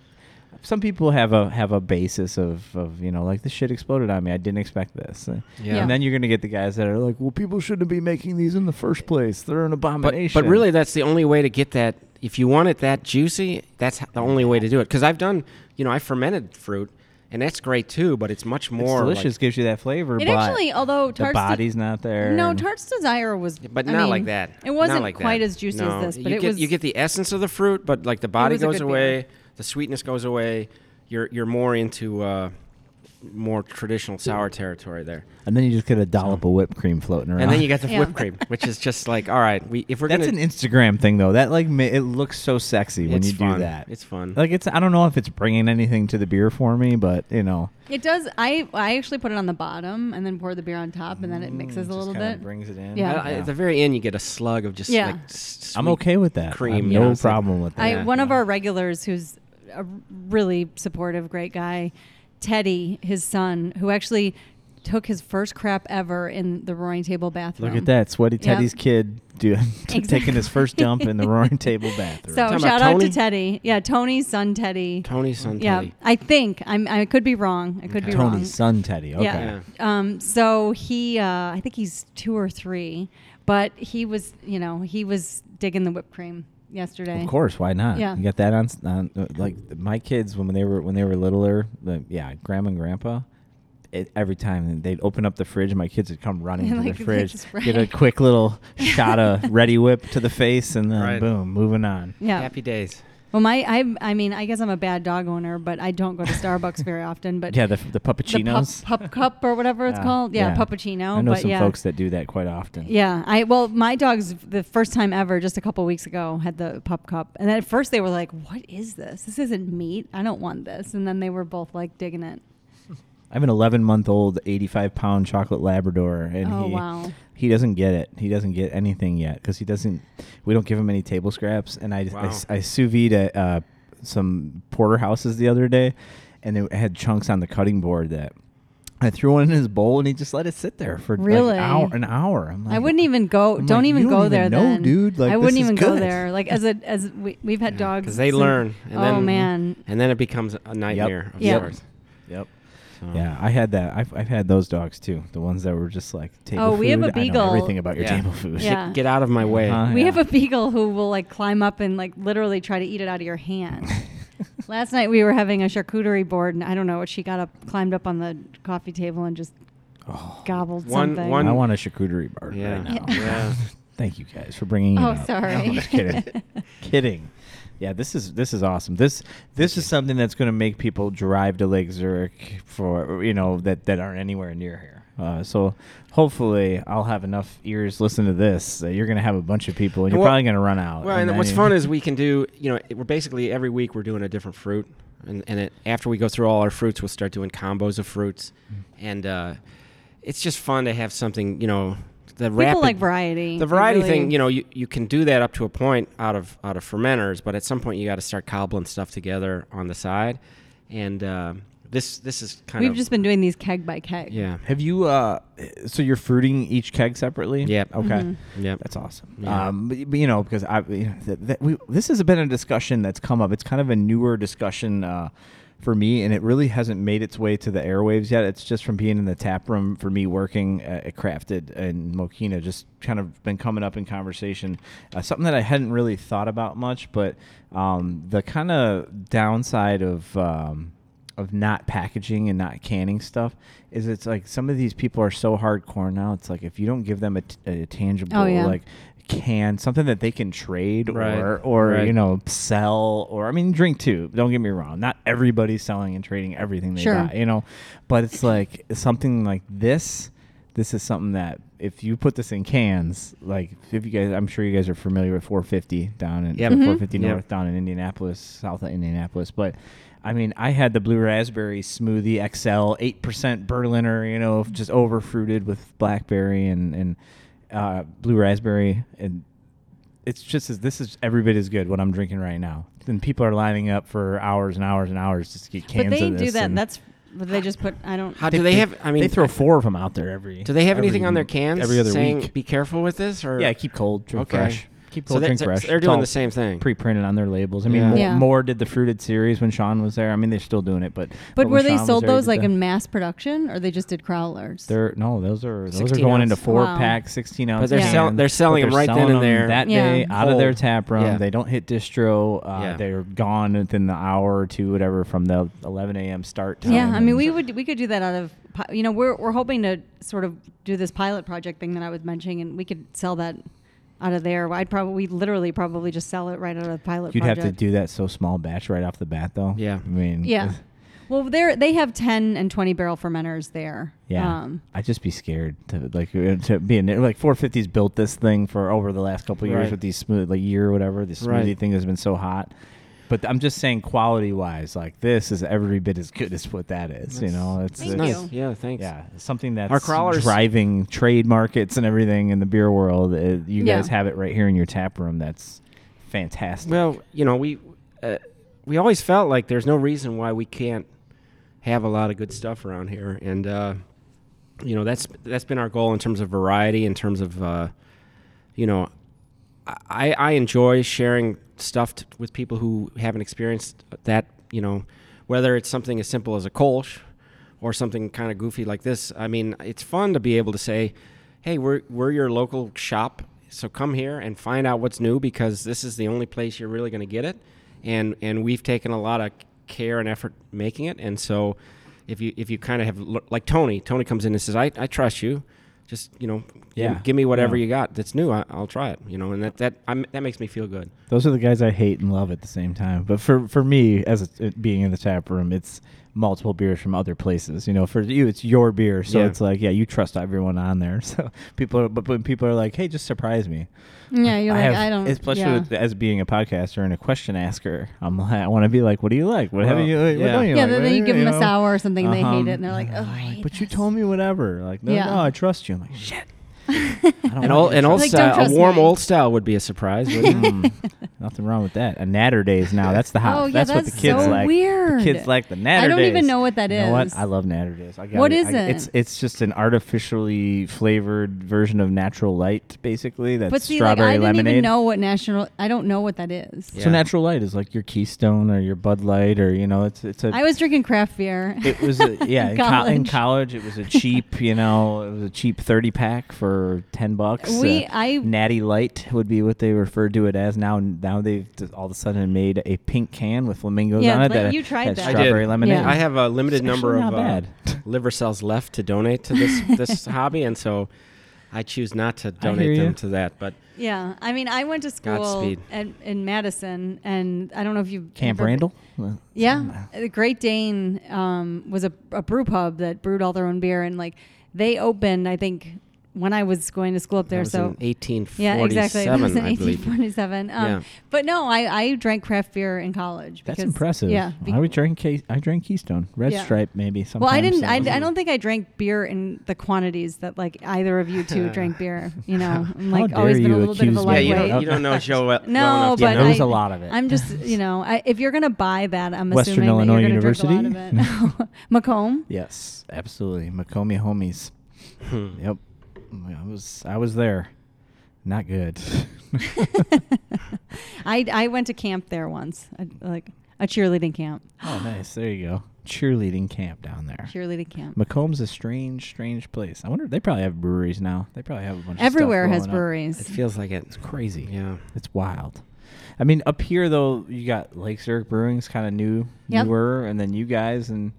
Speaker 2: some people have a have a basis of, of you know like this shit exploded on me. I didn't expect this. Uh,
Speaker 4: Yeah.
Speaker 3: Yeah.
Speaker 2: And then you're gonna get the guys that are like, well, people shouldn't be making these in the first place. They're an
Speaker 4: but
Speaker 2: abomination.
Speaker 4: but really that's the only way to get that if you want it that juicy, that's the only way to do it cuz I've done, you know, I fermented fruit and that's great too, but it's much
Speaker 2: It's
Speaker 4: more like-
Speaker 2: delicious gives you that flavor.
Speaker 3: It
Speaker 2: but
Speaker 3: actually, although
Speaker 2: the
Speaker 3: tarts
Speaker 2: body's not there.
Speaker 3: no
Speaker 2: and-
Speaker 3: tarts desire was,
Speaker 4: but
Speaker 3: I
Speaker 4: not
Speaker 3: mean,
Speaker 4: like that.
Speaker 3: It wasn't
Speaker 4: Not like
Speaker 3: quite
Speaker 4: that.
Speaker 3: as juicy
Speaker 4: No.
Speaker 3: as this, but
Speaker 4: you
Speaker 3: it
Speaker 4: get,
Speaker 3: was.
Speaker 4: you get the essence of the fruit, but like the body
Speaker 3: was a
Speaker 4: goes
Speaker 3: good
Speaker 4: away, the sweetness goes away. You're you're more into uh, more traditional sour territory there.
Speaker 2: And then you just get a dollop of whipped cream floating around.
Speaker 4: And then you got the
Speaker 3: Yeah.
Speaker 4: whipped cream, which is just like, all right, we if we're
Speaker 2: That's
Speaker 4: gonna,
Speaker 2: an Instagram thing though. That like ma- it looks so sexy when
Speaker 4: it's
Speaker 2: you
Speaker 4: fun.
Speaker 2: do that.
Speaker 4: It's fun.
Speaker 2: like it's I don't know if it's bringing anything to the beer for me, but you know,
Speaker 3: It does. I I actually put it on the bottom and then pour the beer on top, and then it
Speaker 2: Mm,
Speaker 3: mixes a little bit.
Speaker 2: brings it in.
Speaker 4: I-
Speaker 3: Yeah.
Speaker 4: I- At the very end, you get a slug of just
Speaker 3: Yeah.
Speaker 4: like. s-
Speaker 2: I'm
Speaker 4: sweet-
Speaker 2: okay with that.
Speaker 4: cream,
Speaker 2: I have
Speaker 4: you know,
Speaker 2: no
Speaker 4: it's like-
Speaker 2: problem with that.
Speaker 3: I
Speaker 4: Yeah.
Speaker 3: one of our regulars who's a really supportive, great guy, Teddy, his son, who actually took his first crap ever in the roaring table bathroom.
Speaker 2: Look at that, sweaty
Speaker 3: Yeah.
Speaker 2: Teddy's kid doing taking his first dump in the roaring table
Speaker 3: So
Speaker 2: bathroom.
Speaker 4: Talking
Speaker 3: shout
Speaker 4: about
Speaker 3: out to
Speaker 4: Tony?
Speaker 3: Teddy. Yeah, Tony's son Teddy.
Speaker 4: Tony's son.
Speaker 3: yeah,
Speaker 4: Teddy.
Speaker 3: I think I'm. I could be wrong. I could be wrong.
Speaker 2: Tony's son Teddy. Okay.
Speaker 3: Yeah. Um, so he, uh, I think he's two or three, but he was, you know, he was digging the whipped cream yesterday.
Speaker 2: Of course, why not?
Speaker 3: Yeah.
Speaker 2: You got that on, s- on uh, like my kids when they were when they were littler, like, yeah, grandma and grandpa. It, every time they'd open up the fridge, my kids would come running to
Speaker 3: Like,
Speaker 2: the
Speaker 3: they
Speaker 2: fridge,
Speaker 3: just
Speaker 2: get a
Speaker 3: ran.
Speaker 2: quick little shot of ready whip to the face, and then
Speaker 4: Right.
Speaker 2: boom, moving on.
Speaker 3: Yeah.
Speaker 4: Happy days.
Speaker 3: Well, my, I, I mean, I guess I'm a bad dog owner, but I don't go to Starbucks very often. But
Speaker 2: yeah, the the
Speaker 3: the pup,
Speaker 2: puppuccinos, Ah,
Speaker 3: pup cup or whatever it's called. Yeah, puppuccino.
Speaker 2: I know
Speaker 3: but
Speaker 2: some
Speaker 3: yeah.
Speaker 2: folks that do that quite often.
Speaker 3: Yeah, I well, my dogs the first time ever, just a couple weeks ago, had the pup cup, and at first they were like, "What is this? This isn't meat. I don't want this." And then they were both like digging it.
Speaker 2: I have an 11 month old, 85 pound chocolate Labrador, and
Speaker 3: Oh,
Speaker 2: he
Speaker 3: wow.
Speaker 2: he doesn't get it. He doesn't get anything yet because he doesn't. We don't give him any table scraps. And I I,
Speaker 4: Wow.
Speaker 2: I sous vide at uh, some porterhouses the other day, and it had chunks on the cutting board that. I threw one in his bowl and he just let it sit there for like
Speaker 3: Really?
Speaker 2: an hour. An hour. I'm like,
Speaker 3: I wouldn't even go.
Speaker 2: I'm
Speaker 3: don't
Speaker 2: like,
Speaker 3: even
Speaker 2: "You
Speaker 3: go
Speaker 2: don't
Speaker 3: there.
Speaker 2: even know,
Speaker 3: then.
Speaker 2: dude. Like,
Speaker 3: I
Speaker 2: this
Speaker 3: wouldn't
Speaker 2: is
Speaker 3: even go
Speaker 2: good.
Speaker 3: there. Like as a as we, we've had dogs
Speaker 4: Because they
Speaker 3: since-
Speaker 4: learn. And
Speaker 3: oh
Speaker 4: then,
Speaker 3: man.
Speaker 4: And then it becomes a nightmare of
Speaker 3: Yeah.
Speaker 4: yours.
Speaker 2: Yep.
Speaker 4: So-
Speaker 2: Yeah, I had that. I've, I've had those dogs too. The ones that were just like table
Speaker 3: Oh,
Speaker 2: food.
Speaker 3: we have a
Speaker 2: I know
Speaker 3: beagle.
Speaker 2: everything about your
Speaker 4: Yeah.
Speaker 2: table food.
Speaker 3: Yeah.
Speaker 4: Get out of my way.
Speaker 2: Uh-huh.
Speaker 3: We
Speaker 2: Yeah.
Speaker 3: have a beagle who will like climb up and like literally try to eat it out of your hand. Last night we were having a charcuterie board, and I don't know what she got up, climbed up on the coffee table and just
Speaker 2: Oh.
Speaker 3: gobbled
Speaker 4: One-
Speaker 3: something.
Speaker 4: one-
Speaker 2: I want a charcuterie bar
Speaker 4: Yeah.
Speaker 2: right now.
Speaker 4: Yeah.
Speaker 2: Thank you guys for bringing it
Speaker 3: Oh,
Speaker 2: up.
Speaker 3: sorry.
Speaker 2: No, I'm just kidding. kidding. Yeah, this is this is awesome. This this is something that's going to make people drive to Lake Zurich for you know that that aren't anywhere near here. Uh, so hopefully, I'll have enough ears listen to this. That you're going to have a bunch of people, and you're
Speaker 4: Well-
Speaker 2: probably going to run out.
Speaker 4: Well, and,
Speaker 2: then
Speaker 4: what's
Speaker 2: you-
Speaker 4: fun is we can do, you know, it- we're basically every week we're doing a different fruit. And, and it, after we go through all our fruits, we'll start doing combos of fruits.
Speaker 2: Mm.
Speaker 4: And uh, it's just fun to have something, you know, the
Speaker 3: People
Speaker 4: rapid,
Speaker 3: like variety.
Speaker 4: The variety thing, you know, you, you can do that up to a point out of out of fermenters, but at some point you got to start cobbling stuff together on the side. And uh, this this is kind
Speaker 3: we've
Speaker 4: of
Speaker 3: just been doing these keg by keg.
Speaker 4: yeah
Speaker 2: Have you uh so you're fruiting each keg separately?
Speaker 4: Yep.
Speaker 2: Okay.
Speaker 3: Mhm.
Speaker 4: Yep.
Speaker 2: That's awesome.
Speaker 4: Yeah.
Speaker 2: Um but, but, you know because I you know, that, that we, this has been a discussion that's come up. It's kind of a newer discussion uh for me and it really hasn't made its way to the airwaves yet. It's just from being in the tap room for me working at, at Crafted and Mokina just kind of been coming up in conversation. Uh, something that I hadn't really thought about much, but um the kind of downside of um of not packaging and not canning stuff is it's like some of these people are so hardcore now. It's like if you don't give them a, t- a tangible
Speaker 3: Oh, yeah.
Speaker 2: like can something that they can trade
Speaker 4: Right,
Speaker 2: or or
Speaker 4: right.
Speaker 2: you know sell or I mean drink too. Don't get me wrong. Not everybody's selling and trading everything they
Speaker 3: Sure.
Speaker 2: got, you know. But it's like something like this. This is something that if you put this in cans, like if you guys, I'm sure you guys are familiar with 450 down
Speaker 4: Yep.
Speaker 2: in the
Speaker 3: Mm-hmm.
Speaker 4: Mhm.
Speaker 2: 450
Speaker 4: Yep.
Speaker 2: North down in Indianapolis, south of Indianapolis. But I mean, I had the blue raspberry smoothie XL, eight percent Berliner, you know, just overfruited with blackberry and and uh, blue raspberry, and it's just as this is every bit as good what I'm drinking right now. And people are lining up for hours and hours and hours just to get cans.
Speaker 3: But they
Speaker 2: of this
Speaker 3: do that.
Speaker 2: and
Speaker 3: That's but they just put. I don't.
Speaker 4: How do they have? I mean,
Speaker 2: they throw four of them out there every.
Speaker 4: Do they have
Speaker 2: every
Speaker 4: anything on their
Speaker 2: week-
Speaker 4: cans
Speaker 2: every other
Speaker 4: saying
Speaker 2: week?
Speaker 4: be careful with this? Or
Speaker 2: Yeah, keep cold, drink
Speaker 4: Okay.
Speaker 2: fresh. Keep
Speaker 4: so
Speaker 2: cold,
Speaker 4: they're,
Speaker 2: drink
Speaker 4: so
Speaker 2: fresh.
Speaker 4: they're
Speaker 2: It's
Speaker 4: doing
Speaker 2: all
Speaker 4: the same thing.
Speaker 2: pre-printed on their labels. I mean,
Speaker 4: Yeah.
Speaker 2: Mo-
Speaker 3: Yeah.
Speaker 2: Moore did the fruited series when Sean was there. I mean, they're still doing it, but
Speaker 3: But
Speaker 2: when
Speaker 3: were they
Speaker 2: Sean was
Speaker 3: sold
Speaker 2: there, he
Speaker 3: those
Speaker 2: did
Speaker 3: like
Speaker 2: the-
Speaker 3: in mass production, or they just did crowlers?
Speaker 2: They're no, those are those are
Speaker 4: 16
Speaker 2: going
Speaker 4: ounce.
Speaker 2: into four
Speaker 3: Wow.
Speaker 2: pack, sixteen ounce.
Speaker 4: But they're
Speaker 3: Yeah.
Speaker 4: sell-
Speaker 2: cans,
Speaker 4: they're selling
Speaker 2: but
Speaker 4: 'em right then
Speaker 2: selling
Speaker 4: and
Speaker 2: 'em
Speaker 4: there.
Speaker 2: that
Speaker 3: Yeah.
Speaker 2: day out of their
Speaker 4: Cold.
Speaker 2: tap room.
Speaker 4: Yeah.
Speaker 2: They don't hit distro. Uh,
Speaker 4: Yeah.
Speaker 2: They're gone within the hour or two, whatever, from the eleven a.m. start time.
Speaker 3: Yeah, I mean,
Speaker 2: And-
Speaker 3: we would we could do that out of pi- you know we're we're hoping to sort of do this pilot project thing that I was mentioning, and we could sell that out of there. I'd probably we literally probably just sell it right out of the pilot.
Speaker 2: You'd have
Speaker 3: project.
Speaker 2: to do that so small batch right off the bat, though.
Speaker 4: Yeah.
Speaker 2: I mean,
Speaker 3: Yeah. Well, they they have 10 and 20 barrel fermenters there. Um,
Speaker 2: Yeah,
Speaker 4: Um,
Speaker 2: I'd just be scared to like uh, to be in there. Like 450s built this thing for over the last couple of years
Speaker 4: Right.
Speaker 2: with these smooth like year or whatever. This smoothie
Speaker 4: Right.
Speaker 2: thing has been so hot. But I'm just saying, quality wise, like this is every bit as good as what that is. you know, it's,
Speaker 3: Thank
Speaker 2: it's
Speaker 3: you.
Speaker 4: nice. Yeah, thanks.
Speaker 2: yeah something that's
Speaker 4: Our crawlers-
Speaker 2: driving trade markets and everything in the beer world. Uh, you
Speaker 3: Yeah.
Speaker 2: guys have it right here in your tap room. That's fantastic.
Speaker 4: Well, you know, we uh, we always felt like there's no reason why we can't have a lot of good stuff around here, and uh, you know that's that's been our goal in terms of variety, in terms of uh, you know, I I enjoy sharing stuff t- with people who haven't experienced that, you know, whether it's something as simple as a kolsch or something kind of goofy like this. I mean, it's fun to be able to say, "Hey, we're we're your local shop, so come here and find out what's new because this is the only place you're really going to get it." And and we've taken a lot of care and effort making it, and so if you if you kind of have lo- like Tony, Tony comes in and says, "I I trust you." Just you know,
Speaker 2: Yeah.
Speaker 4: give me whatever
Speaker 2: Yeah.
Speaker 4: you got that's new. I, I'll try it. You know, and that that I'm, that makes me feel good.
Speaker 2: Those are the guys I hate and love at the same time. But for for me, as a, it being in the tap room, it's multiple beers from other places. You know, for you, it's your beer, so
Speaker 4: Yeah.
Speaker 2: it's like yeah, you trust everyone on there. So people, are, but when people are like, hey, just surprise me.
Speaker 3: Yeah, you're like,
Speaker 2: have-
Speaker 3: I don't.
Speaker 2: Especially
Speaker 3: yeah.
Speaker 2: with, as being a podcaster and a question asker, I'm like, I want to be like, what do you like? What have
Speaker 4: Well,
Speaker 2: you? What
Speaker 4: yeah.
Speaker 2: don't you
Speaker 3: yeah, then,
Speaker 2: like? What
Speaker 3: then
Speaker 2: do
Speaker 3: you give them
Speaker 2: know?
Speaker 3: a sour or something, they hate
Speaker 2: Uh-huh.
Speaker 3: it, and they're like,
Speaker 2: Yeah,
Speaker 3: oh,
Speaker 2: I'm
Speaker 3: I hate
Speaker 2: but you
Speaker 3: this."
Speaker 2: told me whatever. Like, no,
Speaker 3: Yeah.
Speaker 2: no, I trust you. I'm like, shit. I don't
Speaker 4: An
Speaker 2: wanna
Speaker 4: old
Speaker 2: be
Speaker 4: an old
Speaker 3: Like, don't
Speaker 4: style, a
Speaker 3: trust
Speaker 4: warm
Speaker 3: me.
Speaker 4: old style would be a surprise. Wouldn't it?
Speaker 2: Hmm. Nothing wrong with that. A natter days now. That's the hot.
Speaker 3: Oh, yeah,
Speaker 2: that's, what
Speaker 3: that's
Speaker 2: the kids
Speaker 3: so
Speaker 2: like.
Speaker 3: weird.
Speaker 2: The kids like the natter days.
Speaker 3: I don't even know what that
Speaker 2: You know what?
Speaker 3: is.
Speaker 2: I love natter days. I got
Speaker 3: What
Speaker 2: it.
Speaker 3: is
Speaker 2: I- It's
Speaker 3: it?
Speaker 2: it's just an artificially flavored version of natural light, basically. That's
Speaker 3: But see, like,
Speaker 2: strawberry
Speaker 3: I didn't
Speaker 2: lemonade.
Speaker 3: even know what national. I don't know what that is.
Speaker 4: Yeah.
Speaker 2: So natural light is like your Keystone or your Bud Light or you know it's it's a
Speaker 3: I was drinking craft beer.
Speaker 2: it was a yeah in, col- in
Speaker 3: College.
Speaker 2: college it was a cheap you know it was a cheap 30 pack for 10 bucks
Speaker 3: We-
Speaker 2: Uh,
Speaker 3: I-
Speaker 2: natty light would be what they referred to it as now now they've t- all of a sudden made a pink can with flamingos
Speaker 3: Yeah,
Speaker 2: on it
Speaker 3: like,
Speaker 2: that
Speaker 3: you tried
Speaker 2: had
Speaker 3: that. I did.
Speaker 2: strawberry lemonade
Speaker 3: Yeah.
Speaker 4: I have a limited
Speaker 2: It's
Speaker 4: number
Speaker 2: actually
Speaker 4: of uh,
Speaker 2: not bad.
Speaker 4: liver cells left to donate to this this hobby, and so I choose not to donate
Speaker 2: hear
Speaker 4: them
Speaker 2: you.
Speaker 4: to that. But
Speaker 3: Yeah, I mean, I went to school
Speaker 4: Godspeed.
Speaker 3: at, in Madison, and I don't know if you
Speaker 2: camp Randall Well,
Speaker 3: Yeah, the Great Dane um, was a, a brew pub that brewed all their own beer, and like they opened, I think, when I was going to school up
Speaker 4: that
Speaker 3: there.
Speaker 4: was
Speaker 3: So
Speaker 4: in 1847,
Speaker 3: yeah, exactly, that was in
Speaker 4: I believe.
Speaker 3: 1847. Um,
Speaker 4: Yeah.
Speaker 3: But no, I, I drank craft beer in college.
Speaker 2: that's
Speaker 3: because-
Speaker 2: impressive
Speaker 3: Yeah, be-
Speaker 2: I would drink Ke- I drank Keystone Red
Speaker 3: Yeah.
Speaker 2: Stripe maybe sometimes
Speaker 3: well, I didn't.
Speaker 2: so-
Speaker 3: I, I don't think I drank beer in the quantities that like either of you two drank beer. You know, I'm
Speaker 2: How
Speaker 3: like
Speaker 2: dare
Speaker 3: always been
Speaker 2: you
Speaker 3: a little bit of a
Speaker 4: Yeah,
Speaker 2: accuse me of
Speaker 3: lightweight.
Speaker 4: you
Speaker 2: Lightweight.
Speaker 4: don't, you don't know Joe well, well
Speaker 3: No,
Speaker 4: enough to
Speaker 3: but
Speaker 2: there
Speaker 4: know.
Speaker 2: was
Speaker 3: I-
Speaker 2: a lot of it.
Speaker 3: I'm just, you know, I, if you're gonna buy that, I'm
Speaker 2: Western
Speaker 3: assuming
Speaker 2: Illinois
Speaker 3: that you're gonna drink a
Speaker 2: University?
Speaker 3: lot of it. Macomb.
Speaker 2: yes absolutely Macomb homies
Speaker 4: Hmm.
Speaker 2: yep I was I was there not good
Speaker 3: I, I went to camp there once, a, like a cheerleading camp.
Speaker 2: Oh, nice. There you go. Cheerleading camp down there.
Speaker 3: Cheerleading camp.
Speaker 2: Macomb's a strange, strange place. I wonder they probably have breweries now. They probably have a bunch.
Speaker 3: Everywhere
Speaker 2: of
Speaker 3: has
Speaker 2: stuff blowing up.
Speaker 4: It
Speaker 3: breweries.
Speaker 4: feels like it.
Speaker 2: It's crazy.
Speaker 4: Yeah.
Speaker 2: it's wild. I mean, up here though, you got Lake Zurich Brewing's kind of new,
Speaker 3: Yep.
Speaker 2: newer, and then you guys. And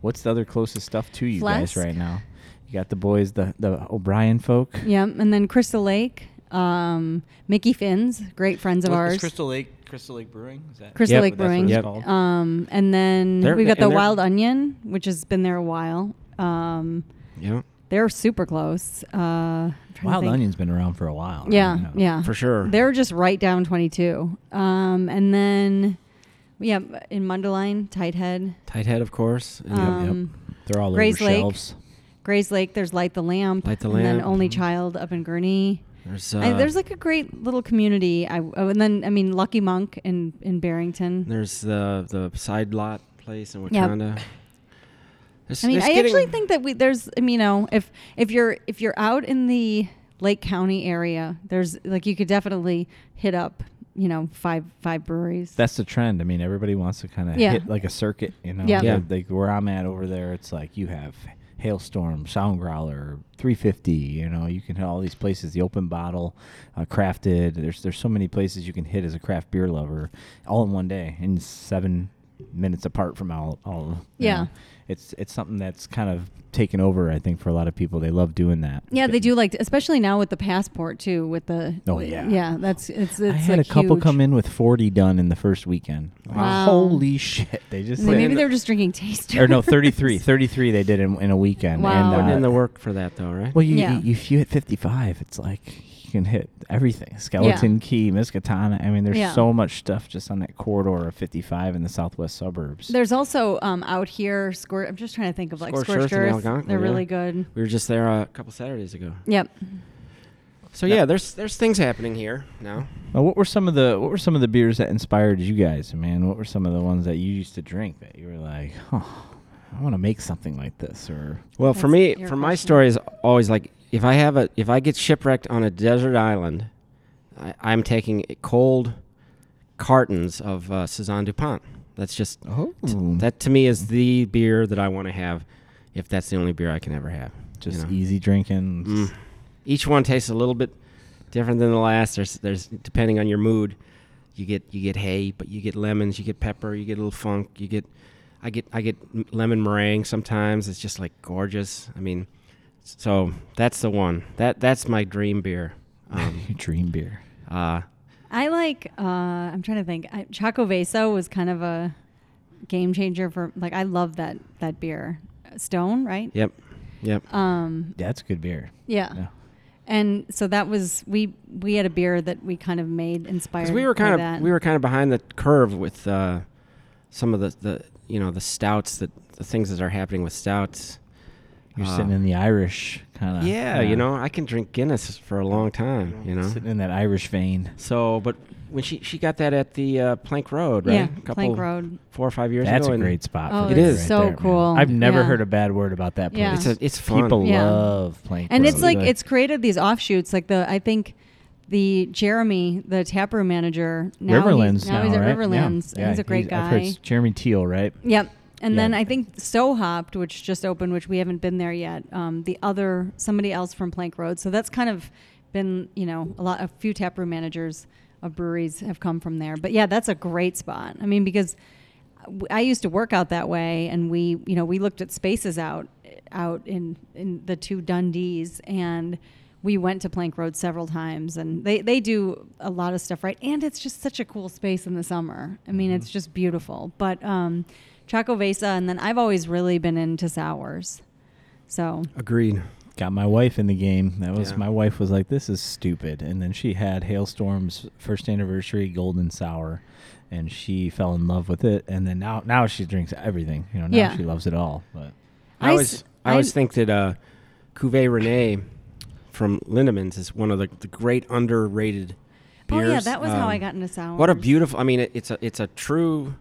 Speaker 2: what's the other closest stuff to you
Speaker 3: Flask.
Speaker 2: guys right now? You got the boys, the the O'Brien folk.
Speaker 3: Yeah, and then Crystal Lake, um, Mickey Finn's, great friends of ours.
Speaker 2: Lake Crystal Lake Brewing? Is that
Speaker 3: Crystal Yep, Lake that's what Brewing.
Speaker 4: it's Yep.
Speaker 3: Um, and then
Speaker 4: They're-
Speaker 3: we've got
Speaker 4: and
Speaker 3: the
Speaker 4: they're-
Speaker 3: Wild Onion, which has been there a while. Um,
Speaker 4: Yeah.
Speaker 3: they're super close. Uh, I'm trying to
Speaker 2: Wild
Speaker 3: think.
Speaker 2: Onion's been around for a while.
Speaker 3: Yeah,
Speaker 2: you know.
Speaker 3: yeah,
Speaker 4: For sure.
Speaker 3: They're just right down 22. Um, and then, yeah, in Mundelein, Tighthead,
Speaker 4: Tight head, of course. and-
Speaker 3: um,
Speaker 2: They're all
Speaker 3: Grays
Speaker 2: over
Speaker 3: Lake.
Speaker 2: shelves.
Speaker 3: Grays Lake. There's Light the Lamp,
Speaker 4: Light the
Speaker 3: and then
Speaker 4: Lamp,
Speaker 3: Only
Speaker 4: mhm.
Speaker 3: Child up in Gurnee.
Speaker 4: there's
Speaker 3: I-
Speaker 4: uh,
Speaker 3: there's like a great little community. I, oh, and then I mean Lucky Monk in in Barrington.
Speaker 4: There's the the side lot place in
Speaker 3: Yeah.
Speaker 4: Wakanda. There's-
Speaker 3: I mean,
Speaker 4: there's
Speaker 3: I
Speaker 4: getting-
Speaker 3: actually think that we there's I mean, you know if if you're if you're out in the Lake County area, there's like you could definitely hit up you know five five breweries.
Speaker 2: that's the trend. I mean, everybody wants to kind of
Speaker 3: Yeah.
Speaker 2: hit like a circuit, you know.
Speaker 3: Yeah.
Speaker 4: Yeah.
Speaker 2: Like where I'm at over there, it's like you have Hailstorm, Sound Growler, 350. You know, you can hit all these places. The Open Bottle, uh, Crafted. There's there's so many places you can hit as a craft beer lover, all in one day in seven minutes apart from all all. of-
Speaker 3: Yeah.
Speaker 2: it's it's something that's kind of taken over. I think for a lot of people, they love doing that.
Speaker 3: Yeah, they do like, especially now with the passport too. With the
Speaker 2: Oh, yeah.
Speaker 3: yeah, that's it's.
Speaker 2: I
Speaker 3: it's
Speaker 2: had
Speaker 3: like
Speaker 2: a couple
Speaker 3: huge.
Speaker 2: come in with forty done in the first weekend. Like,
Speaker 3: Wow.
Speaker 2: Holy shit! They just
Speaker 3: Maybe
Speaker 4: in the-
Speaker 3: they're just drinking taste.
Speaker 2: or no 33, 33 They did in, in a weekend.
Speaker 3: Wow.
Speaker 2: And,
Speaker 4: Putting
Speaker 2: uh,
Speaker 4: in the work for that though, right?
Speaker 2: Well, you,
Speaker 3: Yeah.
Speaker 2: you if you hit fifty five, it's like you can hit everything: Skeleton Key, Miskatonic. I mean, there's
Speaker 3: Yeah.
Speaker 2: so much stuff just on that corridor of fifty five in the southwest suburbs.
Speaker 3: There's also um, out here. Squirt. I'm just trying to think of like
Speaker 4: Scorched
Speaker 3: scorched
Speaker 4: Earth in
Speaker 3: earth.
Speaker 4: Algonquin,
Speaker 3: They're
Speaker 4: yeah.
Speaker 3: really good.
Speaker 4: we were just there uh, a couple Saturdays ago.
Speaker 3: Yep.
Speaker 4: So yeah, there's there's things happening here now.
Speaker 2: Now, what were some of the what were some of the beers that inspired you guys, man? What were some of the ones that you used to drink that you were like, huh, I want to make something like this? Or
Speaker 4: Well, for
Speaker 3: That's
Speaker 4: me,
Speaker 3: your
Speaker 4: for my
Speaker 3: question.
Speaker 4: story is always like if I have a if I get shipwrecked on a desert island, I, I'm taking cold cartons of uh, Saison Dupont. That's just
Speaker 2: oh,
Speaker 4: that to me is the beer that I want to have, if that's the only beer I can ever have. you
Speaker 2: just
Speaker 4: know?
Speaker 2: easy drinking.
Speaker 4: Mm. Each one tastes a little bit different than the last. There's there's depending on your mood, you get you get hay, but you get lemons, you get pepper, you get a little funk, you get I get I get m- lemon meringue sometimes. It's just like gorgeous. I mean, so that's the one. That that's my dream beer. Um,
Speaker 2: Your dream beer.
Speaker 4: uh,
Speaker 3: I like. Uh, I'm trying to think. I, Chaco Veso was kind of a game changer for. Like I love that that beer. Stone, right?
Speaker 4: yep, yep.
Speaker 3: Um.
Speaker 2: That's good beer.
Speaker 3: Yeah.
Speaker 2: Yeah.
Speaker 3: And so that was we we had a beer that we kind of made inspired.
Speaker 4: Because we were
Speaker 3: by
Speaker 4: kind of
Speaker 3: that.
Speaker 4: we were kind of behind the curve with uh, some of the, the you know the stouts that the things that are happening with stouts.
Speaker 2: You're
Speaker 4: Uh,
Speaker 2: sitting in the Irish kind of.
Speaker 4: Yeah, you know, I can drink Guinness for a long time, you know.
Speaker 2: uh, sitting in that Irish vein.
Speaker 4: So, but when she she got that at the uh, Plank Road, right?
Speaker 3: yeah
Speaker 4: A couple-
Speaker 3: Plank Road.
Speaker 4: Four or five years
Speaker 2: That's
Speaker 4: ago.
Speaker 2: a
Speaker 4: and
Speaker 2: great spot.
Speaker 3: Oh,
Speaker 2: for
Speaker 4: it
Speaker 2: beer
Speaker 4: is
Speaker 2: right
Speaker 3: so
Speaker 2: there, man.
Speaker 3: cool.
Speaker 2: I've never
Speaker 3: Yeah.
Speaker 2: heard a bad word about that place.
Speaker 3: Yeah.
Speaker 4: It's a, it's fun.
Speaker 2: People
Speaker 3: Yeah.
Speaker 2: love Plank
Speaker 3: And it's
Speaker 2: Road.
Speaker 3: like
Speaker 2: They-
Speaker 3: it's created these offshoots. Like the I think the Jeremy, the taproom manager, now
Speaker 2: Riverlands
Speaker 3: He's, now, he's at
Speaker 2: right?
Speaker 3: Riverlands.
Speaker 2: Yeah. Yeah,
Speaker 3: He's a great
Speaker 2: I've heard
Speaker 3: guy.
Speaker 2: it's Jeremy Teal, right?
Speaker 3: Yep. And
Speaker 2: Yeah.
Speaker 3: then I think So Hopped, which just opened, which we haven't been there yet. Um, the other somebody else from Plank Road. So that's kind of been you know a lot. A few taproom managers of breweries have come from there. But yeah, that's a great spot. I mean because. w- I used to work out that way, and we, you know, we looked at spaces out, out in in the two Dundees, and we went to Plank Road several times, and they they do a lot of stuff right, and it's just such a cool space in the summer. I mean,
Speaker 4: Mm-hmm.
Speaker 3: it's just beautiful. But um, Chaco Vesa, and then I've always really been into sours, so
Speaker 4: Agreed.
Speaker 2: Got my wife in the game. That was
Speaker 4: Yeah.
Speaker 2: my wife was like, "This is stupid," and then she had Hailstorm's first anniversary golden sour, and she fell in love with it. And then now, now she drinks everything. You know, now
Speaker 3: Yeah.
Speaker 2: she loves it all. But
Speaker 4: I
Speaker 3: I
Speaker 4: always
Speaker 3: s-
Speaker 4: I always
Speaker 3: I-
Speaker 4: think that uh, Cuvée Rene from Lindemans is one of the, the great underrated
Speaker 3: oh
Speaker 4: beers.
Speaker 3: yeah, that was how I
Speaker 4: Um,
Speaker 3: got into sours.
Speaker 4: What a beautiful! I mean, it, it's a it's a true,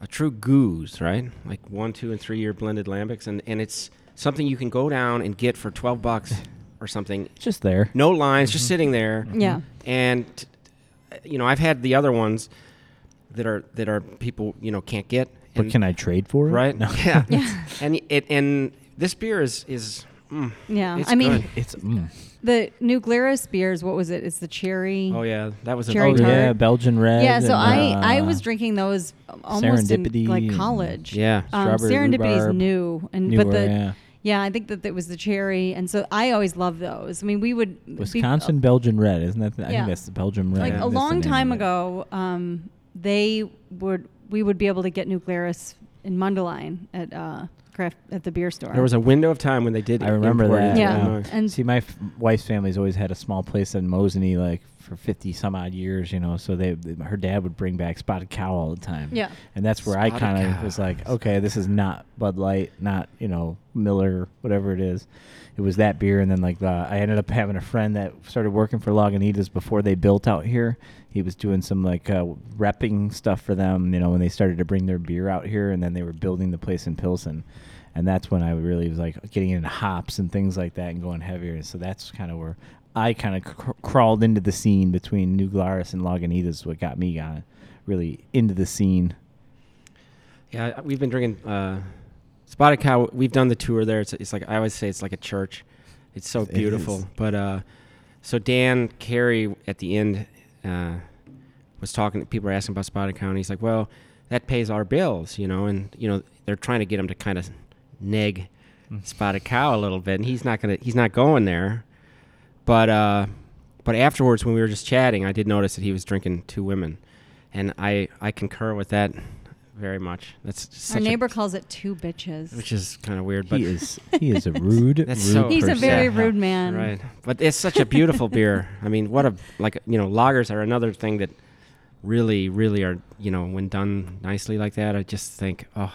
Speaker 4: a true goose, right? Like one, two, and three year blended lambics, and and it's something you can go down and get for twelve bucks or something.
Speaker 2: it's just there.
Speaker 4: No lines, just sitting there.
Speaker 3: Mm-hmm. yeah.
Speaker 4: And t- you know, I've had the other ones that are that are people you know can't get.
Speaker 2: But
Speaker 4: and-
Speaker 2: can I trade for it?
Speaker 4: right?
Speaker 2: No.
Speaker 4: Yeah.
Speaker 3: Yeah.
Speaker 4: And it and this beer is is. Mm,
Speaker 3: Yeah,
Speaker 4: it's
Speaker 3: I mean-
Speaker 4: good.
Speaker 2: It's mm.
Speaker 3: The New Glarus beers, what was it? It's the cherry.
Speaker 4: Oh yeah, that was
Speaker 3: Cherry
Speaker 4: a
Speaker 2: oh
Speaker 3: tart.
Speaker 2: yeah, Belgian red.
Speaker 3: Yeah, so
Speaker 2: and,
Speaker 3: I I
Speaker 2: uh,
Speaker 3: was drinking those almost in
Speaker 2: Serendipity
Speaker 3: like
Speaker 2: and-
Speaker 3: college.
Speaker 4: Yeah.
Speaker 3: um,
Speaker 2: Strawberry
Speaker 3: serendipity is
Speaker 2: rhubarb.
Speaker 3: new, and
Speaker 2: Newer,
Speaker 3: but the
Speaker 2: yeah.
Speaker 3: yeah. I think that it was the cherry, and so I always loved those. I mean, we would be-
Speaker 2: Wisconsin Belgian red, isn't that? The, I
Speaker 3: Yeah.
Speaker 2: think that's the Belgian red.
Speaker 3: like
Speaker 4: Yeah.
Speaker 3: a
Speaker 2: That's the
Speaker 3: long
Speaker 2: name of
Speaker 3: time
Speaker 2: it.
Speaker 3: ago. Um, they would we would be able to get New Glarus in Mundelein at uh, craft at the beer store.
Speaker 4: There was a window of time when they did.
Speaker 2: I remember
Speaker 4: import
Speaker 2: that.
Speaker 4: into
Speaker 3: Yeah.
Speaker 4: Illinois.
Speaker 3: And-
Speaker 2: see, my f- wife's family's always had a small place in Mosinee, like for fifty some odd years, you know. So they, they- her dad would bring back spotted cow all the time.
Speaker 3: Yeah.
Speaker 2: and that's where I
Speaker 4: Spotted
Speaker 2: kind of
Speaker 4: Cow.
Speaker 2: was like, okay, this is not Bud Light, not you know Miller, whatever it is. It was that beer, and then like uh, I ended up having a friend that started working for Lagunitas before they built out here. He was doing some like uh, repping stuff for them, you know, when they started to bring their beer out here, and then they were building the place in Pilsen and that's when I really was like getting into hops and things like that and going heavier. And so that's kind of where I kind of cr- crawled into the scene between New Glarus and Lagunitas. What got me uh, really into the scene.
Speaker 4: Yeah, we've been drinking uh, Spotted Cow. We've done the tour there. It's, it's like I always say, it's like a church. It's so
Speaker 2: It
Speaker 4: beautiful.
Speaker 2: is.
Speaker 4: but uh, so Dan Carey at the end uh, was talking. People were asking about Spotted Cow, and he's like, "Well, that pays our bills, you know, and you know they're trying to get him to kind of neg
Speaker 2: Mm.
Speaker 4: spotted cow a little bit, and he's not gonna he's not going there. But uh, but afterwards, when we were just chatting, I did notice that he was drinking two women, and I I concur with that very much. That's such
Speaker 3: Our
Speaker 4: a-
Speaker 3: neighbor calls it two bitches.
Speaker 4: which is kind of weird, but
Speaker 2: He is he is a rude.
Speaker 4: That's
Speaker 2: rude
Speaker 4: so-
Speaker 3: He's a
Speaker 4: person.
Speaker 3: very
Speaker 4: Yeah.
Speaker 3: rude man.
Speaker 4: Right. But it's such a beautiful beer. I mean, what a like you know, lagers are another thing that really really are, you know, when done nicely like that, I just think, oh,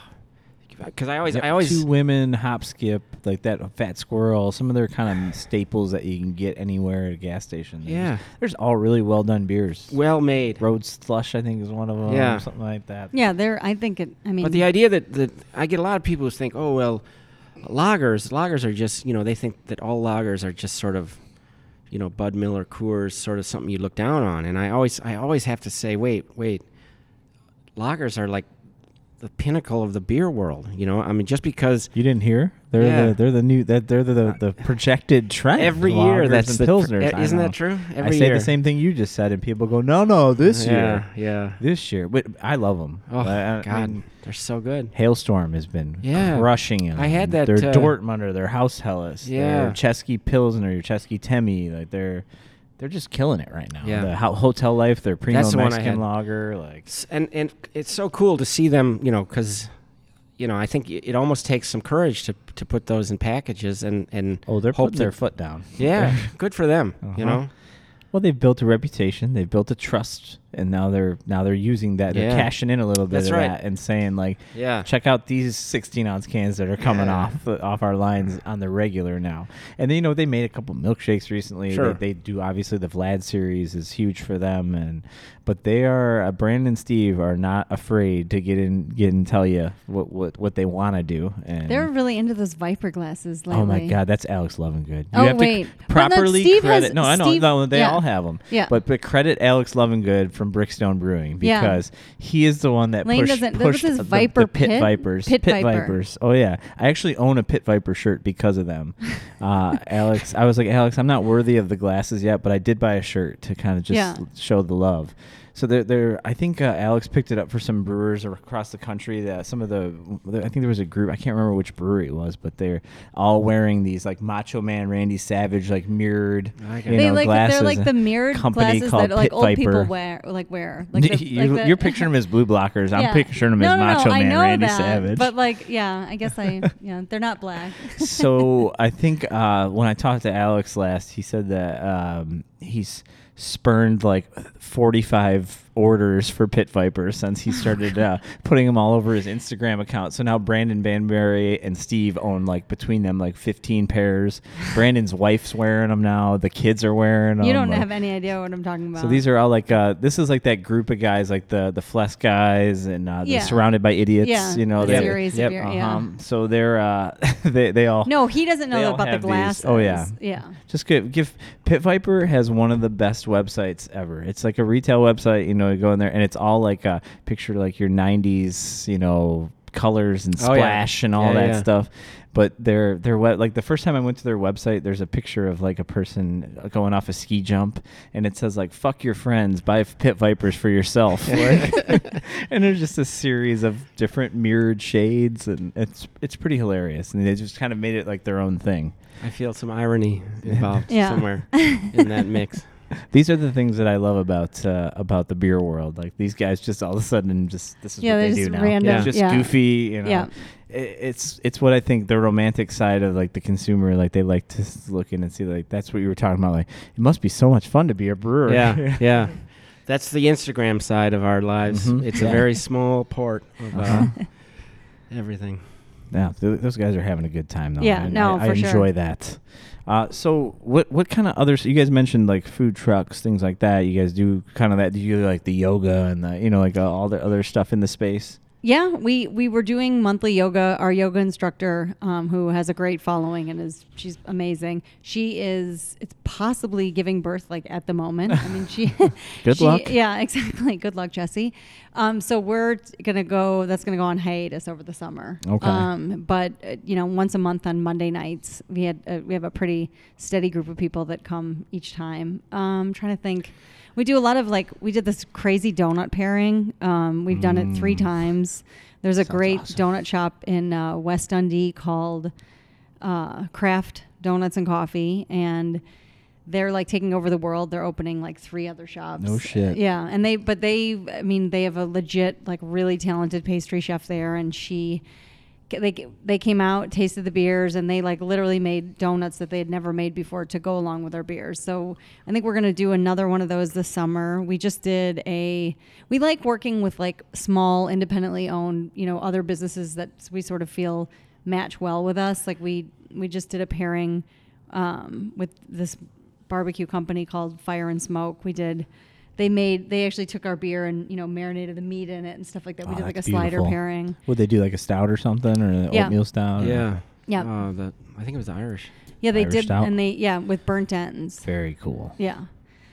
Speaker 4: cuz I always I always
Speaker 2: two women hop skip like that fat squirrel. Some of their kind of staples that you can get anywhere at a gas station. There's-
Speaker 4: Yeah.
Speaker 2: there's all really well done beers.
Speaker 4: well made.
Speaker 2: Road slush, I think, is one of them.
Speaker 4: Yeah.
Speaker 2: something like that.
Speaker 3: Yeah, there. I think it. I mean,
Speaker 4: But the idea that, that I get a lot of people who think, oh well, lagers, lagers are just you know they think that all lagers are just sort of, you know, Bud Miller, Coors, sort of something you look down on. And I always I always have to say, wait, wait, lagers are like the pinnacle of the beer world. You know, I mean, just because
Speaker 2: You didn't hear? They're
Speaker 4: Yeah. Uh,
Speaker 2: the they're the new that they're the, the, the projected trend.
Speaker 4: Every
Speaker 2: Lagers
Speaker 4: year, that's
Speaker 2: and
Speaker 4: the tr-
Speaker 2: pilsners.
Speaker 4: eh,
Speaker 2: I
Speaker 4: isn't that
Speaker 2: know.
Speaker 4: true?
Speaker 2: I
Speaker 4: Every
Speaker 2: say
Speaker 4: year.
Speaker 2: the same thing you just said, and people go, "No, no, this year,
Speaker 4: yeah, yeah.
Speaker 2: this year." But uh, I love them.
Speaker 4: Oh God, they're so good.
Speaker 2: Hailstorm has been
Speaker 4: Yeah.
Speaker 2: crushing them.
Speaker 4: I had that,
Speaker 2: Their
Speaker 4: uh,
Speaker 2: Dortmunder, their House Helles,
Speaker 4: Yeah.
Speaker 2: their Chesky Pilsner, your Chesky Temi, like they're they're just killing it right now.
Speaker 4: Yeah.
Speaker 2: The ho- hotel life, their primo
Speaker 4: That's the one I
Speaker 2: Mexican
Speaker 4: had.
Speaker 2: lager, like
Speaker 4: S- and and it's so cool to see them you know because you know i think it, it almost takes some courage to to put those in packages and and
Speaker 2: oh, they're
Speaker 4: hope
Speaker 2: putting their
Speaker 4: that-
Speaker 2: foot down.
Speaker 4: yeah good for them you
Speaker 2: Uh-huh.
Speaker 4: know
Speaker 2: Well, they've built a reputation, they've built a trust, and now they're now they're using that. They're
Speaker 4: Yeah.
Speaker 2: cashing in a little bit
Speaker 4: That's
Speaker 2: of
Speaker 4: right.
Speaker 2: that and saying like,
Speaker 4: Yeah.
Speaker 2: check out these 16 ounce cans that are coming
Speaker 4: Yeah.
Speaker 2: off the- off our lines on the regular now. And then you know they made a couple milkshakes recently.
Speaker 4: Sure.
Speaker 2: They, they do obviously the Vlad series is huge for them, and but they are uh, Brandon and Steve are not afraid to get in get and tell you what what what they want to do. And
Speaker 3: they're really into those viper glasses lately.
Speaker 2: Oh my God, that's Alex Lovengood. You
Speaker 3: Oh,
Speaker 2: have
Speaker 3: wait.
Speaker 2: to c-
Speaker 3: Well, no,
Speaker 2: properly
Speaker 3: Steve has-
Speaker 2: credit. no, I know.
Speaker 3: Steve-
Speaker 2: no, they
Speaker 3: yeah.
Speaker 2: all have them.
Speaker 3: Yeah.
Speaker 2: But but credit Alex Lovengood from Brickstone Brewing
Speaker 3: Yeah.
Speaker 2: because he is the one that
Speaker 3: Lane
Speaker 2: pushed,
Speaker 3: doesn't- what was
Speaker 2: pushed
Speaker 3: his
Speaker 2: the, the
Speaker 3: Viper
Speaker 2: pit,
Speaker 3: pit?
Speaker 2: vipers.
Speaker 3: Pit Viper.
Speaker 2: vipers. Oh yeah, I actually own a pit viper shirt because of them. uh, Alex, I was like Alex, I'm not worthy of the glasses yet, but I did buy a shirt to kind of just
Speaker 3: Yeah.
Speaker 2: show the love. So there, there. I think uh, Alex picked it up for some brewers ar- across the country. That some of the, I think there was a group. I can't remember which brewery it was, but they're all wearing these like Macho Man, Randy Savage, like mirrored,
Speaker 4: I get
Speaker 2: you
Speaker 4: it.
Speaker 3: they
Speaker 2: know,
Speaker 3: like
Speaker 2: glasses.
Speaker 3: they're like the mirrored
Speaker 2: company
Speaker 3: glasses
Speaker 2: called
Speaker 3: that like
Speaker 2: Pit
Speaker 3: old people
Speaker 2: Viper.
Speaker 3: wear, like wear. Like the,
Speaker 2: you're,
Speaker 3: like the-
Speaker 2: you're picturing them as blue blockers. I'm
Speaker 3: Yeah.
Speaker 2: picturing them
Speaker 3: no,
Speaker 2: as
Speaker 3: no,
Speaker 2: Macho
Speaker 3: no, I
Speaker 2: Man,
Speaker 3: know
Speaker 2: Randy
Speaker 3: that,
Speaker 2: Savage.
Speaker 3: But like, yeah, I guess I. Yeah, they're not black.
Speaker 2: so I think uh, when I talked to Alex last, he said that um, he's spurned like 45 orders for Pit Viper since
Speaker 3: Oh
Speaker 2: he started uh, putting them all over his Instagram account. So now Brandon Banbury and Steve own like between them like 15 pairs. Brandon's wife's wearing them now. The kids are wearing them.
Speaker 3: you don't
Speaker 2: like-
Speaker 3: have any idea what I'm talking about.
Speaker 2: so these are all like uh, this is like that group of guys like the the Flesk guys and uh,
Speaker 3: Yeah.
Speaker 2: they're surrounded by idiots.
Speaker 3: Yeah,
Speaker 2: You know
Speaker 3: the
Speaker 2: they- uh-huh.
Speaker 3: series of your- yeah.
Speaker 2: So they're uh, they they all
Speaker 3: No, he doesn't
Speaker 2: They
Speaker 3: know
Speaker 2: all
Speaker 3: about the
Speaker 2: have these.
Speaker 3: glasses.
Speaker 2: Oh, yeah.
Speaker 3: yeah.
Speaker 2: Just give, give Pit Viper has one of the best websites ever. It's like a retail website, you know, you go in there and it's all like a picture like your 90s, you know, colors and
Speaker 4: Oh, yeah.
Speaker 2: splash and all
Speaker 4: Yeah,
Speaker 2: that
Speaker 4: yeah.
Speaker 2: stuff. But their their web like the first time I went to their website, there's a picture of like a person going off a ski jump and it says like fuck your friends, buy Pit Vipers for yourself. Like, and there's just a series of different mirrored shades and it's it's pretty hilarious and they just kind of made it like their own thing.
Speaker 4: i feel some irony involved
Speaker 3: Yeah.
Speaker 4: somewhere in that mix
Speaker 2: These are the things that I love about uh, about the beer world. Like these guys, just all of a sudden, just this is
Speaker 3: Yeah,
Speaker 2: what
Speaker 3: they're
Speaker 2: they
Speaker 3: just
Speaker 2: do now.
Speaker 3: random,
Speaker 2: It's just
Speaker 3: yeah.
Speaker 2: goofy. You know,
Speaker 3: Yeah.
Speaker 2: I- it's it's what I think the romantic side of like the consumer, like they like to s- look in and see. Like that's what you were talking about. Like it must be so much fun to be a brewer.
Speaker 4: yeah yeah that's the instagram side of our lives
Speaker 2: Mhm.
Speaker 4: it's
Speaker 2: Yeah. Uh-huh.
Speaker 4: a very small part of uh, everything
Speaker 2: Yeah, th- those guys are having a good time though.
Speaker 3: Yeah,
Speaker 2: and
Speaker 3: no,
Speaker 2: I, I
Speaker 3: for sure.
Speaker 2: enjoy that. Uh, so what what kind of others? You guys mentioned like food trucks, things like that. You guys do kind of that. Do you do, like the yoga and the you know like uh, all the other stuff in the space?
Speaker 3: Yeah, we we were doing monthly yoga. Our yoga instructor, um, who has a great following and is she's amazing. She is it's possibly giving birth like at the moment. I mean, she.
Speaker 2: Good
Speaker 3: she-
Speaker 2: luck.
Speaker 3: Yeah, exactly. Good luck, Jesse. Um, so we're t- gonna go. That's gonna go on hiatus over the summer.
Speaker 2: Okay.
Speaker 3: Um, but uh, you know, once a month on Monday nights, we had uh, we have a pretty steady group of people that come each time. Um, trying to think. We do a lot of like we did this crazy donut pairing. Um, we've done it three
Speaker 2: Mm.
Speaker 3: times. There's a
Speaker 4: Sounds
Speaker 3: great
Speaker 4: awesome.
Speaker 3: donut shop in uh, West Dundee called uh, Craft Donuts and Coffee, and they're like taking over the world. They're opening like three other shops.
Speaker 2: No shit.
Speaker 3: Yeah, and they but they I mean they have a legit like really talented pastry chef there, and she they they came out, tasted the beers, and they like literally made donuts that they had never made before to go along with our beers. So I think we're gonna do another one of those this summer. We just did a we like working with like small independently owned you know other businesses that we sort of feel match well with us. Like we we just did a pairing um, with this barbecue company called Fire and Smoke. We did. They made. They actually took our beer and you know marinated the meat in it and stuff like that. we
Speaker 2: Oh,
Speaker 3: did like a
Speaker 2: that's
Speaker 3: slider
Speaker 2: beautiful.
Speaker 3: pairing.
Speaker 2: Would they do like a stout or something or an
Speaker 3: Yeah.
Speaker 2: oatmeal stout? or-
Speaker 4: Yeah.
Speaker 3: Yeah.
Speaker 4: Uh, the, I think it was the Irish.
Speaker 3: Yeah, they
Speaker 2: Irish
Speaker 3: did,
Speaker 2: stout.
Speaker 3: and they yeah with burnt ends.
Speaker 2: Very cool.
Speaker 3: Yeah.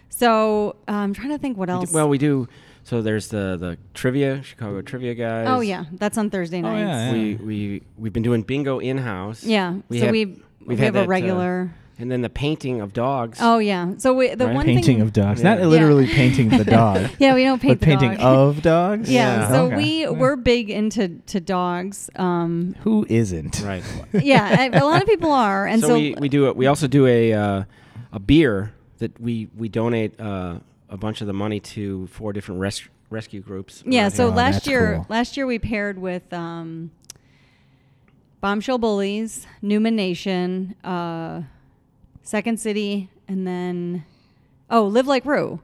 Speaker 3: So uh, I'm trying to think what
Speaker 4: We do-
Speaker 3: else.
Speaker 4: well, we do. So there's the the trivia, Chicago trivia guys.
Speaker 3: oh yeah, that's on Thursday
Speaker 2: Oh,
Speaker 3: nights.
Speaker 2: yeah,
Speaker 4: We we we've been doing bingo in house.
Speaker 3: Yeah, so we we have a regular.
Speaker 4: uh, and then the painting of dogs.
Speaker 3: oh yeah, so we, the
Speaker 4: Right.
Speaker 3: one
Speaker 2: painting
Speaker 3: thing,
Speaker 2: of dogs,
Speaker 4: Yeah.
Speaker 2: not literally
Speaker 3: Yeah.
Speaker 2: painting the dog.
Speaker 3: Yeah, we don't paint the
Speaker 2: But painting
Speaker 3: dog.
Speaker 2: of dogs.
Speaker 3: Yeah,
Speaker 4: Yeah.
Speaker 3: so
Speaker 2: Okay.
Speaker 3: we
Speaker 2: Yeah.
Speaker 3: we're big into to dogs. Um,
Speaker 2: who isn't
Speaker 4: Right.
Speaker 3: yeah, I- a lot of people are, and so,
Speaker 4: so, we, we do it. We also do a uh, a beer that we we donate uh, a bunch of the money to four different res- rescue groups. Uh,
Speaker 3: Yeah.
Speaker 4: around
Speaker 3: So
Speaker 2: Oh,
Speaker 4: here.
Speaker 3: last
Speaker 2: that's
Speaker 3: year,
Speaker 2: cool.
Speaker 3: last year we paired with um, Bombshell Bullies, Newman Nation, uh, Second City, and then oh, Live Like Rue.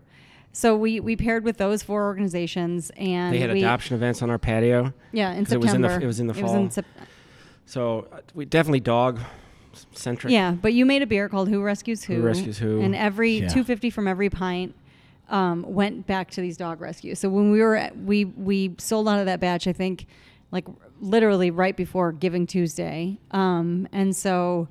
Speaker 3: So we we paired with those four organizations, and
Speaker 4: they had
Speaker 3: we,
Speaker 4: adoption events on our patio.
Speaker 3: Yeah, in
Speaker 4: 'cause it was in the-
Speaker 3: September.
Speaker 4: it was in the fall.
Speaker 3: Sep-
Speaker 4: So uh, we definitely dog centric.
Speaker 3: yeah, but you made a beer called Who Rescues Who.
Speaker 4: Who Rescues Who.
Speaker 3: And every
Speaker 2: Yeah.
Speaker 3: 250 from every pint um, went back to these dog rescues. So when we were at, we we sold out of that batch, I think, like literally right before Giving Tuesday, um, and so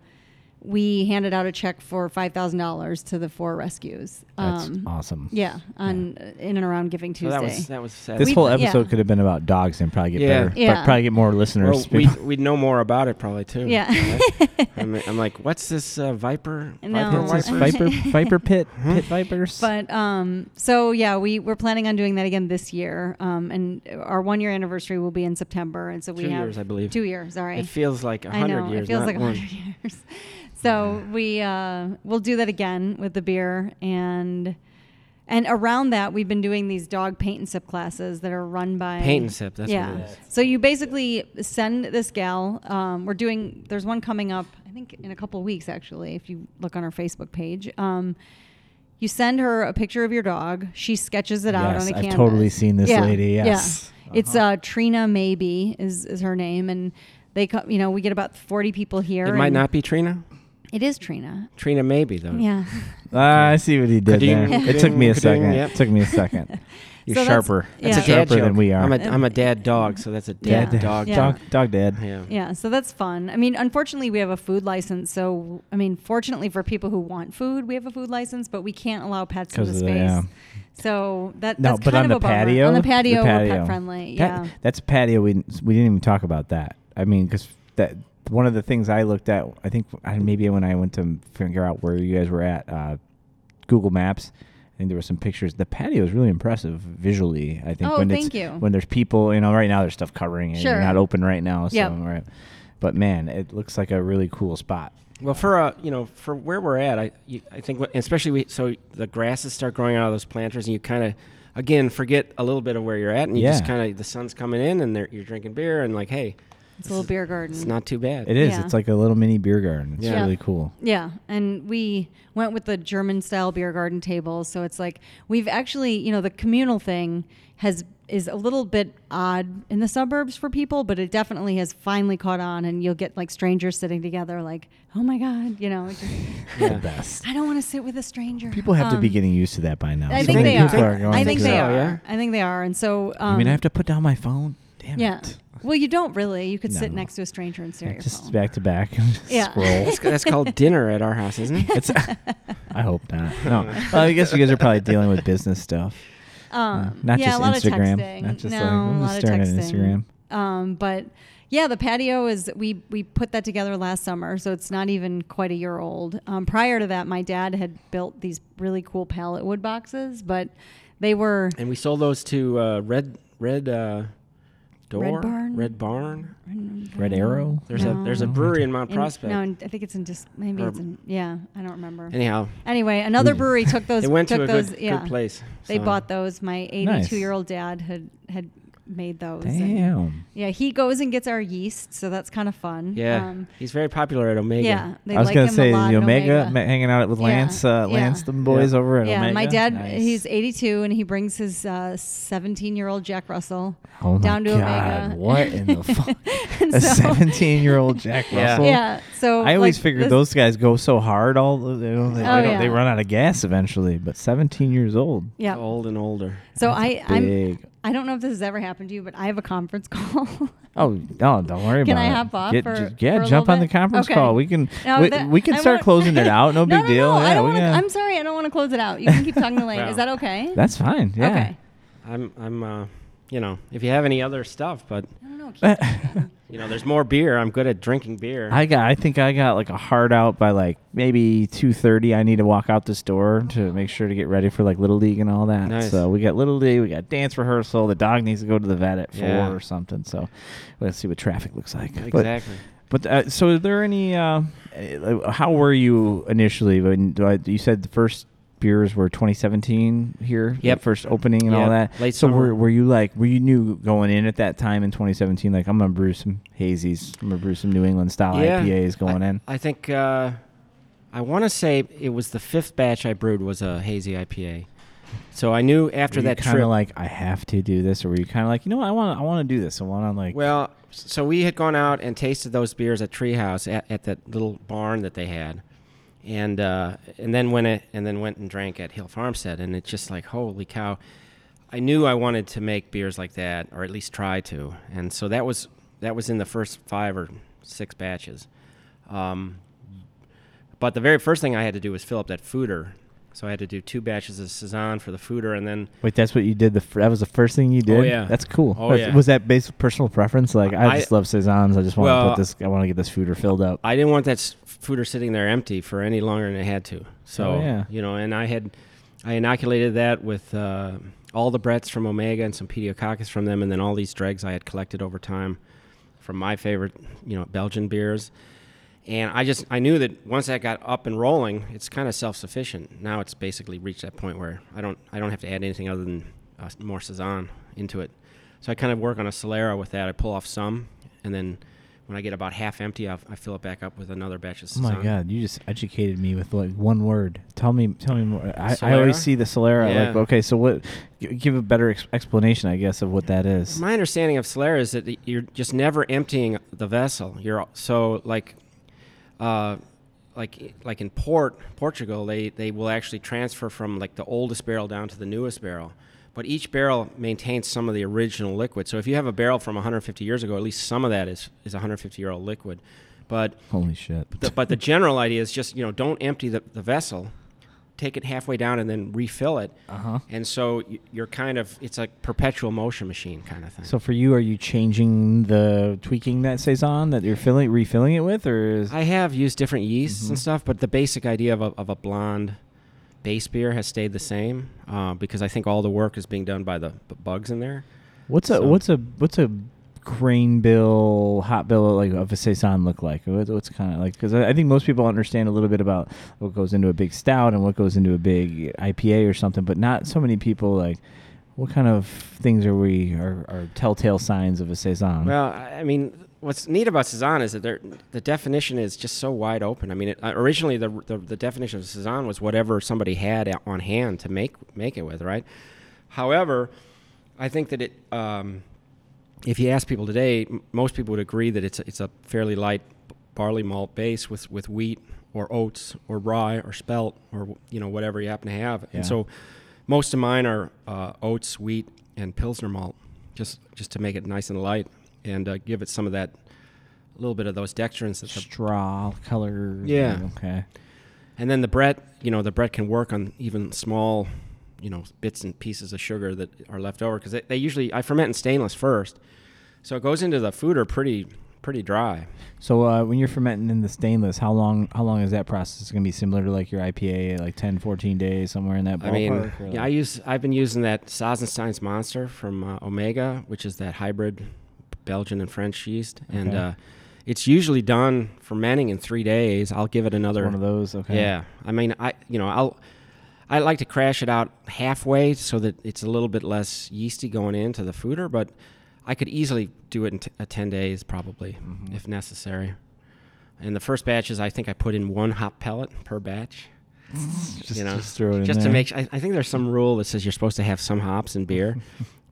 Speaker 3: we handed out a check for five thousand dollars to the four rescues.
Speaker 2: that's
Speaker 3: Um,
Speaker 2: awesome
Speaker 3: Yeah, on in and around Giving
Speaker 4: So
Speaker 3: Tuesday.
Speaker 4: that was that was sad.
Speaker 2: this
Speaker 3: We-
Speaker 2: whole
Speaker 3: yeah.
Speaker 2: episode could have been about dogs and probably get
Speaker 4: Yeah.
Speaker 2: better
Speaker 3: Yeah.
Speaker 2: but probably get more listeners
Speaker 4: well, we we'd know more about it probably too.
Speaker 3: Yeah.
Speaker 4: right? I'm, I'm like, what's this uh, viper?
Speaker 3: No.
Speaker 4: Viper
Speaker 2: What's this
Speaker 4: wipers?
Speaker 2: viper viper pit pit vipers
Speaker 3: Oh, But um, so yeah, we we're planning on doing that again this year, um, and our one year anniversary will be in September, and so we
Speaker 4: Two
Speaker 3: have
Speaker 4: years, I believe.
Speaker 3: two years. Sorry,
Speaker 4: It feels like a
Speaker 3: I know
Speaker 4: hundred years.
Speaker 3: it feels
Speaker 4: not
Speaker 3: like a
Speaker 4: one.
Speaker 3: hundred years. So we uh, we'll do that again with the beer and and around that we've been doing these dog paint and sip classes that are run by
Speaker 4: Paint and sip, that's what
Speaker 3: yeah.
Speaker 4: it is.
Speaker 3: So you basically send this gal. Um, we're doing. There's one coming up. I think in a couple weeks actually. If you look on our Facebook page. Um, you send her a picture of your dog. She sketches it out
Speaker 2: Yes,
Speaker 3: on a
Speaker 2: I've
Speaker 3: canvas.
Speaker 2: totally seen this lady, yes.
Speaker 3: Yeah. It's uh, Trina Maybe is, is her name, and they co- you know we get about forty people here.
Speaker 4: It might
Speaker 3: and-
Speaker 4: not be Trina.
Speaker 3: It is Trina.
Speaker 4: Trina maybe though.
Speaker 3: Yeah.
Speaker 2: Ah, I see what he did
Speaker 4: Ka-ding,
Speaker 2: there. It took me a
Speaker 4: ka-ding,
Speaker 2: second.
Speaker 4: yep.
Speaker 2: Took me a second. You're
Speaker 3: So that's-
Speaker 2: sharper.
Speaker 3: That's
Speaker 2: It's
Speaker 3: yeah.
Speaker 4: Dad
Speaker 2: sharper than
Speaker 4: joke.
Speaker 2: we are.
Speaker 4: I'm a, I'm a dad dog, so that's a
Speaker 3: Yeah.
Speaker 4: dad dog.
Speaker 3: Yeah.
Speaker 2: Dog, dog dad.
Speaker 4: Yeah.
Speaker 3: Yeah, so that's fun. I mean, unfortunately, we have a food license. So, I mean, fortunately for people who want food, we have a food license, but we can't allow pets in
Speaker 2: 'Cause
Speaker 3: the
Speaker 2: of
Speaker 3: space.
Speaker 2: the- yeah.
Speaker 3: So that
Speaker 2: No,
Speaker 3: that's
Speaker 2: but
Speaker 3: kind
Speaker 2: on
Speaker 3: of
Speaker 2: the
Speaker 3: a bummer.
Speaker 2: patio,
Speaker 3: on the patio, we're
Speaker 2: patio.
Speaker 3: pet friendly.
Speaker 2: Pat-
Speaker 3: Yeah,
Speaker 2: that's patio. We we didn't even talk about that. I mean, because that one of the things I looked at. I think I, maybe when I went to figure out where you guys were at, uh, Google Maps. I think there were some pictures. The patio is really impressive visually. I think
Speaker 3: Oh,
Speaker 2: when
Speaker 3: thank you.
Speaker 2: it's when there's people, you know, right now there's stuff covering it.
Speaker 3: Sure.
Speaker 2: You're not open right now, so
Speaker 3: Yep.
Speaker 2: right. But man, it looks like a really cool spot.
Speaker 4: Well, for uh, you know, for where we're at, I you, I think what, especially we so the grasses start growing out of those planters, and you kind of again forget a little bit of where you're at, and you just
Speaker 2: Yeah.
Speaker 4: kind of the sun's coming in, and they're, you're drinking beer, and like, hey,
Speaker 3: it's a little beer garden.
Speaker 4: it's not too bad.
Speaker 2: It is.
Speaker 3: Yeah.
Speaker 2: It's like a little mini beer garden. It's
Speaker 4: Yeah.
Speaker 2: really cool.
Speaker 3: Yeah, and we went with the German style beer garden tables, so it's like we've actually, you know, the communal thing has is a little bit odd in the suburbs for people, but it definitely has finally caught on and you'll get like strangers sitting together like, "Oh my god," you know, it's just,
Speaker 4: Yeah.
Speaker 2: The best.
Speaker 3: I don't want to sit with a stranger.
Speaker 2: People have to be
Speaker 3: Um,
Speaker 2: getting used to that by now.
Speaker 3: I
Speaker 2: So
Speaker 3: think
Speaker 2: many
Speaker 3: they are.
Speaker 2: people going
Speaker 3: I think
Speaker 2: through
Speaker 3: they
Speaker 2: that.
Speaker 3: are.
Speaker 4: that. Oh, yeah?
Speaker 3: I think they are. And so um,
Speaker 2: you mean I have to put down my phone? Damn
Speaker 3: Yeah.
Speaker 2: it.
Speaker 3: Well, you don't really. You could sit
Speaker 2: No.
Speaker 3: next to a stranger and stare at your
Speaker 2: Just
Speaker 3: phone.
Speaker 2: back to back. just
Speaker 3: Yeah.
Speaker 2: Scroll.
Speaker 4: that's, that's called dinner at our house, isn't it?
Speaker 2: It's, I hope not. No. Well, I guess you guys are probably dealing with business stuff.
Speaker 3: Um,
Speaker 2: not
Speaker 3: yeah,
Speaker 2: just
Speaker 3: a lot
Speaker 2: Instagram.
Speaker 3: Of texting.
Speaker 2: Uh, Not just
Speaker 3: no,
Speaker 2: like I'm
Speaker 3: a
Speaker 2: just
Speaker 3: lot of
Speaker 2: staring at
Speaker 3: texting.
Speaker 2: Instagram.
Speaker 3: Um, but yeah, the patio is we we put that together last summer, so it's not even quite a year old. Um, prior to that, my dad had built these really cool pallet wood boxes, but they were
Speaker 4: And we sold those to uh, Red Red uh, Door
Speaker 3: Red Barn?
Speaker 4: Red Barn.
Speaker 2: Red Arrow.
Speaker 4: There's a there's a
Speaker 3: No.
Speaker 4: brewery in Mount
Speaker 3: in-
Speaker 4: Prospect.
Speaker 3: no, in- I think it's in just maybe
Speaker 4: Or-
Speaker 3: it's in yeah, I don't remember.
Speaker 4: Anyhow,
Speaker 3: Anyway, another brewery took those.
Speaker 4: they Hmm. went
Speaker 3: took
Speaker 4: to a
Speaker 3: those,
Speaker 4: good,
Speaker 3: yeah,
Speaker 4: good place.
Speaker 3: They
Speaker 4: so.
Speaker 3: bought those. My 82
Speaker 2: Nice.
Speaker 3: year old dad had had made those. uh, and-
Speaker 2: Damn.
Speaker 3: yeah, he goes and gets our yeast, so that's kind of fun.
Speaker 4: Yeah,
Speaker 3: Um,
Speaker 4: he's very popular at Omega.
Speaker 3: yeah, they
Speaker 2: I was
Speaker 3: like
Speaker 2: gonna
Speaker 3: him
Speaker 2: say
Speaker 3: a lot
Speaker 2: the
Speaker 3: in
Speaker 2: Omega,
Speaker 3: Omega.
Speaker 2: ma- hanging out with
Speaker 3: Yeah,
Speaker 2: Lance, uh,
Speaker 3: yeah.
Speaker 2: Lance, them boys
Speaker 4: Yeah.
Speaker 2: over at
Speaker 3: yeah,
Speaker 2: Omega.
Speaker 3: my dad,
Speaker 2: Nice.
Speaker 3: he's 82, and he brings his 17 year old Jack Russell
Speaker 2: Oh my
Speaker 3: down to
Speaker 2: God,
Speaker 3: Omega.
Speaker 2: What in the fuck?
Speaker 3: And
Speaker 2: A
Speaker 3: so-
Speaker 2: 17 year old Jack
Speaker 4: Yeah.
Speaker 2: Russell.
Speaker 3: Yeah, so
Speaker 2: I always
Speaker 3: like,
Speaker 2: figured
Speaker 3: this-
Speaker 2: those guys go so hard all the- they, don't, they,
Speaker 3: Oh,
Speaker 2: don't- they
Speaker 3: yeah.
Speaker 2: run out of gas eventually. But 17 years old,
Speaker 3: Yeah,
Speaker 4: old and older.
Speaker 3: so I I'm
Speaker 2: big.
Speaker 3: I don't know if this has ever happened to you, but I have a conference call.
Speaker 2: Oh no! Don't worry
Speaker 3: Can
Speaker 2: about
Speaker 3: I
Speaker 2: it.
Speaker 3: hop off
Speaker 2: Get-
Speaker 3: for-
Speaker 2: ju- yeah,
Speaker 3: for a
Speaker 2: jump
Speaker 3: little
Speaker 2: on the
Speaker 3: bit?
Speaker 2: conference
Speaker 3: Okay.
Speaker 2: call. We can
Speaker 3: Now
Speaker 2: we,
Speaker 3: that-
Speaker 2: we can
Speaker 3: I
Speaker 2: start
Speaker 3: won't-
Speaker 2: closing it out. No, big
Speaker 3: no,
Speaker 2: deal.
Speaker 3: No, I
Speaker 2: yeah,
Speaker 3: don't
Speaker 2: we
Speaker 3: wanna,
Speaker 2: can-
Speaker 3: I'm sorry, I don't want to close it out. You can keep talking to Lane.
Speaker 4: Wow.
Speaker 3: Is that okay?
Speaker 2: that's fine. Yeah.
Speaker 3: Okay.
Speaker 4: I'm I'm uh, you know, if you have any other stuff, but
Speaker 3: I don't know. keep-
Speaker 4: you know, there's more beer. I'm good at drinking beer.
Speaker 2: I got. I think I got like a hard out by like maybe two thirty. I need to walk out this door to make sure to get ready for like little league and all that.
Speaker 4: Nice.
Speaker 2: So we got little league. We got dance rehearsal. The dog needs to go to the vet at four
Speaker 4: Yeah.
Speaker 2: or something. So let's see what traffic looks like. But-
Speaker 4: exactly.
Speaker 2: But, uh, so, are there any? Uh, uh, how were you initially? When do I, you said the first beers were 2017 here. the
Speaker 4: Yep.
Speaker 2: first opening and
Speaker 4: Yep.
Speaker 2: all that.
Speaker 4: Late
Speaker 2: so were,
Speaker 4: summer.
Speaker 2: were you like were you new going in at that time in 2017? Like I'm gonna brew some hazies. I'm gonna brew some New England style IPAs going
Speaker 4: I,
Speaker 2: in.
Speaker 4: I think uh, I want to say it was the fifth batch I brewed was a hazy IPA. So I knew after
Speaker 2: Were you
Speaker 4: that
Speaker 2: kind
Speaker 4: trip.
Speaker 2: of like I have to do this, or were you kind of like you know what I want I want to do this. I want to like
Speaker 4: well, so we had gone out and tasted those beers at Treehouse at, at that little barn that they had, and uh, and then went it, and then went and drank at Hill Farmstead, and it's just like holy cow. I knew I wanted to make beers like that, or at least try to, and so that was that was in the first five or six batches. Um, but the very first thing I had to do was fill up that fooder, so I had to do two batches of saison for the fooder, and then
Speaker 2: wait that's what you did. The fir- that was the first thing you did.
Speaker 4: yeah.
Speaker 2: that's cool.
Speaker 4: Oh,
Speaker 2: That's-
Speaker 4: yeah.
Speaker 2: Was that based on personal preference? Like I,
Speaker 4: I-
Speaker 2: just love saisons. I just want to
Speaker 4: Well,
Speaker 2: put this. I want to get this fooder filled up.
Speaker 4: I didn't want that s- fooder sitting there empty for any longer than it had to. So
Speaker 2: Oh, yeah.
Speaker 4: you know, and I had I inoculated that with uh, all the Bretts from Omega and some Pediococcus from them, and then all these dregs I had collected over time from my favorite you know Belgian beers. And I just I knew that once that got up and rolling, it's kind of self sufficient. Now it's basically reached that point where I don't I don't have to add anything other than uh, more saison into it. So I kind of work on a Solera with that. I pull off some, and then when I get about half empty, I, I fill it back up with another batch of
Speaker 2: Oh
Speaker 4: saison.
Speaker 2: my god, you just educated me with like one word. Tell me, tell me more. I, I
Speaker 4: Solera?
Speaker 2: always see the Solera. Like,
Speaker 4: Yeah.
Speaker 2: okay, so what? g- Give a better ex- explanation, I guess, of what that is.
Speaker 4: My understanding of Solera is that you're just never emptying the vessel. You're al- so like, uh, like like in port Portugal, they they will actually transfer from like the oldest barrel down to the newest barrel, but each barrel maintains some of the original liquid. So if you have a barrel from 150 years ago, at least some of that is is 150 year old liquid. But
Speaker 2: Holy shit!
Speaker 4: the, but the general idea is just you know don't empty the, the vessel, take it halfway down and then refill it.
Speaker 2: Uh huh.
Speaker 4: And so y- you're kind of it's a perpetual motion machine kind of thing.
Speaker 2: So for you, are you changing the tweaking that saison that you're filling, refilling it with, or is
Speaker 4: I have used different yeasts and
Speaker 2: Mhm.
Speaker 4: stuff, but the basic idea of a, of a blonde base beer has stayed the same uh, because I think all the work is being done by the b- bugs in there.
Speaker 2: what's a
Speaker 4: so-
Speaker 2: what's a what's a crane bill, hot bill like of a saison look like? What, what's kind of like? Because I, I think most people understand a little bit about what goes into a big stout and what goes into a big IPA or something, but not so many people like. What kind of things are we are, are telltale signs of a saison?
Speaker 4: Well, I I mean, what's neat about saison is that there- the definition is just so wide open. I mean, it, uh, originally the, the the definition of saison was whatever somebody had a- on hand to make make it with, right? However, I think that it. Um, if you ask people today, m- most people would agree that it's a, it's a fairly light barley malt base with, with wheat or oats or rye or spelt or you know whatever you happen to have.
Speaker 2: Yeah.
Speaker 4: And so, most of mine are uh, oats, wheat, and pilsner malt, just just to make it nice and light and uh, give it some of that a little bit of those dextrins. That the,
Speaker 2: straw color.
Speaker 4: Yeah.
Speaker 2: Okay.
Speaker 4: and then the Brett, you know, the Brett can work on even small, you know, bits and pieces of sugar that are left over because they, they usually I ferment in stainless first, So it goes into the food are pretty pretty dry.
Speaker 2: So uh, when you're fermenting in the stainless, how long how long is that process going to be similar to like your IPA, like 10, 14 days, somewhere in that ballpark?
Speaker 4: I mean,
Speaker 2: or, like-
Speaker 4: yeah, I use I've been using that Sazenstein's Monster from uh, Omega, which is that hybrid Belgian and French yeast, and
Speaker 2: Okay.
Speaker 4: uh, it's usually done fermenting in three days. I'll give it another
Speaker 2: one of those. Okay.
Speaker 4: Yeah, I mean, I you know, I'll I like to crash it out halfway so that it's a little bit less yeasty going into the fooder, but I could easily do it in t- uh, ten days probably
Speaker 2: Mm-hmm.
Speaker 4: if necessary. And the first batches, I think I put in one hop pellet per batch.
Speaker 2: Just,
Speaker 4: you know,
Speaker 2: just throw it in
Speaker 4: just to
Speaker 2: there.
Speaker 4: make. su- I, I think there's some rule that says you're supposed to have some hops in beer,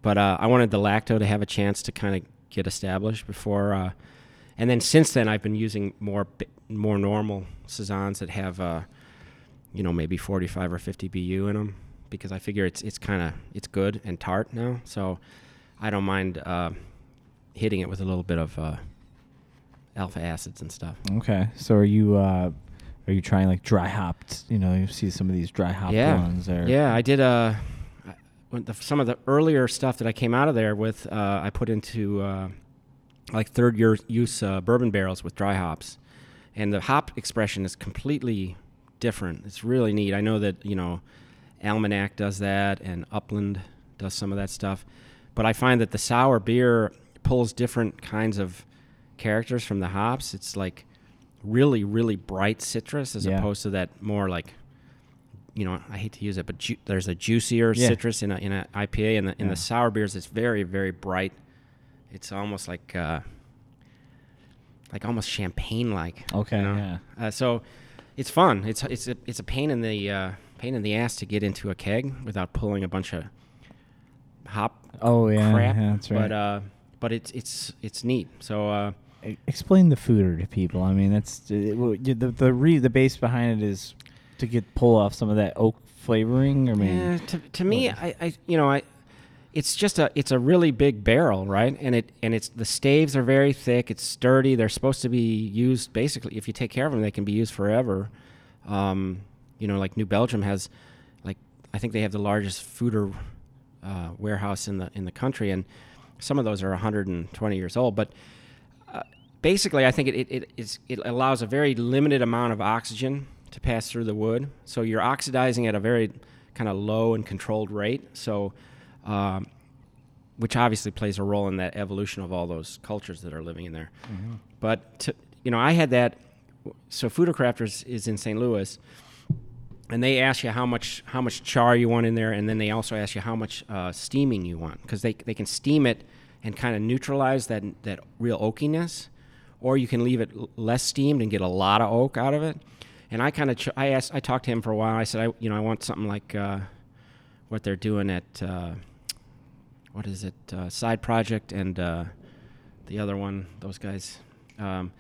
Speaker 4: but uh, I wanted the lacto to have a chance to kind of get established before. Uh, and then since then, I've been using more bi- more normal saisons that have, uh, you know, maybe 45 or 50 BU in them because I figure it's it's kind of it's good and tart now, so I don't mind uh, hitting it with a little bit of uh, alpha acids and stuff.
Speaker 2: Okay. So are you uh, are you trying like dry hopped? You know, you see some of these dry hopped ones there.
Speaker 4: Yeah, I did. Uh, I- when the, some of the earlier stuff that I came out of there with, uh, I put into uh, like third year use uh, bourbon barrels with dry hops, and the hop expression is completely different. It's really neat. I know that you know, Almanac does that, and Upland does some of that stuff, but I find that the sour beer pulls different kinds of characters from the hops. It's like really, really bright citrus as
Speaker 2: Yeah.
Speaker 4: opposed to that more like you know, I hate to use it, but ju- there's a juicier
Speaker 2: Yeah.
Speaker 4: citrus in a in an IPA, and the in
Speaker 2: Yeah.
Speaker 4: the sour beers, it's very very bright. It's almost like uh, like almost champagne like.
Speaker 2: Okay, yeah.
Speaker 4: Uh, so it's fun. It's it's a, it's a pain in the uh, pain in the ass to get into a keg without pulling a bunch of hop
Speaker 2: Oh yeah.
Speaker 4: crap.
Speaker 2: yeah, that's right.
Speaker 4: But uh, but it's it's it's neat. So uh,
Speaker 2: E- Explain the fooder to people. I mean, that's uh, it, w- you- the the re, the base behind it is to get pull off some of that oak flavoring. I mean,
Speaker 4: Yeah, to, to me, I, I you know I, it's just a it's a really big barrel, right? And it and it's the staves are very thick. It's sturdy. They're supposed to be used basically. If you take care of them, they can be used forever. Um, you know, like New Belgium has, like I think they have the largest fooder uh, warehouse in the in the country, and some of those are 120 years old, but basically, I think it, it, it, is, it allows a very limited amount of oxygen to pass through the wood. So you're oxidizing at a very kind of low and controlled rate. So, um, which obviously plays a role in that evolution of all those cultures that are living in there. But, to, you know, I had that. So, Food Crafters is in St. Louis and they ask you how much how much char you want in there, and then they also ask you how much uh, steaming you want because they they can steam it and kind of neutralize that that real oakiness, or you can leave it l- less steamed and get a lot of oak out of it. And I kind of ch- I asked I talked to him for a while. I said I you know I want something like uh, what they're doing at uh, what is it uh, side project and uh, the other one those guys. Um,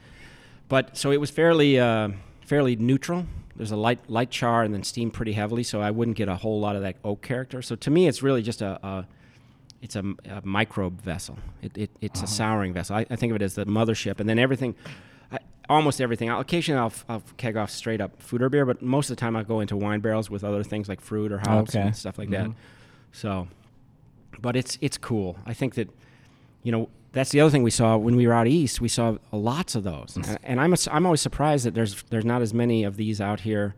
Speaker 4: but so it was fairly uh, fairly neutral. There's a light light char and then steam pretty heavily, so I wouldn't get a whole lot of that oak character. So to me, it's really just a, a it's a, m- a microbe vessel. It, it, it's a souring vessel. I, I think of it as the mothership, and then everything, I, almost everything. I'll, occasionally, I'll, f- I'll keg off straight up food or beer, but most of the time, I'll go into wine barrels with other things like fruit or hops
Speaker 2: Okay.
Speaker 4: and stuff like
Speaker 2: Mhm.
Speaker 4: that. So, but it's it's cool. I think that you know that's the other thing we saw when we were out east. We saw lots of those,
Speaker 2: Mm.
Speaker 4: and, and I'm a, I'm always surprised that there's there's not as many of these out here.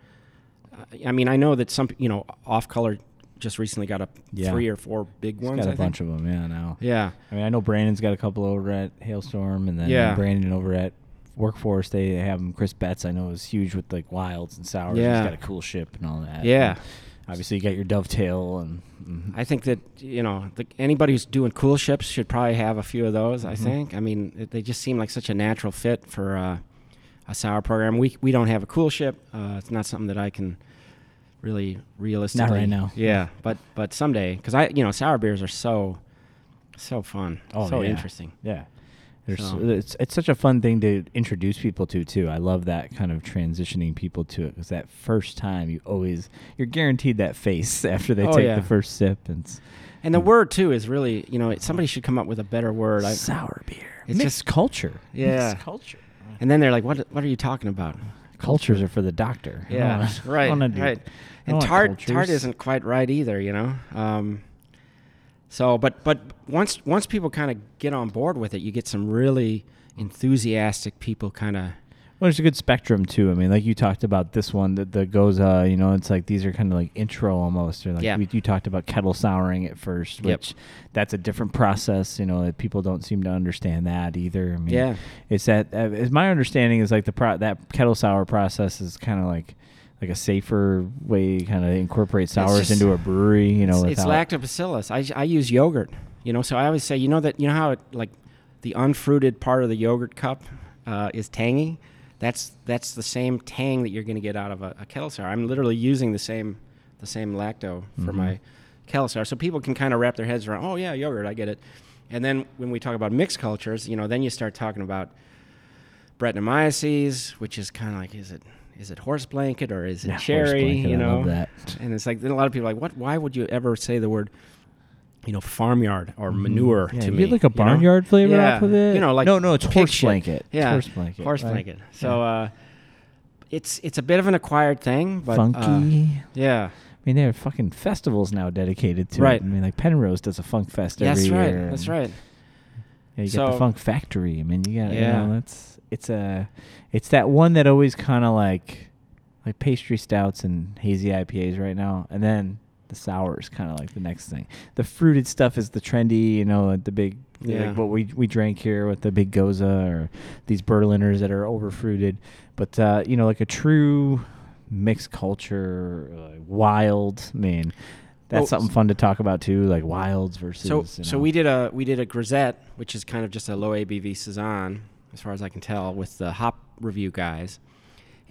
Speaker 4: I- I mean, I know that some you know off color just recently got a
Speaker 2: Yeah.
Speaker 4: three or four big
Speaker 2: He's
Speaker 4: ones.
Speaker 2: got
Speaker 4: I
Speaker 2: a
Speaker 4: think.
Speaker 2: bunch of them. Yeah, now.
Speaker 4: Yeah,
Speaker 2: I mean, I know Brandon's got a couple over at Hailstorm, and then
Speaker 4: Yeah.
Speaker 2: Brandon over at Workforce. They have him. Chris Betts, I know, is huge with like wilds and sours.
Speaker 4: Yeah.
Speaker 2: He's got a cool ship and all that.
Speaker 4: Yeah.
Speaker 2: And obviously, you got your dovetail and. mhm.
Speaker 4: I think that you know the, anybody who's doing cool ships should probably have a few of those.
Speaker 2: Mm-hmm.
Speaker 4: I think. I mean, it, they just seem like such a natural fit for uh, a sour program. We we don't have a cool ship. Uh, it's not something that I can really realistically.
Speaker 2: now.
Speaker 4: Yeah, but but someday, because I you know sour beers are so so fun.
Speaker 2: Oh,
Speaker 4: so
Speaker 2: yeah.
Speaker 4: interesting.
Speaker 2: Yeah. There's,
Speaker 4: So-
Speaker 2: it's, it's such a fun thing to introduce people to too. I love that kind of transitioning people to it because that first time you always you're guaranteed that face after they
Speaker 4: Oh,
Speaker 2: take
Speaker 4: yeah.
Speaker 2: the first sip and it's
Speaker 4: And the word too is really you know it, somebody should come up with a better word. I,
Speaker 2: sour beer.
Speaker 4: It's just-
Speaker 2: Mixed culture.
Speaker 4: Yeah.
Speaker 2: Mixed culture.
Speaker 4: and then they're like, what what are you talking about?
Speaker 2: Cultures are for the doctor. I
Speaker 4: Yeah,
Speaker 2: don't wanna- I
Speaker 4: right,
Speaker 2: don't wanna do-
Speaker 4: right.
Speaker 2: I don't
Speaker 4: And
Speaker 2: want
Speaker 4: tart,
Speaker 2: cultures.
Speaker 4: tart isn't quite right either, you know. Um, So, but but once once people kind of get on board with it, you get some really enthusiastic people kind of
Speaker 2: Well, there's a good spectrum too. I mean, like you talked about this one that the goza, you know, it's like these are kind of like intro almost, or like
Speaker 4: Yeah.
Speaker 2: we, you talked about kettle souring at first,
Speaker 4: Yep.
Speaker 2: which that's a different process. You know, that people don't seem to understand that either. I mean,
Speaker 4: Yeah.
Speaker 2: it's that. Uh, is my understanding is like the pro that kettle sour process is kind of like like a safer way, kind of incorporate sours
Speaker 4: just-
Speaker 2: into a brewery. You know,
Speaker 4: it's, it's
Speaker 2: without-
Speaker 4: lactobacillus. I, I use yogurt, you know. So I always say, you know that you know how it, like the unfruited part of the yogurt cup uh, is tangy. That's that's the same tang that you're going to get out of a, a kettle sour. I'm literally using the same the same lacto for
Speaker 2: Mm-hmm.
Speaker 4: my kettle sour, so people can kind of wrap their heads around. Oh yeah, yogurt, I get it. And then when we talk about mixed cultures, you know, then you start talking about Brettanomyces, which is kind of like, is it is it horse blanket or is it
Speaker 2: Yeah, horse
Speaker 4: cherry?
Speaker 2: blanket,
Speaker 4: you
Speaker 2: I
Speaker 4: know,
Speaker 2: love that.
Speaker 4: and it's like then a lot of people are like, what? Why would you ever say the word, you know, farmyard or manure
Speaker 2: Mm-hmm. Yeah,
Speaker 4: to
Speaker 2: you
Speaker 4: me?
Speaker 2: get like a
Speaker 4: you know?
Speaker 2: barnyard flavor off of it.
Speaker 4: You know, like
Speaker 2: No, no, it's
Speaker 4: pig
Speaker 2: horse
Speaker 4: shit.
Speaker 2: blanket. It's
Speaker 4: Yeah,
Speaker 2: horse blanket,
Speaker 4: Horse
Speaker 2: right?
Speaker 4: blanket. So uh, it's it's a bit of an acquired thing, but uh,
Speaker 2: funky.
Speaker 4: yeah,
Speaker 2: I mean, there are fucking festivals now dedicated to
Speaker 4: Right.
Speaker 2: it. I mean, like Penrose does a funk fest every
Speaker 4: that's right.
Speaker 2: year.
Speaker 4: That's
Speaker 2: and,
Speaker 4: right.
Speaker 2: Yeah, you got
Speaker 4: So-
Speaker 2: the Funk Factory. I mean, you got
Speaker 4: Yeah.
Speaker 2: you know, that's it's a it's that one that always kind of like like pastry stouts and hazy IPAs right now, and then the sour is kind of like the next thing. The fruited stuff is the trendy, you know, like the big
Speaker 4: Yeah.
Speaker 2: like what we we drank here with the big goza or these Berliners that are overfruited, but uh, you know, like a true mixed culture, uh, wild man. That's
Speaker 4: Well,
Speaker 2: something fun to talk about too, like wilds versus.
Speaker 4: So
Speaker 2: you
Speaker 4: so
Speaker 2: know.
Speaker 4: we did a we did a grisette, which is kind of just a low ABV saison, as far as I can tell, with the hop review guys.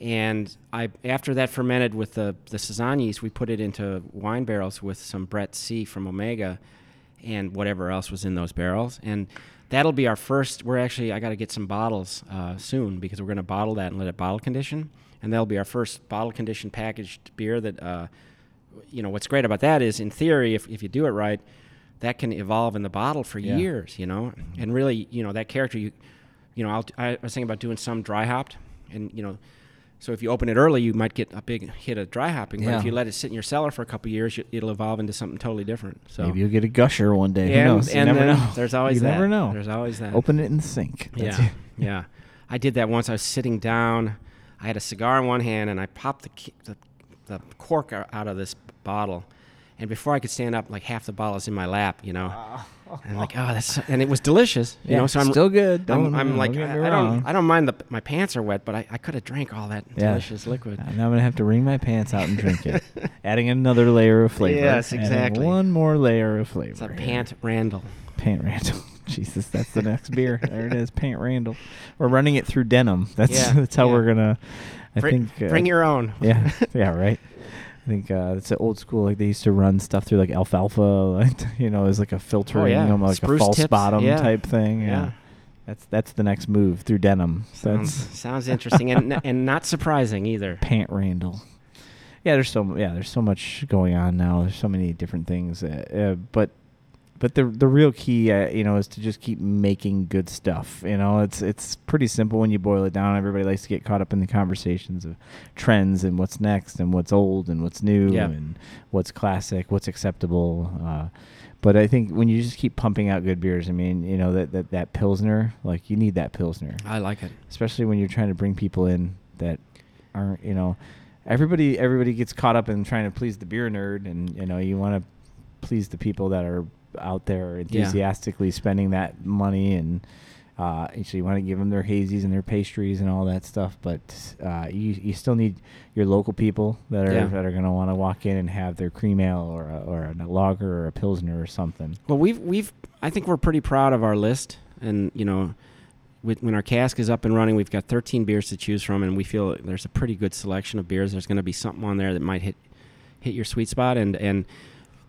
Speaker 4: And I after that fermented with the the saison yeast, we put it into wine barrels with some Brett C from Omega, and whatever else was in those barrels. And that'll be our first. We're actually I got to get some bottles uh, soon because we're going to bottle that and let it bottle condition, and that'll be our first bottle conditioned packaged beer that. Uh, you know what's great about that is in theory if, if you do it right that can evolve in the bottle for
Speaker 2: Yeah.
Speaker 4: years you know and really you know that character you you know I'll, i was thinking about doing some dry hopped and you know so if you open it early you might get a big hit of dry hopping but
Speaker 2: Yeah.
Speaker 4: if you let it sit in your cellar for a couple years you, it'll evolve into something totally different so
Speaker 2: Maybe you'll get a gusher one day.
Speaker 4: And-
Speaker 2: Who knows? You
Speaker 4: and
Speaker 2: never
Speaker 4: then
Speaker 2: know.
Speaker 4: there's always
Speaker 2: you
Speaker 4: that.
Speaker 2: never know.
Speaker 4: There's always that.
Speaker 2: Open it in the sink. That's
Speaker 4: yeah,
Speaker 2: it.
Speaker 4: yeah. I did that once. I was sitting down. I had a cigar in one hand, and I popped the, ki- the, the cork o- out of this bottle. And before I could stand up, like half the bottle is in my lap, you know. And I'm like, oh, that's so-" and it was delicious, you
Speaker 2: Yeah,
Speaker 4: know. So I'm
Speaker 2: still good.
Speaker 4: I'm-
Speaker 2: Don't-
Speaker 4: I'm,
Speaker 2: don't
Speaker 4: like,
Speaker 2: get
Speaker 4: I,
Speaker 2: me
Speaker 4: I don't,
Speaker 2: wrong.
Speaker 4: I don't mind the my pants are wet, but I, I could have drank all that
Speaker 2: Yeah.
Speaker 4: delicious liquid.
Speaker 2: And I'm gonna have to wring my pants out and drink it, adding another layer of flavor.
Speaker 4: Yes,
Speaker 2: adding
Speaker 4: exactly.
Speaker 2: One more layer of flavor.
Speaker 4: It's a
Speaker 2: here.
Speaker 4: pant Randall.
Speaker 2: Pant Randall. Jesus, that's the next beer. There it is, Pant Randall. We're running it through denim. That's
Speaker 4: Yeah,
Speaker 2: that's how
Speaker 4: yeah.
Speaker 2: we're gonna. I
Speaker 4: Bring-
Speaker 2: think. uh,
Speaker 4: bring your own.
Speaker 2: Yeah, yeah, right. I think uh, it's an old school. Like they used to run stuff through like alfalfa, like, you know, as like a filtering,
Speaker 4: Oh, yeah.
Speaker 2: um, like
Speaker 4: Spruce
Speaker 2: a false
Speaker 4: tips.
Speaker 2: bottom
Speaker 4: Yeah.
Speaker 2: type thing. Yeah.
Speaker 4: Yeah.
Speaker 2: that's that's the next move through denim. So
Speaker 4: Sounds
Speaker 2: that's
Speaker 4: sounds interesting and n- and not surprising either.
Speaker 2: Pant Randall. Yeah, there's so yeah, there's so much going on now. There's so many different things, uh, uh, but but the the real key, uh, you know, is to just keep making good stuff. You know, it's it's pretty simple when you boil it down. Everybody likes to get caught up in the conversations of trends and what's next and what's old and what's new
Speaker 4: Yeah.
Speaker 2: and what's classic, what's acceptable. Uh, but I think when you just keep pumping out good beers, I mean, you know, that, that, that Pilsner, like you need that Pilsner
Speaker 4: I like it.
Speaker 2: especially when you're trying to bring people in that aren't you know everybody everybody gets caught up in trying to please the beer nerd and you know you want to please the people that are out there enthusiastically spending that money and uh, and so you want to give them their hazies and their pastries and all that stuff, but uh, you you still need your local people that are
Speaker 4: Yeah.
Speaker 2: that are going to want to walk in and have their cream ale or a, or a lager or a pilsner or something.
Speaker 4: Well, we've we've I think we're pretty proud of our list, and you know, with, when our cask is up and running, we've got 13 beers to choose from, and we feel there's a pretty good selection of beers. There's going to be something on there that might hit hit your sweet spot, and and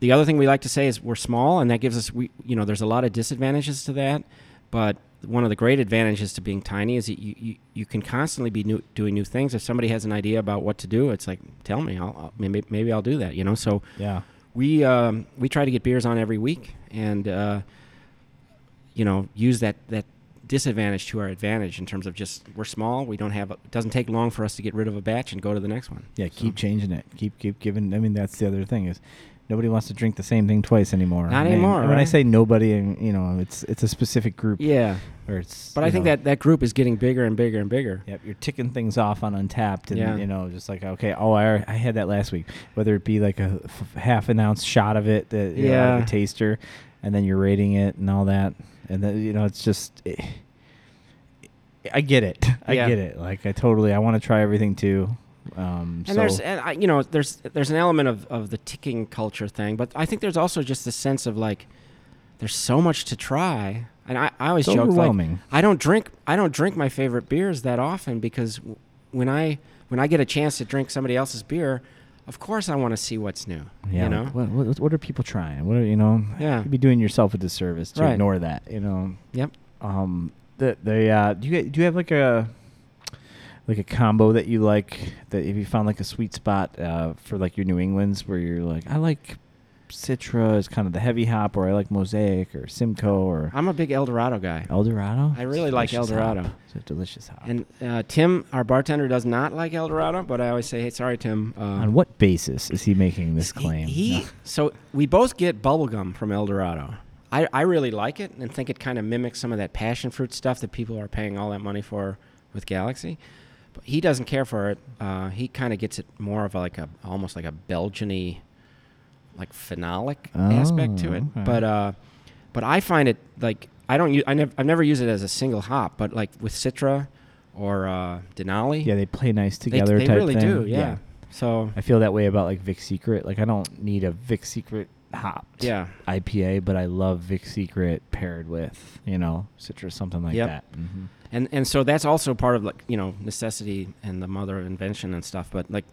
Speaker 4: the other thing we like to say is we're small, and that gives us we you know there's a lot of disadvantages to that, but one of the great advantages to being tiny is that you, you, you can constantly be new, doing new things. If somebody has an idea about what to do, it's like tell me, I'll, I'll maybe maybe I'll do that. You know, so
Speaker 2: Yeah,
Speaker 4: we um, we try to get beers on every week and uh, you know use that that disadvantage to our advantage in terms of just we're small we don't have it doesn't take long for us to get rid of a batch and go to the next one
Speaker 2: Yeah,
Speaker 4: So-
Speaker 2: keep changing it. Keep keep giving. I mean, that's the other thing is, Nobody wants to drink the same thing twice anymore.
Speaker 4: Not
Speaker 2: And-
Speaker 4: anymore,
Speaker 2: and When I
Speaker 4: right?
Speaker 2: say nobody, and you know, it's it's a specific group.
Speaker 4: Yeah,
Speaker 2: Or it's.
Speaker 4: but I
Speaker 2: you
Speaker 4: think
Speaker 2: know,
Speaker 4: that that group is getting bigger and bigger and bigger.
Speaker 2: Yep, you're ticking things off on Untapped, and
Speaker 4: Yeah.
Speaker 2: you know, just like okay, oh, I, I had that last week. Whether it be like a f- half an ounce shot of it, that you know, out of
Speaker 4: Yeah.
Speaker 2: a taster, and then you're rating it and all that, and then you know, it's just, eh, I get it, I
Speaker 4: Yeah.
Speaker 2: get it. Like I totally, I want to try everything too. Um,
Speaker 4: And
Speaker 2: so
Speaker 4: there's, and I, you know, there's there's an element of of the ticking culture thing, but I think there's also just a sense of like, there's so much to try, and I, I always
Speaker 2: It's
Speaker 4: joke like,
Speaker 2: overwhelming.
Speaker 4: I don't drink I don't drink my favorite beers that often because w- when I when I get a chance to drink somebody else's beer, of course I want to see what's new.
Speaker 2: yeah,
Speaker 4: you
Speaker 2: like,
Speaker 4: know,
Speaker 2: what, what what are people trying? What are you know?
Speaker 4: Yeah.
Speaker 2: you'd be doing yourself a disservice to
Speaker 4: Right.
Speaker 2: ignore that. You know,
Speaker 4: yep.
Speaker 2: um the the uh do you do you have like a like a combo that you like that if you found like a sweet spot uh for like your New England's where you're like I like Citra is kind of the heavy hop or I like Mosaic or Simcoe or
Speaker 4: I'm a big El Dorado guy.
Speaker 2: El Dorado.
Speaker 4: I really like El
Speaker 2: delicious hop.
Speaker 4: Dorado.
Speaker 2: It's a delicious hop.
Speaker 4: And uh, Tim, our bartender, does not like El Dorado, but I always say, "Hey, sorry, Tim." Uh,
Speaker 2: on what basis is he making this
Speaker 4: he-
Speaker 2: claim?
Speaker 4: He,
Speaker 2: No.
Speaker 4: so we both get bubblegum from El Dorado. I, I really like it and think it kind of mimics some of that passion fruit stuff that people are paying all that money for with Galaxy. But he doesn't care for it. Uh, he kind of gets it more of like a almost like a Belgiany, like phenolic aspect to
Speaker 2: Oh,
Speaker 4: it.
Speaker 2: okay.
Speaker 4: But uh, but I find it like I don't u- I never I've never used it as a single hop, but like with Citra or uh, Denali,
Speaker 2: yeah, they play nice
Speaker 4: they,
Speaker 2: together
Speaker 4: they
Speaker 2: type
Speaker 4: really
Speaker 2: thing.
Speaker 4: do. yeah. So
Speaker 2: I feel that way about like Vic Secret. Like I don't need a Vic Secret hopped
Speaker 4: Yeah.
Speaker 2: IPA, but I love Vic Secret paired with you know citrus something like
Speaker 4: Yep.
Speaker 2: that. Mm-hmm.
Speaker 4: and and so that's also part of like you know necessity and the mother of invention and stuff but like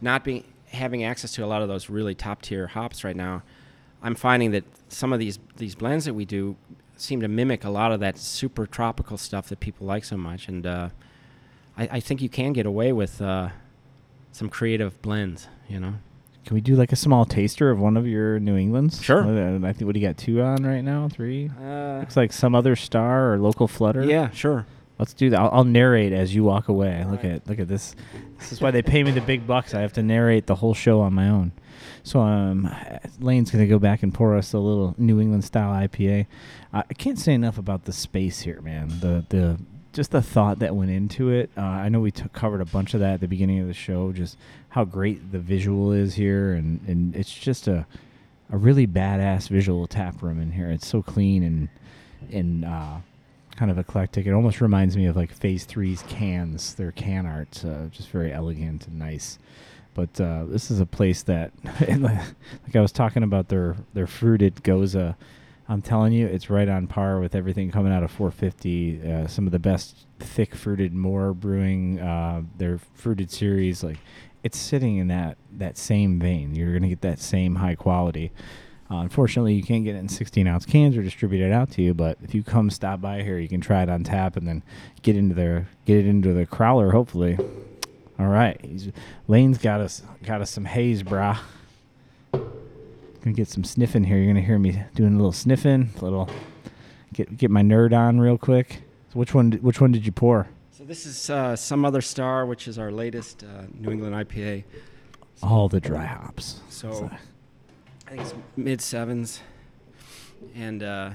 Speaker 4: not being having access to a lot of those really top tier hops right now i'm finding that some of these these blends that we do seem to mimic a lot of that super tropical stuff that people like so much and uh i, I think you can get away with uh some creative blends you know
Speaker 2: Can we do like a small taster of one of your New England's?
Speaker 4: Sure.
Speaker 2: What- uh, I think what do you got? Two on right now? Three?
Speaker 4: uh,
Speaker 2: Looks like some other star or local flutter.
Speaker 4: yeah sure
Speaker 2: Let's do that. I'll, I'll narrate as you walk away. Look
Speaker 4: Alright.
Speaker 2: at look at this. This is why they pay me the big bucks. I have to narrate the whole show on my own. So um, Lane's gonna go back and pour us a little New England style IPA. I I can't say enough about the space here, man. The the just the thought that went into it. Uh, I know we took, covered a bunch of that at the beginning of the show. Just how great the visual is here, and and it's just a a really badass visual tap room in here. It's so clean and and uh, kind of eclectic. It almost reminds me of like Phase Three's cans. Their can art, uh, just very elegant and nice. But uh, this is a place that, and like like I was talking about their their fruited goza. I'm telling you, it's right on par with everything coming out of 450. Uh, some of the best thick fruited Moore Brewing, uh, their fruited series, like it's sitting in that that same vein. You're gonna get that same high quality. Uh, unfortunately, you can't get it in 16 ounce cans or distribute it out to you. But if you come stop by here, you can try it on tap and then get into their get it into the crowler. Hopefully, all right. He's, Lane's got us got us some haze, brah. Gonna get some sniffing here. You're gonna hear me doing a little sniffing, a little get get my nerd on real quick. So which one? Which one did you pour?
Speaker 4: so this is uh, some other star which is our latest uh, new england ipa
Speaker 2: All the dry hops.
Speaker 4: So I think it's mid sevens. And uh,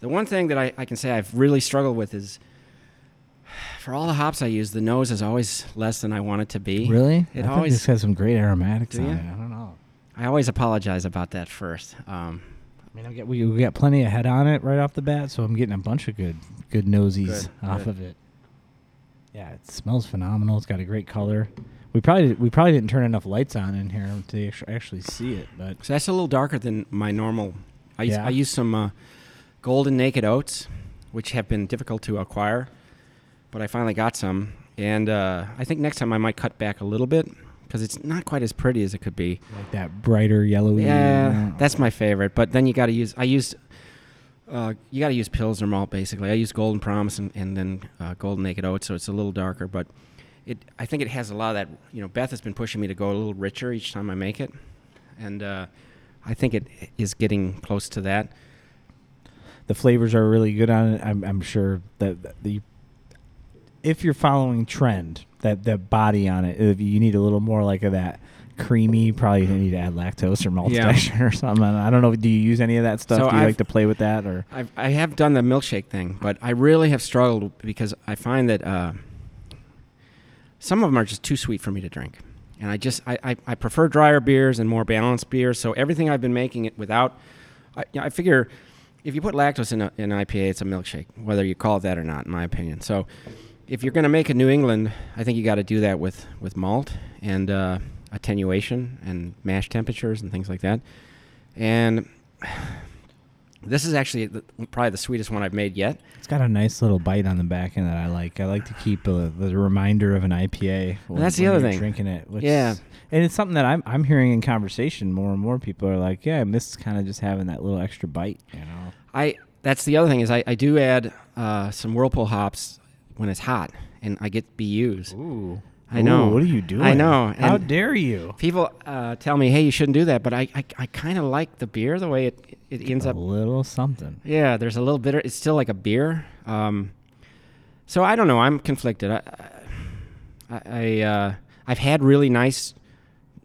Speaker 4: the one thing that I, I can say I've really struggled with is for all the hops I use, the nose is always less than I want it to be.
Speaker 2: Really?
Speaker 4: It
Speaker 2: I thought
Speaker 4: always-
Speaker 2: this has some great aromatics
Speaker 4: Do
Speaker 2: on
Speaker 4: ya?
Speaker 2: it. I don't know.
Speaker 4: I always apologize about that first. Um,
Speaker 2: I mean, I get, we, we got plenty of head on it right off the bat, so I'm getting a bunch of good good nosies
Speaker 4: Good,
Speaker 2: off
Speaker 4: good.
Speaker 2: of it. Yeah, it smells phenomenal. It's got a great color. We probably we probably didn't turn enough lights on in here to actu- actually see it, but
Speaker 4: so that's a little darker than my normal. I, use,
Speaker 2: Yeah.
Speaker 4: I use some uh, golden naked oats, which have been difficult to acquire, but I finally got some. And uh, I think next time I might cut back a little bit because it's not quite as pretty as it could be.
Speaker 2: like that brighter yellowy.
Speaker 4: Yeah,
Speaker 2: Mm.
Speaker 4: that's my favorite. But then you got to use. I used. Uh, you got to use pills or malt basically. I use Golden Promise and, and then uh, Golden Naked Oats, so it's a little darker. But it, I think it has a lot of that. You know, Beth has been pushing me to go a little richer each time I make it, and uh, I think it is getting close to that.
Speaker 2: the flavors are really good on it. I'm, I'm sure that that the if you're following trend, that that body on it, if you need a little more like of that creamy. Probably you need to add lactose or maltodextrin
Speaker 4: Yeah.
Speaker 2: or something. I don't know. Do you use any of that stuff?
Speaker 4: So
Speaker 2: do you
Speaker 4: I've-
Speaker 2: like to play with that or?
Speaker 4: I've, I have done the milkshake thing, but I really have struggled because I find that uh, some of them are just too sweet for me to drink. And I just, I, I, I prefer drier beers and more balanced beers. So everything I've been making it without, I, you know, I figure if you put lactose in, a, in an IPA, it's a milkshake, whether you call it that or not, in my opinion. So if you're going to make a New England, I think you got to do that with, with malt and uh, attenuation and mash temperatures and things like that. And this is actually the, probably the sweetest one I've made yet.
Speaker 2: It's got a nice little bite on the back end that I like. I like to keep a, the reminder of an IPA. When,
Speaker 4: that's the
Speaker 2: when
Speaker 4: other
Speaker 2: you're
Speaker 4: thing.
Speaker 2: Drinking it, which
Speaker 4: Yeah.
Speaker 2: is- and it's something that I'm I'm hearing in conversation. More and more people are like, "Yeah, I miss kind of just having that little extra bite." You know,
Speaker 4: I that's the other thing is I, I do add uh, some whirlpool hops when it's hot, and I get BU's.
Speaker 2: Ooh,
Speaker 4: I know.
Speaker 2: what are you doing?
Speaker 4: I know.
Speaker 2: How
Speaker 4: and
Speaker 2: dare you?
Speaker 4: People uh, tell me, "Hey, you shouldn't do that," but I I, I kind of like the beer the way it it ends
Speaker 2: a
Speaker 4: up.
Speaker 2: little something.
Speaker 4: Yeah, there's a little bitter. It's still like a beer. Um, so I don't know. I'm conflicted. I, I, I uh, I've had really nice,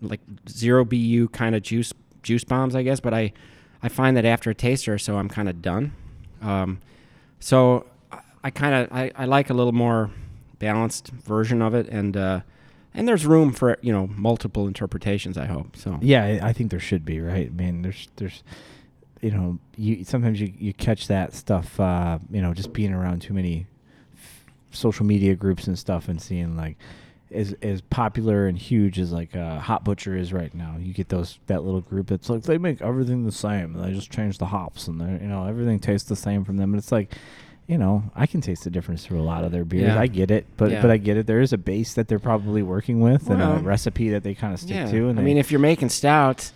Speaker 4: like zero bu kind of juice juice bombs, I guess. But I, I find that after a taster, or so I'm kind of done. Um, so I, I kind of I, I like a little more balanced version of it, and uh, and there's room for you know multiple interpretations. I hope so.
Speaker 2: Yeah, I- I think there should be, right? I mean, there's there's you know, you sometimes you, you catch that stuff uh, you know, just being around too many f- social media groups and stuff and seeing like as as popular and huge as like uh, Hot Butcher is right now. You get those that little group that's like they make everything the same. They just change the hops and they you know, everything tastes the same from them. And it's like you know, I can taste the difference through a lot of their beers.
Speaker 4: Yeah.
Speaker 2: I get it, but
Speaker 4: Yeah.
Speaker 2: but I get it. There is a base that they're probably working with and
Speaker 4: Well-
Speaker 2: a recipe that they kind of stick to. And
Speaker 4: I
Speaker 2: they-
Speaker 4: mean, if you're making stouts,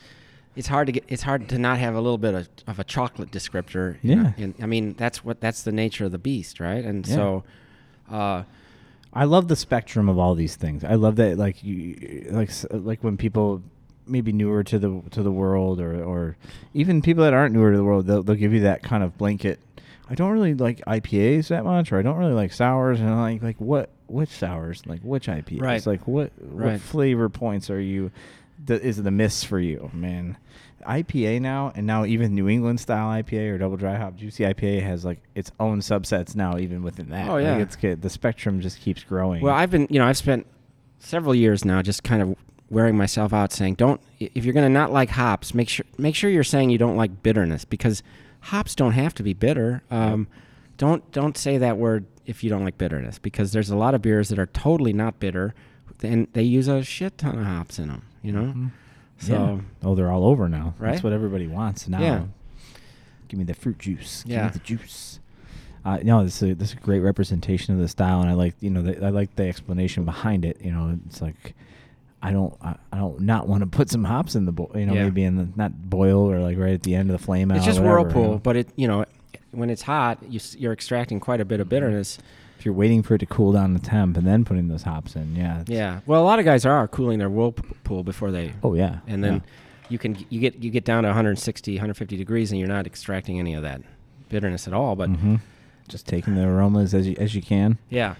Speaker 4: it's hard to get. It's hard to not have a little bit of, of a chocolate descriptor. you
Speaker 2: Yeah.
Speaker 4: know, and I mean, that's what that's the nature of the beast, right? And
Speaker 2: Yeah.
Speaker 4: so, uh,
Speaker 2: I love the spectrum of all these things. I love that, like you, like s- like when people maybe newer to the to the world, or or even people that aren't newer to the world, they'll, they'll give you that kind of blanket. I don't really like IPAs that much, or I don't really like sours, and I'm like like what which sours, like which IPAs,
Speaker 4: Right.
Speaker 2: like what what
Speaker 4: Right.
Speaker 2: flavor points are you? The, is the miss for you, man? IPA now, and now even New England style IPA or double dry hop juicy IPA has like its own subsets now, even within that.
Speaker 4: Oh,
Speaker 2: Like,
Speaker 4: yeah.
Speaker 2: it's good. The spectrum just keeps growing.
Speaker 4: well, I've been, you know, I've spent several years now just kind of wearing myself out, saying, don't. If you're going to not like hops, make sure make sure you're saying you don't like bitterness because hops don't have to be bitter. Um, Don't don't say that word if you don't like bitterness because there's a lot of beers that are totally not bitter, and they use a shit ton of hops in them. You know. So
Speaker 2: Mm-hmm. oh, they're all over now. That's
Speaker 4: Right?
Speaker 2: what everybody wants now.
Speaker 4: Yeah.
Speaker 2: Give me the fruit juice. Give
Speaker 4: Yeah.
Speaker 2: me the juice. Uh, no, this is, a, this is a great representation of the style, and I like you know the, I like the explanation behind it. You know, it's like I don't I, I don't not want to put some hops in the bo- you know
Speaker 4: Yeah.
Speaker 2: maybe in the not boil or like right at the end of the flame out.
Speaker 4: It's just
Speaker 2: whatever, you
Speaker 4: whirlpool,
Speaker 2: know.
Speaker 4: but it you know when it's hot, you, s- you're extracting quite a bit
Speaker 2: Mm-hmm.
Speaker 4: of bitterness.
Speaker 2: if you're waiting for it to cool down the temp and then putting those hops in, yeah, it's-
Speaker 4: Yeah. Well, a lot of guys are cooling their whirlpool before they,
Speaker 2: Oh yeah,
Speaker 4: and then
Speaker 2: yeah.
Speaker 4: you can you get you get down to 160, 150 degrees, and you're not extracting any of that bitterness at all. But
Speaker 2: Mhm. just taking the aromas as you as you can.
Speaker 4: yeah,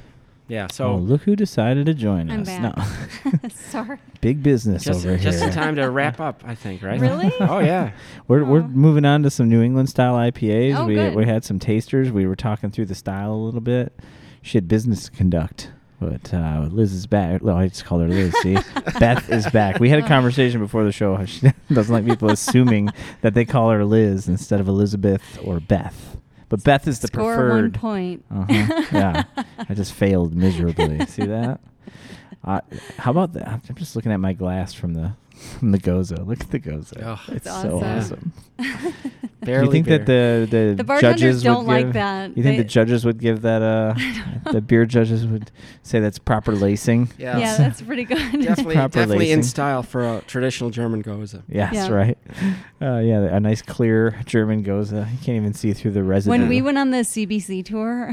Speaker 4: yeah. So
Speaker 2: oh, look who decided to join
Speaker 3: I'm
Speaker 2: us. No.
Speaker 3: back. Sorry.
Speaker 2: Big business
Speaker 4: just
Speaker 2: over
Speaker 4: just
Speaker 2: here.
Speaker 4: in time to wrap up, I think. Right?
Speaker 3: Really?
Speaker 4: Oh yeah.
Speaker 2: We're, we're
Speaker 3: Aw.
Speaker 2: moving on to some New England style IPAs.
Speaker 3: Oh,
Speaker 2: we
Speaker 3: good.
Speaker 2: we had some tasters. We were talking through the style a little bit. She had business to conduct, but uh, Liz is back. Well, I just called her Liz. See, Beth is back. We had
Speaker 3: Oh.
Speaker 2: a conversation before the show. how She doesn't like people assuming that they call her Liz instead of Elizabeth or Beth. But Beth is the
Speaker 3: Score one
Speaker 2: preferred.
Speaker 3: point.
Speaker 2: Uh-huh. Yeah, I just failed miserably. See that? Uh, how about that? I'm just looking at my glass from the from the Gozo. Look at the Gozo.
Speaker 4: Oh.
Speaker 2: it's
Speaker 3: It's
Speaker 2: so awesome.
Speaker 4: awesome.
Speaker 2: Do you
Speaker 4: Barely
Speaker 2: think that the the,
Speaker 3: The bartenders
Speaker 2: judges would
Speaker 3: don't like
Speaker 2: give-
Speaker 3: that.
Speaker 2: You think
Speaker 3: They-
Speaker 2: the judges would give that? Uh, the beer judges would say that's proper lacing.
Speaker 4: Yeah.
Speaker 3: Yeah, that's pretty good.
Speaker 4: definitely
Speaker 2: Proper
Speaker 4: definitely
Speaker 2: lacing.
Speaker 4: in style for a traditional German goza.
Speaker 2: Yes,
Speaker 3: Yeah.
Speaker 2: right. Uh, yeah, a nice clear German Goza. You can't even see through the resin.
Speaker 3: When we went on the CBC tour,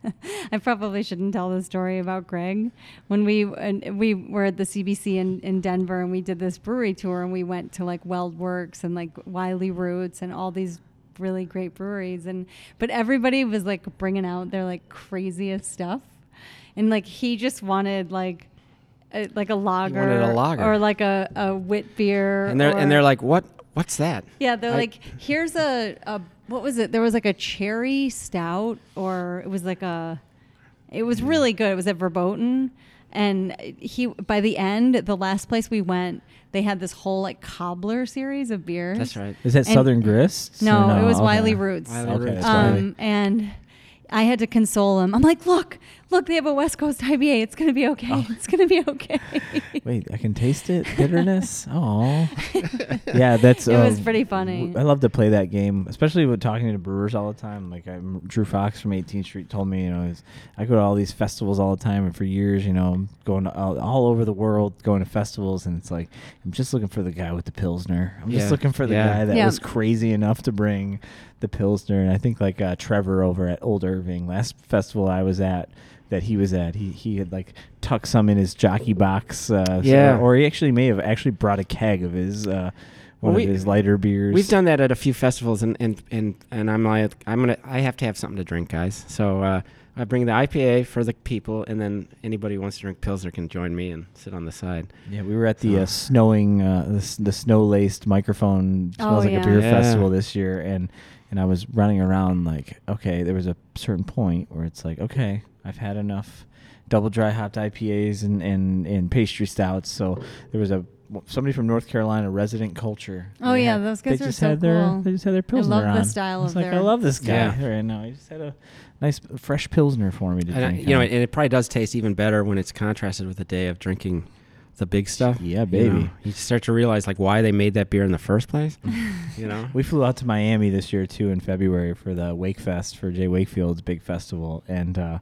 Speaker 3: I probably shouldn't tell the story about Greg. When we and we were at the CBC in, in Denver and we did this brewery tour and we went to like Weld Works and like Wiley Roots and all these really great breweries and but everybody was like bringing out their like craziest stuff and like he just wanted like uh, like a lager,
Speaker 4: wanted a lager.
Speaker 3: or like a, a wit beer,
Speaker 4: and they're
Speaker 3: or,
Speaker 4: and they're like, what? What's that?
Speaker 3: yeah, they're
Speaker 4: I-
Speaker 3: like, here's a, a what was it? There was like a cherry stout, or it was like a, it was
Speaker 2: Mm.
Speaker 3: really good. It was at Verboten, and he by the end, the last place we went, they had this whole like cobbler series of beers.
Speaker 4: That's right.
Speaker 2: Is that
Speaker 3: And-
Speaker 2: Southern Grist?
Speaker 3: No,
Speaker 2: Or
Speaker 3: it was
Speaker 2: Okay.
Speaker 3: Wiley Roots.
Speaker 4: Wiley
Speaker 2: Okay,
Speaker 4: Roots.
Speaker 2: that's Wiley.
Speaker 3: Um, and I had to console him. I'm like, look, look, they have a West Coast IBA. It's gonna be okay.
Speaker 2: Oh.
Speaker 3: It's gonna be okay.
Speaker 2: Wait, I can taste it. Bitterness. Oh, yeah, that's.
Speaker 3: It was
Speaker 2: um,
Speaker 3: pretty funny.
Speaker 2: I love to play that game, especially with talking to brewers all the time. Like I, Drew Fox from 18th Street told me, you know, he's- I go to all these festivals all the time, and for years, you know, I'm going to all, all over the world, going to festivals, and it's like I'm just looking for the guy with the pilsner. I'm
Speaker 4: Yeah.
Speaker 2: just looking for the
Speaker 4: Yeah.
Speaker 2: guy that
Speaker 3: Yeah.
Speaker 2: was crazy enough to bring the pilsner. And I think like uh, Trevor over at Old Irving last festival I was at. That he was at, he he had like tucked some in his jockey box, uh,
Speaker 4: Yeah.
Speaker 2: or he actually may have actually brought a keg of his uh, one
Speaker 4: Well,
Speaker 2: of
Speaker 4: we-
Speaker 2: his lighter beers.
Speaker 4: We've done that at a few festivals, and and and, and I'm like, I'm gonna, I have to have something to drink, guys. So uh, I bring the IPA for the people, and then anybody who wants to drink pilsner can join me and sit on the side.
Speaker 2: Yeah, we were at the
Speaker 4: So-
Speaker 2: uh, snowing, uh, the, s- the snow laced microphone
Speaker 3: Oh,
Speaker 2: smells like
Speaker 3: yeah.
Speaker 2: a beer
Speaker 4: Yeah.
Speaker 2: festival this year, and and I was running around like, okay, there was a certain point where it's like, okay, I've had enough double dry hopped IPAs and and and pastry stouts. So there was a somebody from North Carolina, resident culture.
Speaker 3: Oh,
Speaker 2: They
Speaker 3: yeah,
Speaker 2: had-
Speaker 3: those guys
Speaker 2: they
Speaker 3: are
Speaker 2: just
Speaker 3: so
Speaker 2: had their,
Speaker 3: cool.
Speaker 2: They just had their
Speaker 3: I love
Speaker 2: pilsner on.
Speaker 3: the style
Speaker 2: I was
Speaker 3: of
Speaker 2: like, I
Speaker 3: their-
Speaker 2: love this guy
Speaker 4: Yeah.
Speaker 2: right now. He just had a nice fresh pilsner for me to
Speaker 4: And I-
Speaker 2: drink.
Speaker 4: you know,
Speaker 2: on.
Speaker 4: and it probably does taste even better when it's contrasted with a day of drinking the big stuff.
Speaker 2: Yeah,
Speaker 4: you
Speaker 2: baby.
Speaker 4: know. You start to realize like why they made that beer in the first place. you know,
Speaker 2: We flew out to Miami this year too in February for the Wake Fest for Jay Wakefield's big festival, and uh,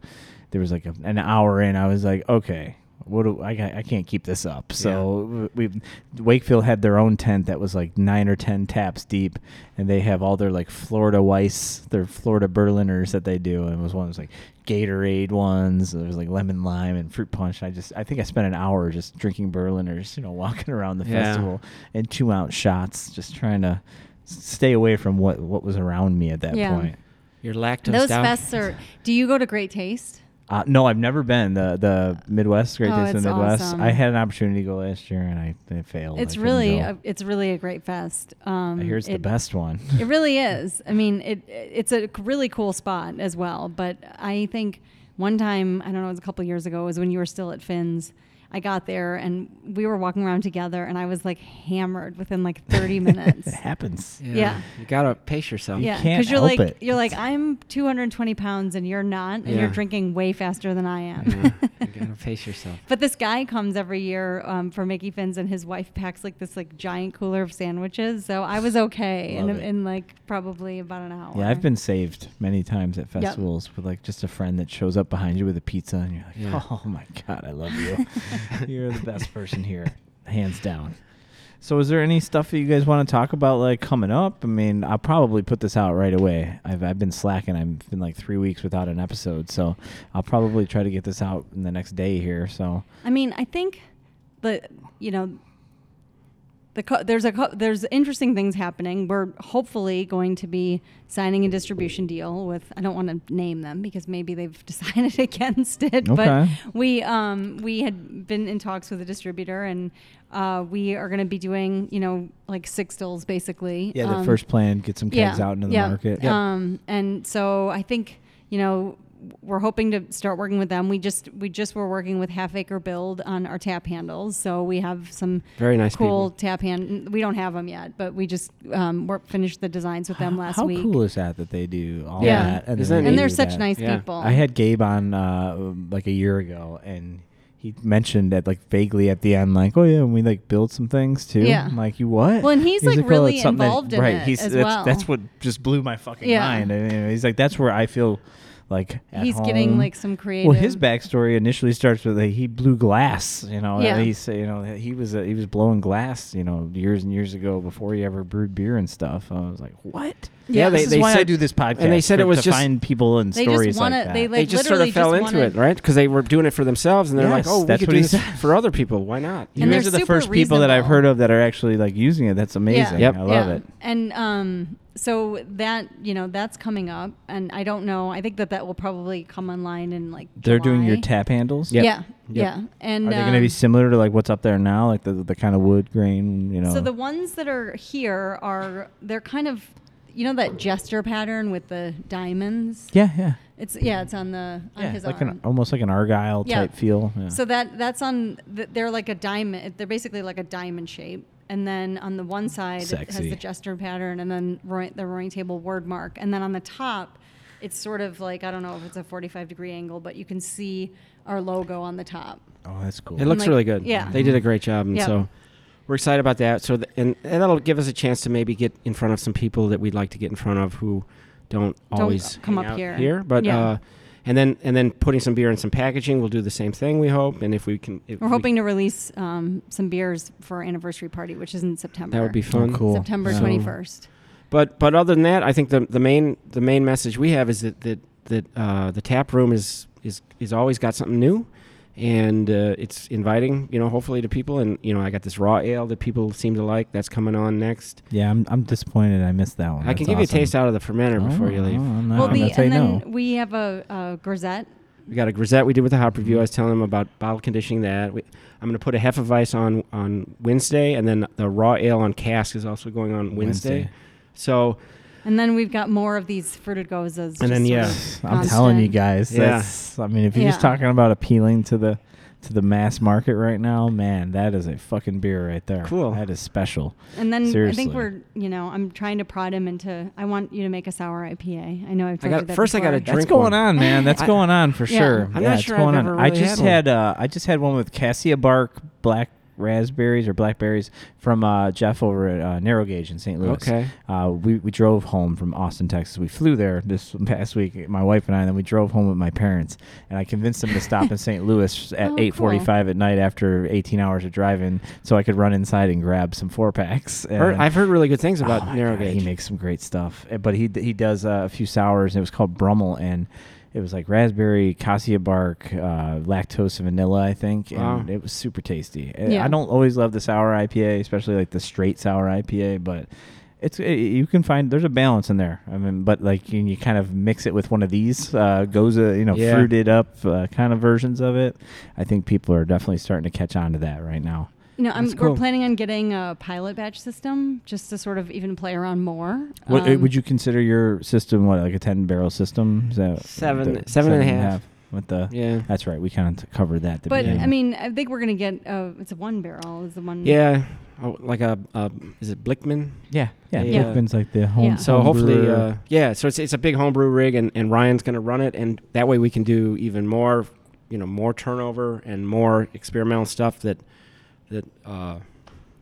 Speaker 2: there was like a, an hour in. I was like, okay, what do I? ca- I can't keep this up. So we Wakefield had their own tent that was like nine or ten taps deep, and they have all their like Florida Weiss, their Florida Berliners that they do, and it was one was like Gatorade ones. There was like lemon lime and fruit punch. I just I think I spent an hour just drinking Berliners, you know, walking around the
Speaker 4: Yeah.
Speaker 2: festival and two ounce shots, just trying to s- stay away from what what was around me at that
Speaker 3: Yeah.
Speaker 2: point.
Speaker 4: your lactose.
Speaker 3: Those
Speaker 4: down-
Speaker 3: fests are. Do you go to Great Taste?
Speaker 2: Uh, no, I've never been the the Midwest Great
Speaker 3: Oh,
Speaker 2: Taste of the
Speaker 3: it's
Speaker 2: Midwest.
Speaker 3: awesome.
Speaker 2: I had an opportunity to go last year and I, I failed. I
Speaker 3: It's
Speaker 2: couldn't
Speaker 3: really,
Speaker 2: go.
Speaker 3: a, it's really a great fest. Um,
Speaker 2: I hear it's the
Speaker 3: it-
Speaker 2: best one.
Speaker 3: it really is. I mean, it it's a really cool spot as well. But I think one time, I don't know, it was a couple of years ago, was when you were still at Finn's. I got there and we were walking around together, and I was like hammered within like 30 minutes.
Speaker 2: it happens.
Speaker 3: Yeah.
Speaker 4: you gotta pace yourself.
Speaker 3: Yeah,
Speaker 2: can't
Speaker 3: you're
Speaker 2: help
Speaker 3: like
Speaker 2: it.
Speaker 3: you're like I'm 220 pounds and you're not, and
Speaker 4: Yeah.
Speaker 3: you're drinking way faster than I am.
Speaker 4: Yeah, you gotta pace yourself.
Speaker 3: But this guy comes every year um, for Mickey Finn's, and his wife packs like this like giant cooler of sandwiches. So I was okay in,
Speaker 2: Love it.
Speaker 3: in like probably about an hour.
Speaker 2: Yeah, I've been saved many times at festivals with like just a friend that shows up behind you with a pizza and you're like,
Speaker 4: Yeah.
Speaker 2: "Oh my god, I love you. you're the best person here, hands down." So, is there any stuff that you guys want to talk about like coming up? I mean, I'll probably put this out right away. I've I've been slacking. I've been like 3 weeks without an episode, so I'll probably try to get this out in the next day here. So,
Speaker 3: I mean, I think the you know the co- there's a co- there's interesting things happening. We're hopefully going to be signing a distribution deal with. I don't want to name them because maybe they've decided against it.
Speaker 2: Okay.
Speaker 3: But we um we had been in talks with a distributor and. Uh, we are going to be doing, you know, like six stills basically.
Speaker 2: yeah, the
Speaker 3: Um,
Speaker 2: first plan, get some kegs out into the
Speaker 3: yeah.
Speaker 2: market.
Speaker 3: Um, and so I think you know we're hoping to start working with them. We just we just were working with Half Acre Build on our tap handles, so we have some
Speaker 4: Very nice
Speaker 3: cool
Speaker 4: people.
Speaker 3: tap hand. We don't have them yet, but we just um, worked, finished the designs with them
Speaker 2: How-
Speaker 3: last
Speaker 2: How
Speaker 3: week.
Speaker 2: cool is that that they do all
Speaker 3: Yeah.
Speaker 2: that? then
Speaker 4: Isn't
Speaker 2: they
Speaker 4: it
Speaker 3: And they're
Speaker 2: do
Speaker 3: such
Speaker 2: that?
Speaker 3: nice
Speaker 4: Yeah.
Speaker 3: people.
Speaker 2: I had Gabe on uh, like a year ago, and he mentioned that like vaguely at the end, like, "Oh yeah, and we like build some things too."
Speaker 3: Yeah.
Speaker 2: I'm like, "You what?"
Speaker 3: Well, and he's, like,
Speaker 2: "Oh,
Speaker 3: really
Speaker 2: it's something
Speaker 3: involved in
Speaker 2: right,
Speaker 3: it
Speaker 2: He's
Speaker 3: as
Speaker 2: that's,
Speaker 3: well.
Speaker 2: that's what just blew my fucking
Speaker 3: Yeah.
Speaker 2: mind. And, you know, he's like, "That's where I feel like at
Speaker 3: He's getting
Speaker 2: home."
Speaker 3: like some creative.
Speaker 2: Well, his backstory initially starts with like, he blew glass. You know,
Speaker 3: Yeah.
Speaker 2: yeah. he say, you know he was uh, he was blowing glass. You know, years and years ago before he ever brewed beer and stuff. I was like, what?
Speaker 4: Yeah,
Speaker 2: this
Speaker 4: they-
Speaker 2: is
Speaker 4: they
Speaker 2: why I
Speaker 4: said-
Speaker 2: do this podcast.
Speaker 4: and they said
Speaker 2: for-
Speaker 4: it was
Speaker 2: to
Speaker 4: just-
Speaker 2: find people and
Speaker 3: They just
Speaker 2: stories
Speaker 3: wanna-
Speaker 2: like that.
Speaker 3: they, like,
Speaker 4: they just sort
Speaker 3: literally
Speaker 4: of fell
Speaker 3: just
Speaker 4: into
Speaker 3: wanted-
Speaker 4: it, right? Because they were doing it for themselves, and they're
Speaker 2: Yes,
Speaker 4: like, "Oh, we
Speaker 2: that's
Speaker 4: could
Speaker 2: what
Speaker 4: do
Speaker 2: he
Speaker 4: this
Speaker 2: said.
Speaker 4: for other people. Why not?"
Speaker 2: You
Speaker 3: And
Speaker 2: guys
Speaker 3: they're
Speaker 2: are the
Speaker 3: super
Speaker 2: first people that I've
Speaker 3: reasonable.
Speaker 2: heard of that are actually like using it. That's amazing.
Speaker 3: Yeah.
Speaker 2: I love
Speaker 3: yeah.
Speaker 2: it.
Speaker 3: And um, so that you know that's coming up, and I don't know. I think that that will probably come online in like.
Speaker 2: They're doing your
Speaker 3: July.
Speaker 2: tap handles.
Speaker 4: Yep.
Speaker 3: Yeah,
Speaker 4: Yep.
Speaker 3: yeah, and
Speaker 2: Are they going to
Speaker 3: um,
Speaker 2: be similar to like what's up there now, like the the kind of wood grain? You know.
Speaker 3: So the ones that are here are they're kind of you know that gesture pattern with the diamonds.
Speaker 2: yeah, yeah,
Speaker 3: It's yeah, it's on the on
Speaker 2: yeah.
Speaker 3: his
Speaker 2: Like
Speaker 3: arm.
Speaker 2: an almost like an argyle
Speaker 3: Yeah.
Speaker 2: type feel. Yeah.
Speaker 3: So that that's on. th- They're like a diamond. They're basically like a diamond shape. And then on the one side it has
Speaker 1: Sexy.
Speaker 3: the gesture pattern, and then roi- the rowing table word mark. And then on the top, it's sort of like I don't know if it's a 45 degree angle, but you can see our logo on the top.
Speaker 1: Oh, that's cool.
Speaker 4: It looks
Speaker 3: like-
Speaker 4: really good.
Speaker 3: yeah.
Speaker 4: They did a great job. And
Speaker 3: Yeah.
Speaker 4: so we're excited about that. So, th- and, and that'll give us a chance to maybe get in front of some people that we'd like to get in front of who don't,
Speaker 3: Don't
Speaker 4: always
Speaker 3: come
Speaker 4: hang
Speaker 3: up
Speaker 4: out
Speaker 3: here.
Speaker 4: But,
Speaker 3: Yeah.
Speaker 4: uh, and then, and then putting some beer in some packaging, we'll do the same thing, we hope. And if we can, if
Speaker 3: We're
Speaker 4: we-
Speaker 3: hoping to release um, some beers for our anniversary party, which is in September.
Speaker 4: that would be fun.
Speaker 2: cool.
Speaker 3: September
Speaker 4: So-
Speaker 3: 21st.
Speaker 4: But, but other than that, I think the, the main, the main message we have is that, that, that, uh, the tap room is, is, is always got something new. And uh, it's inviting, you know, hopefully to people. And, you know, I got this raw ale that people seem to like. That's coming on next.
Speaker 2: yeah, I'm I'm disappointed. I missed that one.
Speaker 4: I
Speaker 2: Oh, That's
Speaker 4: can give you a
Speaker 2: awesome.
Speaker 4: taste out of the fermenter before you
Speaker 2: Oh,
Speaker 4: leave.
Speaker 2: oh, no,
Speaker 3: well,
Speaker 2: I'm
Speaker 3: the,
Speaker 2: gonna say
Speaker 3: and
Speaker 2: no.
Speaker 3: then we have a, a grisette.
Speaker 4: We got a grisette we did with the hop
Speaker 2: Mm-hmm.
Speaker 4: review. I was telling him about bottle conditioning that. We, I'm going to put a hefeweiss on on Wednesday, and then the raw ale on cask is also going on Wednesday.
Speaker 2: Wednesday.
Speaker 4: So
Speaker 3: And then we've got more of these fruited gozas.
Speaker 4: And then,
Speaker 3: just sort
Speaker 4: yeah.
Speaker 3: of
Speaker 2: I'm telling you
Speaker 3: constant.
Speaker 2: guys.
Speaker 4: Yeah.
Speaker 2: That's, I mean, if you're just
Speaker 3: Yeah.
Speaker 2: talking about appealing to the to the mass market right now, man, that is a fucking beer right there.
Speaker 4: Cool.
Speaker 2: That is special.
Speaker 3: And then I
Speaker 2: Seriously.
Speaker 3: think we're, you know, I'm trying to prod him into. I want you to make a sour IPA. I know I've
Speaker 4: I
Speaker 3: told
Speaker 4: got-
Speaker 3: you that
Speaker 4: first I
Speaker 3: before.
Speaker 4: gotta
Speaker 2: That's
Speaker 4: Drink
Speaker 2: going
Speaker 4: one.
Speaker 2: on, man. That's
Speaker 4: I-
Speaker 2: going on for
Speaker 3: Yeah.
Speaker 2: sure.
Speaker 4: I'm not
Speaker 2: Yeah, it's
Speaker 4: sure I've
Speaker 2: going on.
Speaker 4: ever
Speaker 2: I
Speaker 4: really
Speaker 2: just had,
Speaker 4: had
Speaker 2: uh, I just had one with cassia bark black raspberries or blackberries from uh, Jeff over at uh, Narrow Gauge in St. Louis.
Speaker 4: Okay.
Speaker 2: Uh, we we drove home from Austin, Texas. We flew there this past week, my wife and I, and then we drove home with my parents. And I convinced them to stop in St. Louis at
Speaker 3: Oh, cool.
Speaker 2: 8:45 at night after 18 hours of driving, so I could run inside and grab some four packs.
Speaker 4: heard-
Speaker 2: And-
Speaker 4: I've heard really good things about
Speaker 2: Oh my
Speaker 4: narrow
Speaker 2: God,
Speaker 4: gauge.
Speaker 2: He makes some great stuff, Uh, but he d- he does uh, a few sours, and it was called Brummel, and it was like raspberry, cassia bark, uh, lactose, and vanilla, I think, and
Speaker 4: Wow.
Speaker 2: it was super tasty. Uh,
Speaker 3: Yeah.
Speaker 2: I don't always love the sour IPA, especially like the straight sour IPA, but. It's uh, you can find there's a balance in there. I mean, but like you, you kind of mix it with one of these uh, goza, you know,
Speaker 4: Yeah.
Speaker 2: fruited up uh, kind of versions of it. I think people are definitely starting to catch on to that right now.
Speaker 3: You know, I'm,
Speaker 4: That's cool.
Speaker 3: we're planning on getting a pilot batch system just to sort of even play around more.
Speaker 2: What, uh,
Speaker 4: eh,
Speaker 3: Um,
Speaker 2: would you consider your system what like a ten barrel system? Is that
Speaker 4: Seven-
Speaker 2: the-
Speaker 4: seven and a half.
Speaker 2: With the
Speaker 4: Yeah.
Speaker 2: that's right. We kind of covered that. at The
Speaker 3: But
Speaker 2: beginning.
Speaker 3: I mean, I think we're gonna get. Uh, it's a one barrel. Is the one.
Speaker 4: Yeah. Oh, like a, uh, is it Blickman?
Speaker 2: yeah, yeah.
Speaker 4: Yeah.
Speaker 2: Blackman's like the home.
Speaker 3: Yeah.
Speaker 4: So
Speaker 2: home
Speaker 4: hopefully,
Speaker 2: brewer.
Speaker 4: uh, yeah. So it's it's a big homebrew rig, and, and Ryan's going to run it, and that way we can do even more, you know, more turnover and more experimental stuff that that uh,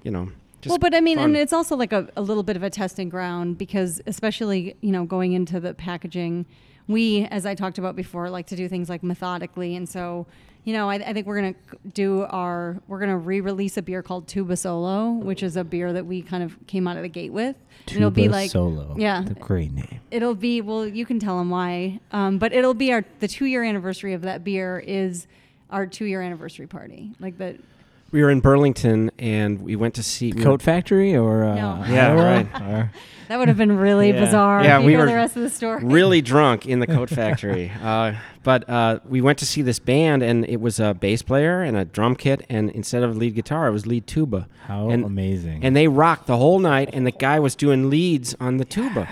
Speaker 4: you know. Just
Speaker 3: well, but I mean,
Speaker 4: fun.
Speaker 3: and it's also like a, a little bit of a testing ground because, especially, you know, going into the packaging, we, as I talked about before, like to do things like methodically. And so, you know, I, I think we're going to do our, we're going to re release a beer called Tuba Solo, which is a beer that we kind of came out of the gate with. And it'll be
Speaker 2: Tuba
Speaker 3: like,
Speaker 2: solo.
Speaker 3: yeah.
Speaker 2: the great name.
Speaker 3: it'll be well you can tell them why um, but it'll be our the two year anniversary of that beer is our two year anniversary party like the
Speaker 4: we were in Burlington, and we went to see we were-
Speaker 2: Coat Factory or uh,
Speaker 3: No.
Speaker 4: Yeah,
Speaker 2: Iowa?
Speaker 4: right.
Speaker 2: Or-
Speaker 3: that would have been really
Speaker 2: Yeah.
Speaker 3: bizarre
Speaker 4: Yeah,
Speaker 3: if you
Speaker 4: we
Speaker 3: know
Speaker 4: were
Speaker 3: the rest of the story
Speaker 4: really drunk in the coat factory. Uh, but uh, we went to see this band, and it was a bass player and a drum kit, and instead of lead guitar, it was lead tuba.
Speaker 2: How
Speaker 4: and,
Speaker 2: amazing!
Speaker 4: And they rocked the whole night, and the guy was doing leads on the tuba.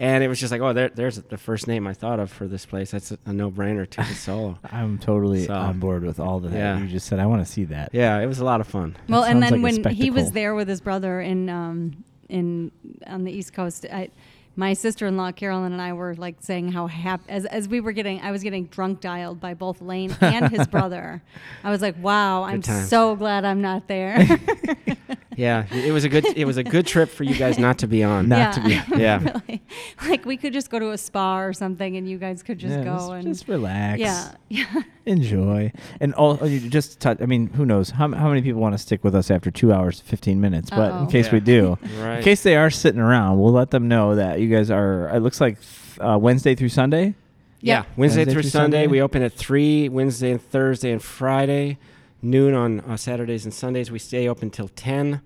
Speaker 4: And it was just like, oh, there, there's the first name I thought of for this place. That's a, a no-brainer, tuba solo.
Speaker 2: I'm totally
Speaker 4: So-
Speaker 2: on board with all of that
Speaker 4: Yeah.
Speaker 2: you just said. I want to see that.
Speaker 4: Yeah, it was a lot of fun.
Speaker 3: well and
Speaker 2: sounds
Speaker 3: then
Speaker 2: like a
Speaker 3: when he was
Speaker 2: spectacle.
Speaker 3: there with his brother in um, in on the east coast I, my sister-in-law Carolyn and I were like saying how happy as, as we were getting I was getting drunk dialed by both Lane and his brother. I was like, "Wow, I'm
Speaker 4: times.
Speaker 3: so glad I'm not there."
Speaker 4: Yeah, it was a good it was a good trip for you guys not to be on.
Speaker 2: Not to
Speaker 3: yeah.
Speaker 4: Yeah.
Speaker 3: really. Like we could just go to a spa or something, and you guys could just
Speaker 2: Yeah,
Speaker 3: go
Speaker 2: just,
Speaker 3: and
Speaker 2: just relax.
Speaker 3: yeah, Oh, yeah.
Speaker 2: enjoy and all oh, you just to touch i mean who knows how, how many people want to stick with us after two hours 15 minutes but
Speaker 3: Uh-oh.
Speaker 2: in case
Speaker 4: Yeah.
Speaker 2: we do
Speaker 4: Right.
Speaker 2: in case they are sitting around we'll let them know that you guys are it looks like uh, wednesday through sunday
Speaker 4: Yeah, Wednesday, through, Sunday.
Speaker 2: Sunday.
Speaker 4: We open at 3, Wednesday and Thursday and Friday, noon on uh, Saturdays and Sundays. We stay open till 10.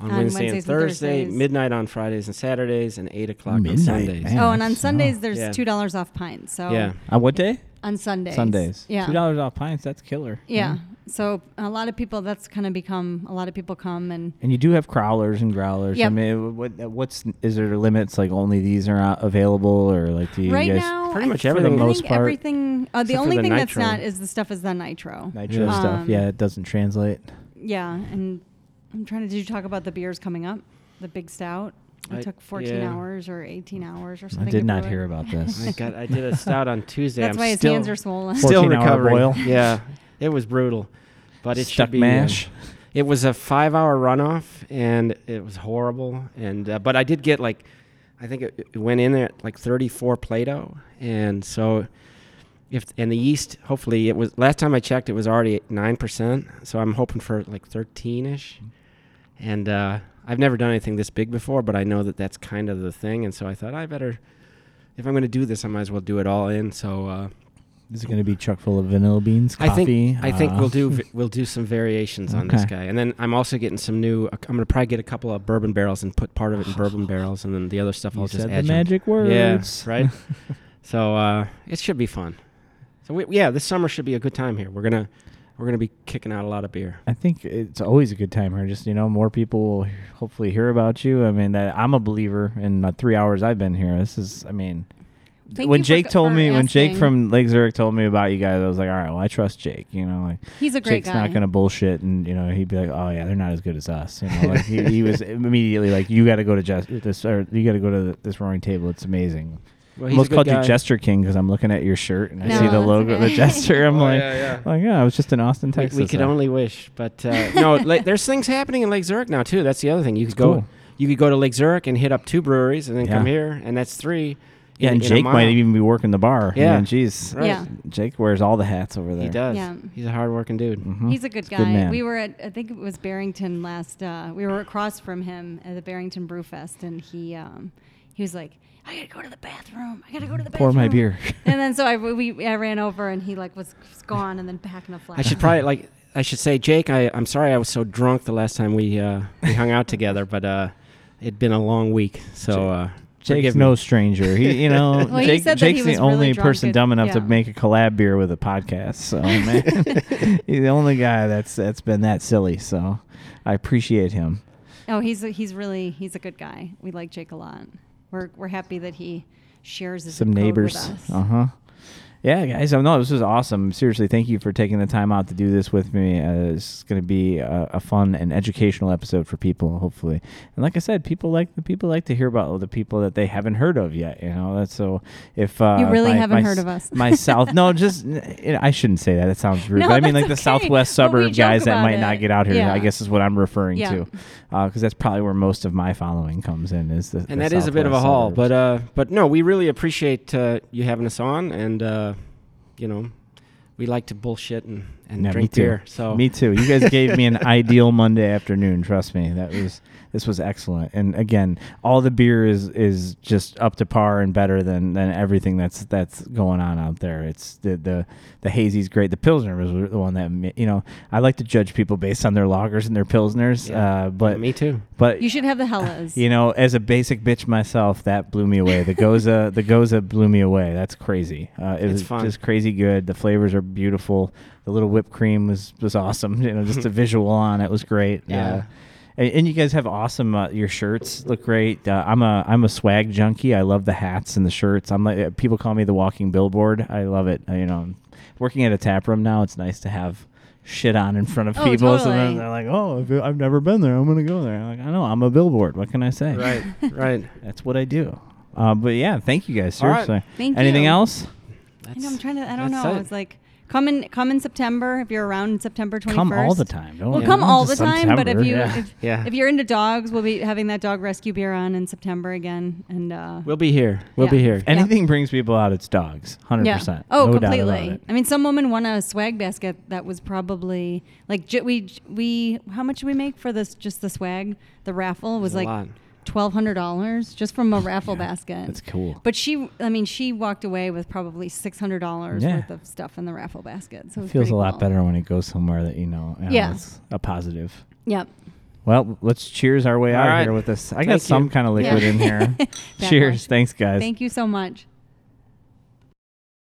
Speaker 4: on,
Speaker 3: On
Speaker 4: Wednesday and
Speaker 3: Wednesdays and
Speaker 4: Thursday,
Speaker 3: Thursdays.
Speaker 4: midnight on Fridays and Saturdays, and eight o'clock
Speaker 2: Midnight,
Speaker 4: on Sundays.
Speaker 2: man.
Speaker 3: oh, and on
Speaker 2: that's-
Speaker 3: Sundays
Speaker 2: oh.
Speaker 3: there's
Speaker 4: Yeah.
Speaker 3: two dollars off pints. So
Speaker 4: Yeah,
Speaker 2: On Uh, what day?
Speaker 3: on Sundays.
Speaker 2: Sundays.
Speaker 3: Yeah.
Speaker 2: Two dollars off pints. That's killer. Mm-hmm.
Speaker 3: Yeah. So a lot of people that's kind of become a lot of people come and
Speaker 2: And you do have crowlers and growlers. I
Speaker 3: Yep.
Speaker 2: mean, what what's is there limits? Like only these are out available, or like do you
Speaker 3: right
Speaker 2: guys
Speaker 3: now
Speaker 4: pretty
Speaker 3: I
Speaker 4: much
Speaker 3: think-
Speaker 2: for the
Speaker 3: I
Speaker 4: everything-
Speaker 2: most
Speaker 3: think
Speaker 2: part
Speaker 3: everything uh, the
Speaker 4: except for
Speaker 3: only
Speaker 4: the
Speaker 3: thing that's
Speaker 4: nitro.
Speaker 3: not is the stuff is the nitro.
Speaker 2: nitro
Speaker 4: Yeah.
Speaker 2: stuff?
Speaker 3: Um,
Speaker 2: Yeah, it doesn't translate.
Speaker 3: Yeah, and I'm trying to. Did you talk about the beers coming up? The big stout. It
Speaker 4: I-
Speaker 3: took 14
Speaker 4: yeah.
Speaker 3: hours or 18 hours or
Speaker 2: I
Speaker 3: something.
Speaker 2: did
Speaker 3: to
Speaker 2: not
Speaker 3: brew
Speaker 2: hear
Speaker 3: it.
Speaker 2: about this.
Speaker 4: I got I did a stout on Tuesday.
Speaker 3: That's
Speaker 4: I'm
Speaker 3: why his
Speaker 4: still,
Speaker 3: hands are swollen.
Speaker 4: Still
Speaker 2: 14 hour
Speaker 4: recovering.
Speaker 2: boil.
Speaker 4: Yeah, it was brutal, but it
Speaker 2: Stuck
Speaker 4: should be uh,
Speaker 2: mash.
Speaker 4: it was a five-hour runoff, and it was horrible. And uh, but I did get like, I think it, it went in at like 34 Play-Doh, and so if and the yeast, hopefully it was. Last time I checked, it was already at nine percent. So I'm hoping for like 13ish, and uh, I've never done anything this big before, but I know that that's kind of the thing. And so I thought I better, if I'm going to do this, I might as well do it all in. So. Uh,
Speaker 2: Is it going to be chock full of vanilla beans? Coffee?
Speaker 4: I think I think
Speaker 2: Uh,
Speaker 4: we'll do v- we'll do some variations on this
Speaker 2: Okay.
Speaker 4: guy, and then I'm also getting some new. uh, I'm gonna probably get a couple of bourbon barrels and put part of it in bourbon barrels, and then the other stuff
Speaker 2: You
Speaker 4: I'll
Speaker 2: said
Speaker 4: just
Speaker 2: the
Speaker 4: add.
Speaker 2: magic words.
Speaker 4: Yes, right. so uh, it should be fun. So we, yeah, this summer should be a good time here. We're gonna we're gonna be kicking out a lot of beer.
Speaker 2: I think it's always a good time here. Just you know, more people will he- hopefully hear about you. I mean, that I'm a believer in the three hours I've been here. This is, I mean,
Speaker 3: Thank
Speaker 2: when
Speaker 3: you for
Speaker 2: Jake
Speaker 3: c-
Speaker 2: told
Speaker 3: for
Speaker 2: me, when Jake
Speaker 3: asking.
Speaker 2: from Lake Zurich told me about you guys, I was like, all right, well, I trust Jake. You know, like
Speaker 3: He's a great
Speaker 2: Jake's
Speaker 3: guy.
Speaker 2: not going to bullshit, and you know, he'd be like, oh yeah, they're not as good as us. You know, like, he, he was immediately like, you got to go to Jess, this, or you got to go to the, this roaring table. It's amazing.
Speaker 4: Well,
Speaker 2: I almost called you Jester King because I'm looking at your shirt and I
Speaker 3: No,
Speaker 2: see the
Speaker 3: that's
Speaker 2: logo,
Speaker 3: okay.
Speaker 2: the Jester. I'm
Speaker 4: Oh,
Speaker 2: like,
Speaker 4: yeah, yeah.
Speaker 2: like yeah, I was just in Austin,
Speaker 4: We,
Speaker 2: Texas.
Speaker 4: we could
Speaker 2: uh,
Speaker 4: only wish, but uh, no. Like, there's things happening in Lake Zurich now too. That's the other thing. You could
Speaker 2: That's
Speaker 4: go.
Speaker 2: cool.
Speaker 4: You could go to Lake Zurich and hit up two breweries, and then
Speaker 2: Yeah.
Speaker 4: come here, and that's three.
Speaker 2: Yeah,
Speaker 4: in-
Speaker 2: and
Speaker 4: in a
Speaker 2: Jake might
Speaker 4: mile.
Speaker 2: even be working the bar.
Speaker 4: Yeah.
Speaker 2: Man, jeez.
Speaker 4: Right.
Speaker 3: Yeah.
Speaker 2: Jake wears all the hats over there.
Speaker 4: He does.
Speaker 3: Yeah.
Speaker 4: He's a hardworking dude.
Speaker 2: Mhm.
Speaker 3: He's a good
Speaker 2: a
Speaker 3: guy.
Speaker 2: good man.
Speaker 3: we were at, I think it was Barrington last. Uh, we were across from him at the Barrington Brew Fest, and he um, he was like, "I gotta go to the bathroom. I gotta go to the
Speaker 2: Pour
Speaker 3: bathroom."
Speaker 2: my beer.
Speaker 3: and then so I we I ran over, and he like was gone, and then back in a flash.
Speaker 4: I should probably like I should say, Jake. I I'm sorry I was so drunk the last time we uh, we hung out together, but uh, it'd been a long week, so uh,
Speaker 2: Jake's
Speaker 4: forgive me.
Speaker 2: no stranger. He, you know,
Speaker 3: Well, he
Speaker 2: Jake,
Speaker 3: said that he
Speaker 2: Jake's the
Speaker 3: was really
Speaker 2: only
Speaker 3: drunk
Speaker 2: person
Speaker 3: at-
Speaker 2: dumb enough to
Speaker 3: yeah.
Speaker 2: make a collab beer with a podcast. So man, he's the only guy that's that's been that silly. So I appreciate him.
Speaker 3: Oh, he's a, he's really he's a good guy. We like Jake a lot. We're we're happy that he shares his
Speaker 2: Some
Speaker 3: code
Speaker 2: neighbors.
Speaker 3: With us.
Speaker 2: Uh huh. Yeah, guys. I know this was awesome. Seriously, thank you for taking the time out to do this with me. Uh, it's going to be a, a fun and educational episode for people, hopefully. And like I said, people like the people like to hear about the people that they haven't heard of yet. You know, that's so. If uh,
Speaker 3: You really
Speaker 2: my-
Speaker 3: haven't
Speaker 2: my
Speaker 3: heard
Speaker 2: s-
Speaker 3: of us.
Speaker 2: my south. No, just n- I shouldn't say that. That sounds rude.
Speaker 3: No,
Speaker 2: but I mean, like
Speaker 3: that's
Speaker 2: the
Speaker 3: okay.
Speaker 2: southwest
Speaker 3: But we
Speaker 2: suburb
Speaker 3: joke
Speaker 2: guys that
Speaker 3: about
Speaker 2: might not
Speaker 3: it.
Speaker 2: get out here.
Speaker 3: Yeah.
Speaker 2: I guess is what I'm referring
Speaker 3: Yeah.
Speaker 2: to, because that's probably where most of my following comes in. Is the
Speaker 4: and
Speaker 2: the
Speaker 4: that is a bit of a
Speaker 2: southwest
Speaker 4: haul,
Speaker 2: suburbs.
Speaker 4: but uh, but no, we really appreciate uh, you having us on, and uh, you know, we like to bullshit and and
Speaker 2: Yeah,
Speaker 4: drink
Speaker 2: me too.
Speaker 4: beer. So
Speaker 2: me too. You guys gave me an ideal Monday afternoon. Trust me, that was this was excellent. And again, all the beer is is just up to par and better than than everything that's that's going on out there. It's the the the hazy's great. The pilsner was the one that ma- you know. I like to judge people based on their lagers and their pilsners.
Speaker 4: Yeah.
Speaker 2: Uh, but
Speaker 4: me too.
Speaker 2: but
Speaker 3: You should have the hellas.
Speaker 2: you know, as a basic bitch myself, that blew me away. The goza, the goza blew me away. That's crazy. Uh, it
Speaker 4: It's
Speaker 2: was
Speaker 4: fun.
Speaker 2: just crazy good. The flavors are beautiful. The little whipped cream was was awesome. You know, just the visual on it was great.
Speaker 4: Yeah.
Speaker 2: Uh, and, and you guys have awesome. Uh, your shirts look great. Uh, I'm a I'm a swag junkie. I love the hats and the shirts. I'm like uh, people call me the walking billboard. I love it. Uh, you know, working at a tap room now, it's nice to have shit on in front of
Speaker 3: Oh,
Speaker 2: people. So then
Speaker 3: totally.
Speaker 2: they're like, oh, I've, I've never been there. I'm gonna go there. I'm like, I know. I'm a billboard. What can I say?
Speaker 4: Right, right.
Speaker 2: That's what I do. Uh, but yeah, thank you guys.
Speaker 4: All right.
Speaker 2: Seriously.
Speaker 3: Thank
Speaker 2: Anything
Speaker 3: you.
Speaker 2: else?
Speaker 3: I know, I'm trying to. I don't
Speaker 4: That's
Speaker 3: know.
Speaker 4: it.
Speaker 3: It's like come in come in September if you're around in September 21st.
Speaker 2: Come all the time. Don't
Speaker 3: Well,
Speaker 2: you
Speaker 3: come
Speaker 2: know,
Speaker 3: all the
Speaker 2: just
Speaker 3: time, but if
Speaker 2: September.
Speaker 3: you
Speaker 4: Yeah.
Speaker 3: If,
Speaker 4: Yeah.
Speaker 3: if you're into dogs, we'll be having that dog rescue beer on in September again, and uh,
Speaker 4: We'll be here. We'll
Speaker 3: Yeah.
Speaker 4: be here.
Speaker 3: And-
Speaker 2: anything brings people out, it's dogs. Hundred
Speaker 3: Yeah.
Speaker 2: percent.
Speaker 3: Oh,
Speaker 2: no
Speaker 3: completely.
Speaker 2: Doubt about it.
Speaker 3: I mean, some woman won a swag basket that was probably like j- we j- we how much did we make for this just the swag the raffle was
Speaker 4: a
Speaker 3: like
Speaker 4: lot.
Speaker 3: twelve hundred dollars just from a raffle
Speaker 2: Yeah,
Speaker 3: basket.
Speaker 2: That's cool.
Speaker 3: But she, I mean, she walked away with probably six hundred dollars
Speaker 2: Yeah.
Speaker 3: worth of stuff in the raffle basket. So it was
Speaker 2: feels
Speaker 3: pretty
Speaker 2: a lot
Speaker 3: cool.
Speaker 2: better when it goes somewhere that you know. you know,
Speaker 3: Yeah.
Speaker 2: It's a positive.
Speaker 3: Yep.
Speaker 2: Well, let's cheers our way
Speaker 4: All
Speaker 2: out of
Speaker 4: right.
Speaker 2: here with this. I
Speaker 4: Thank
Speaker 2: got some
Speaker 4: you.
Speaker 2: kind of liquid
Speaker 3: Yeah.
Speaker 2: in here.
Speaker 3: That
Speaker 2: cheers.
Speaker 3: was-
Speaker 2: Thanks, guys.
Speaker 3: Thank you so much.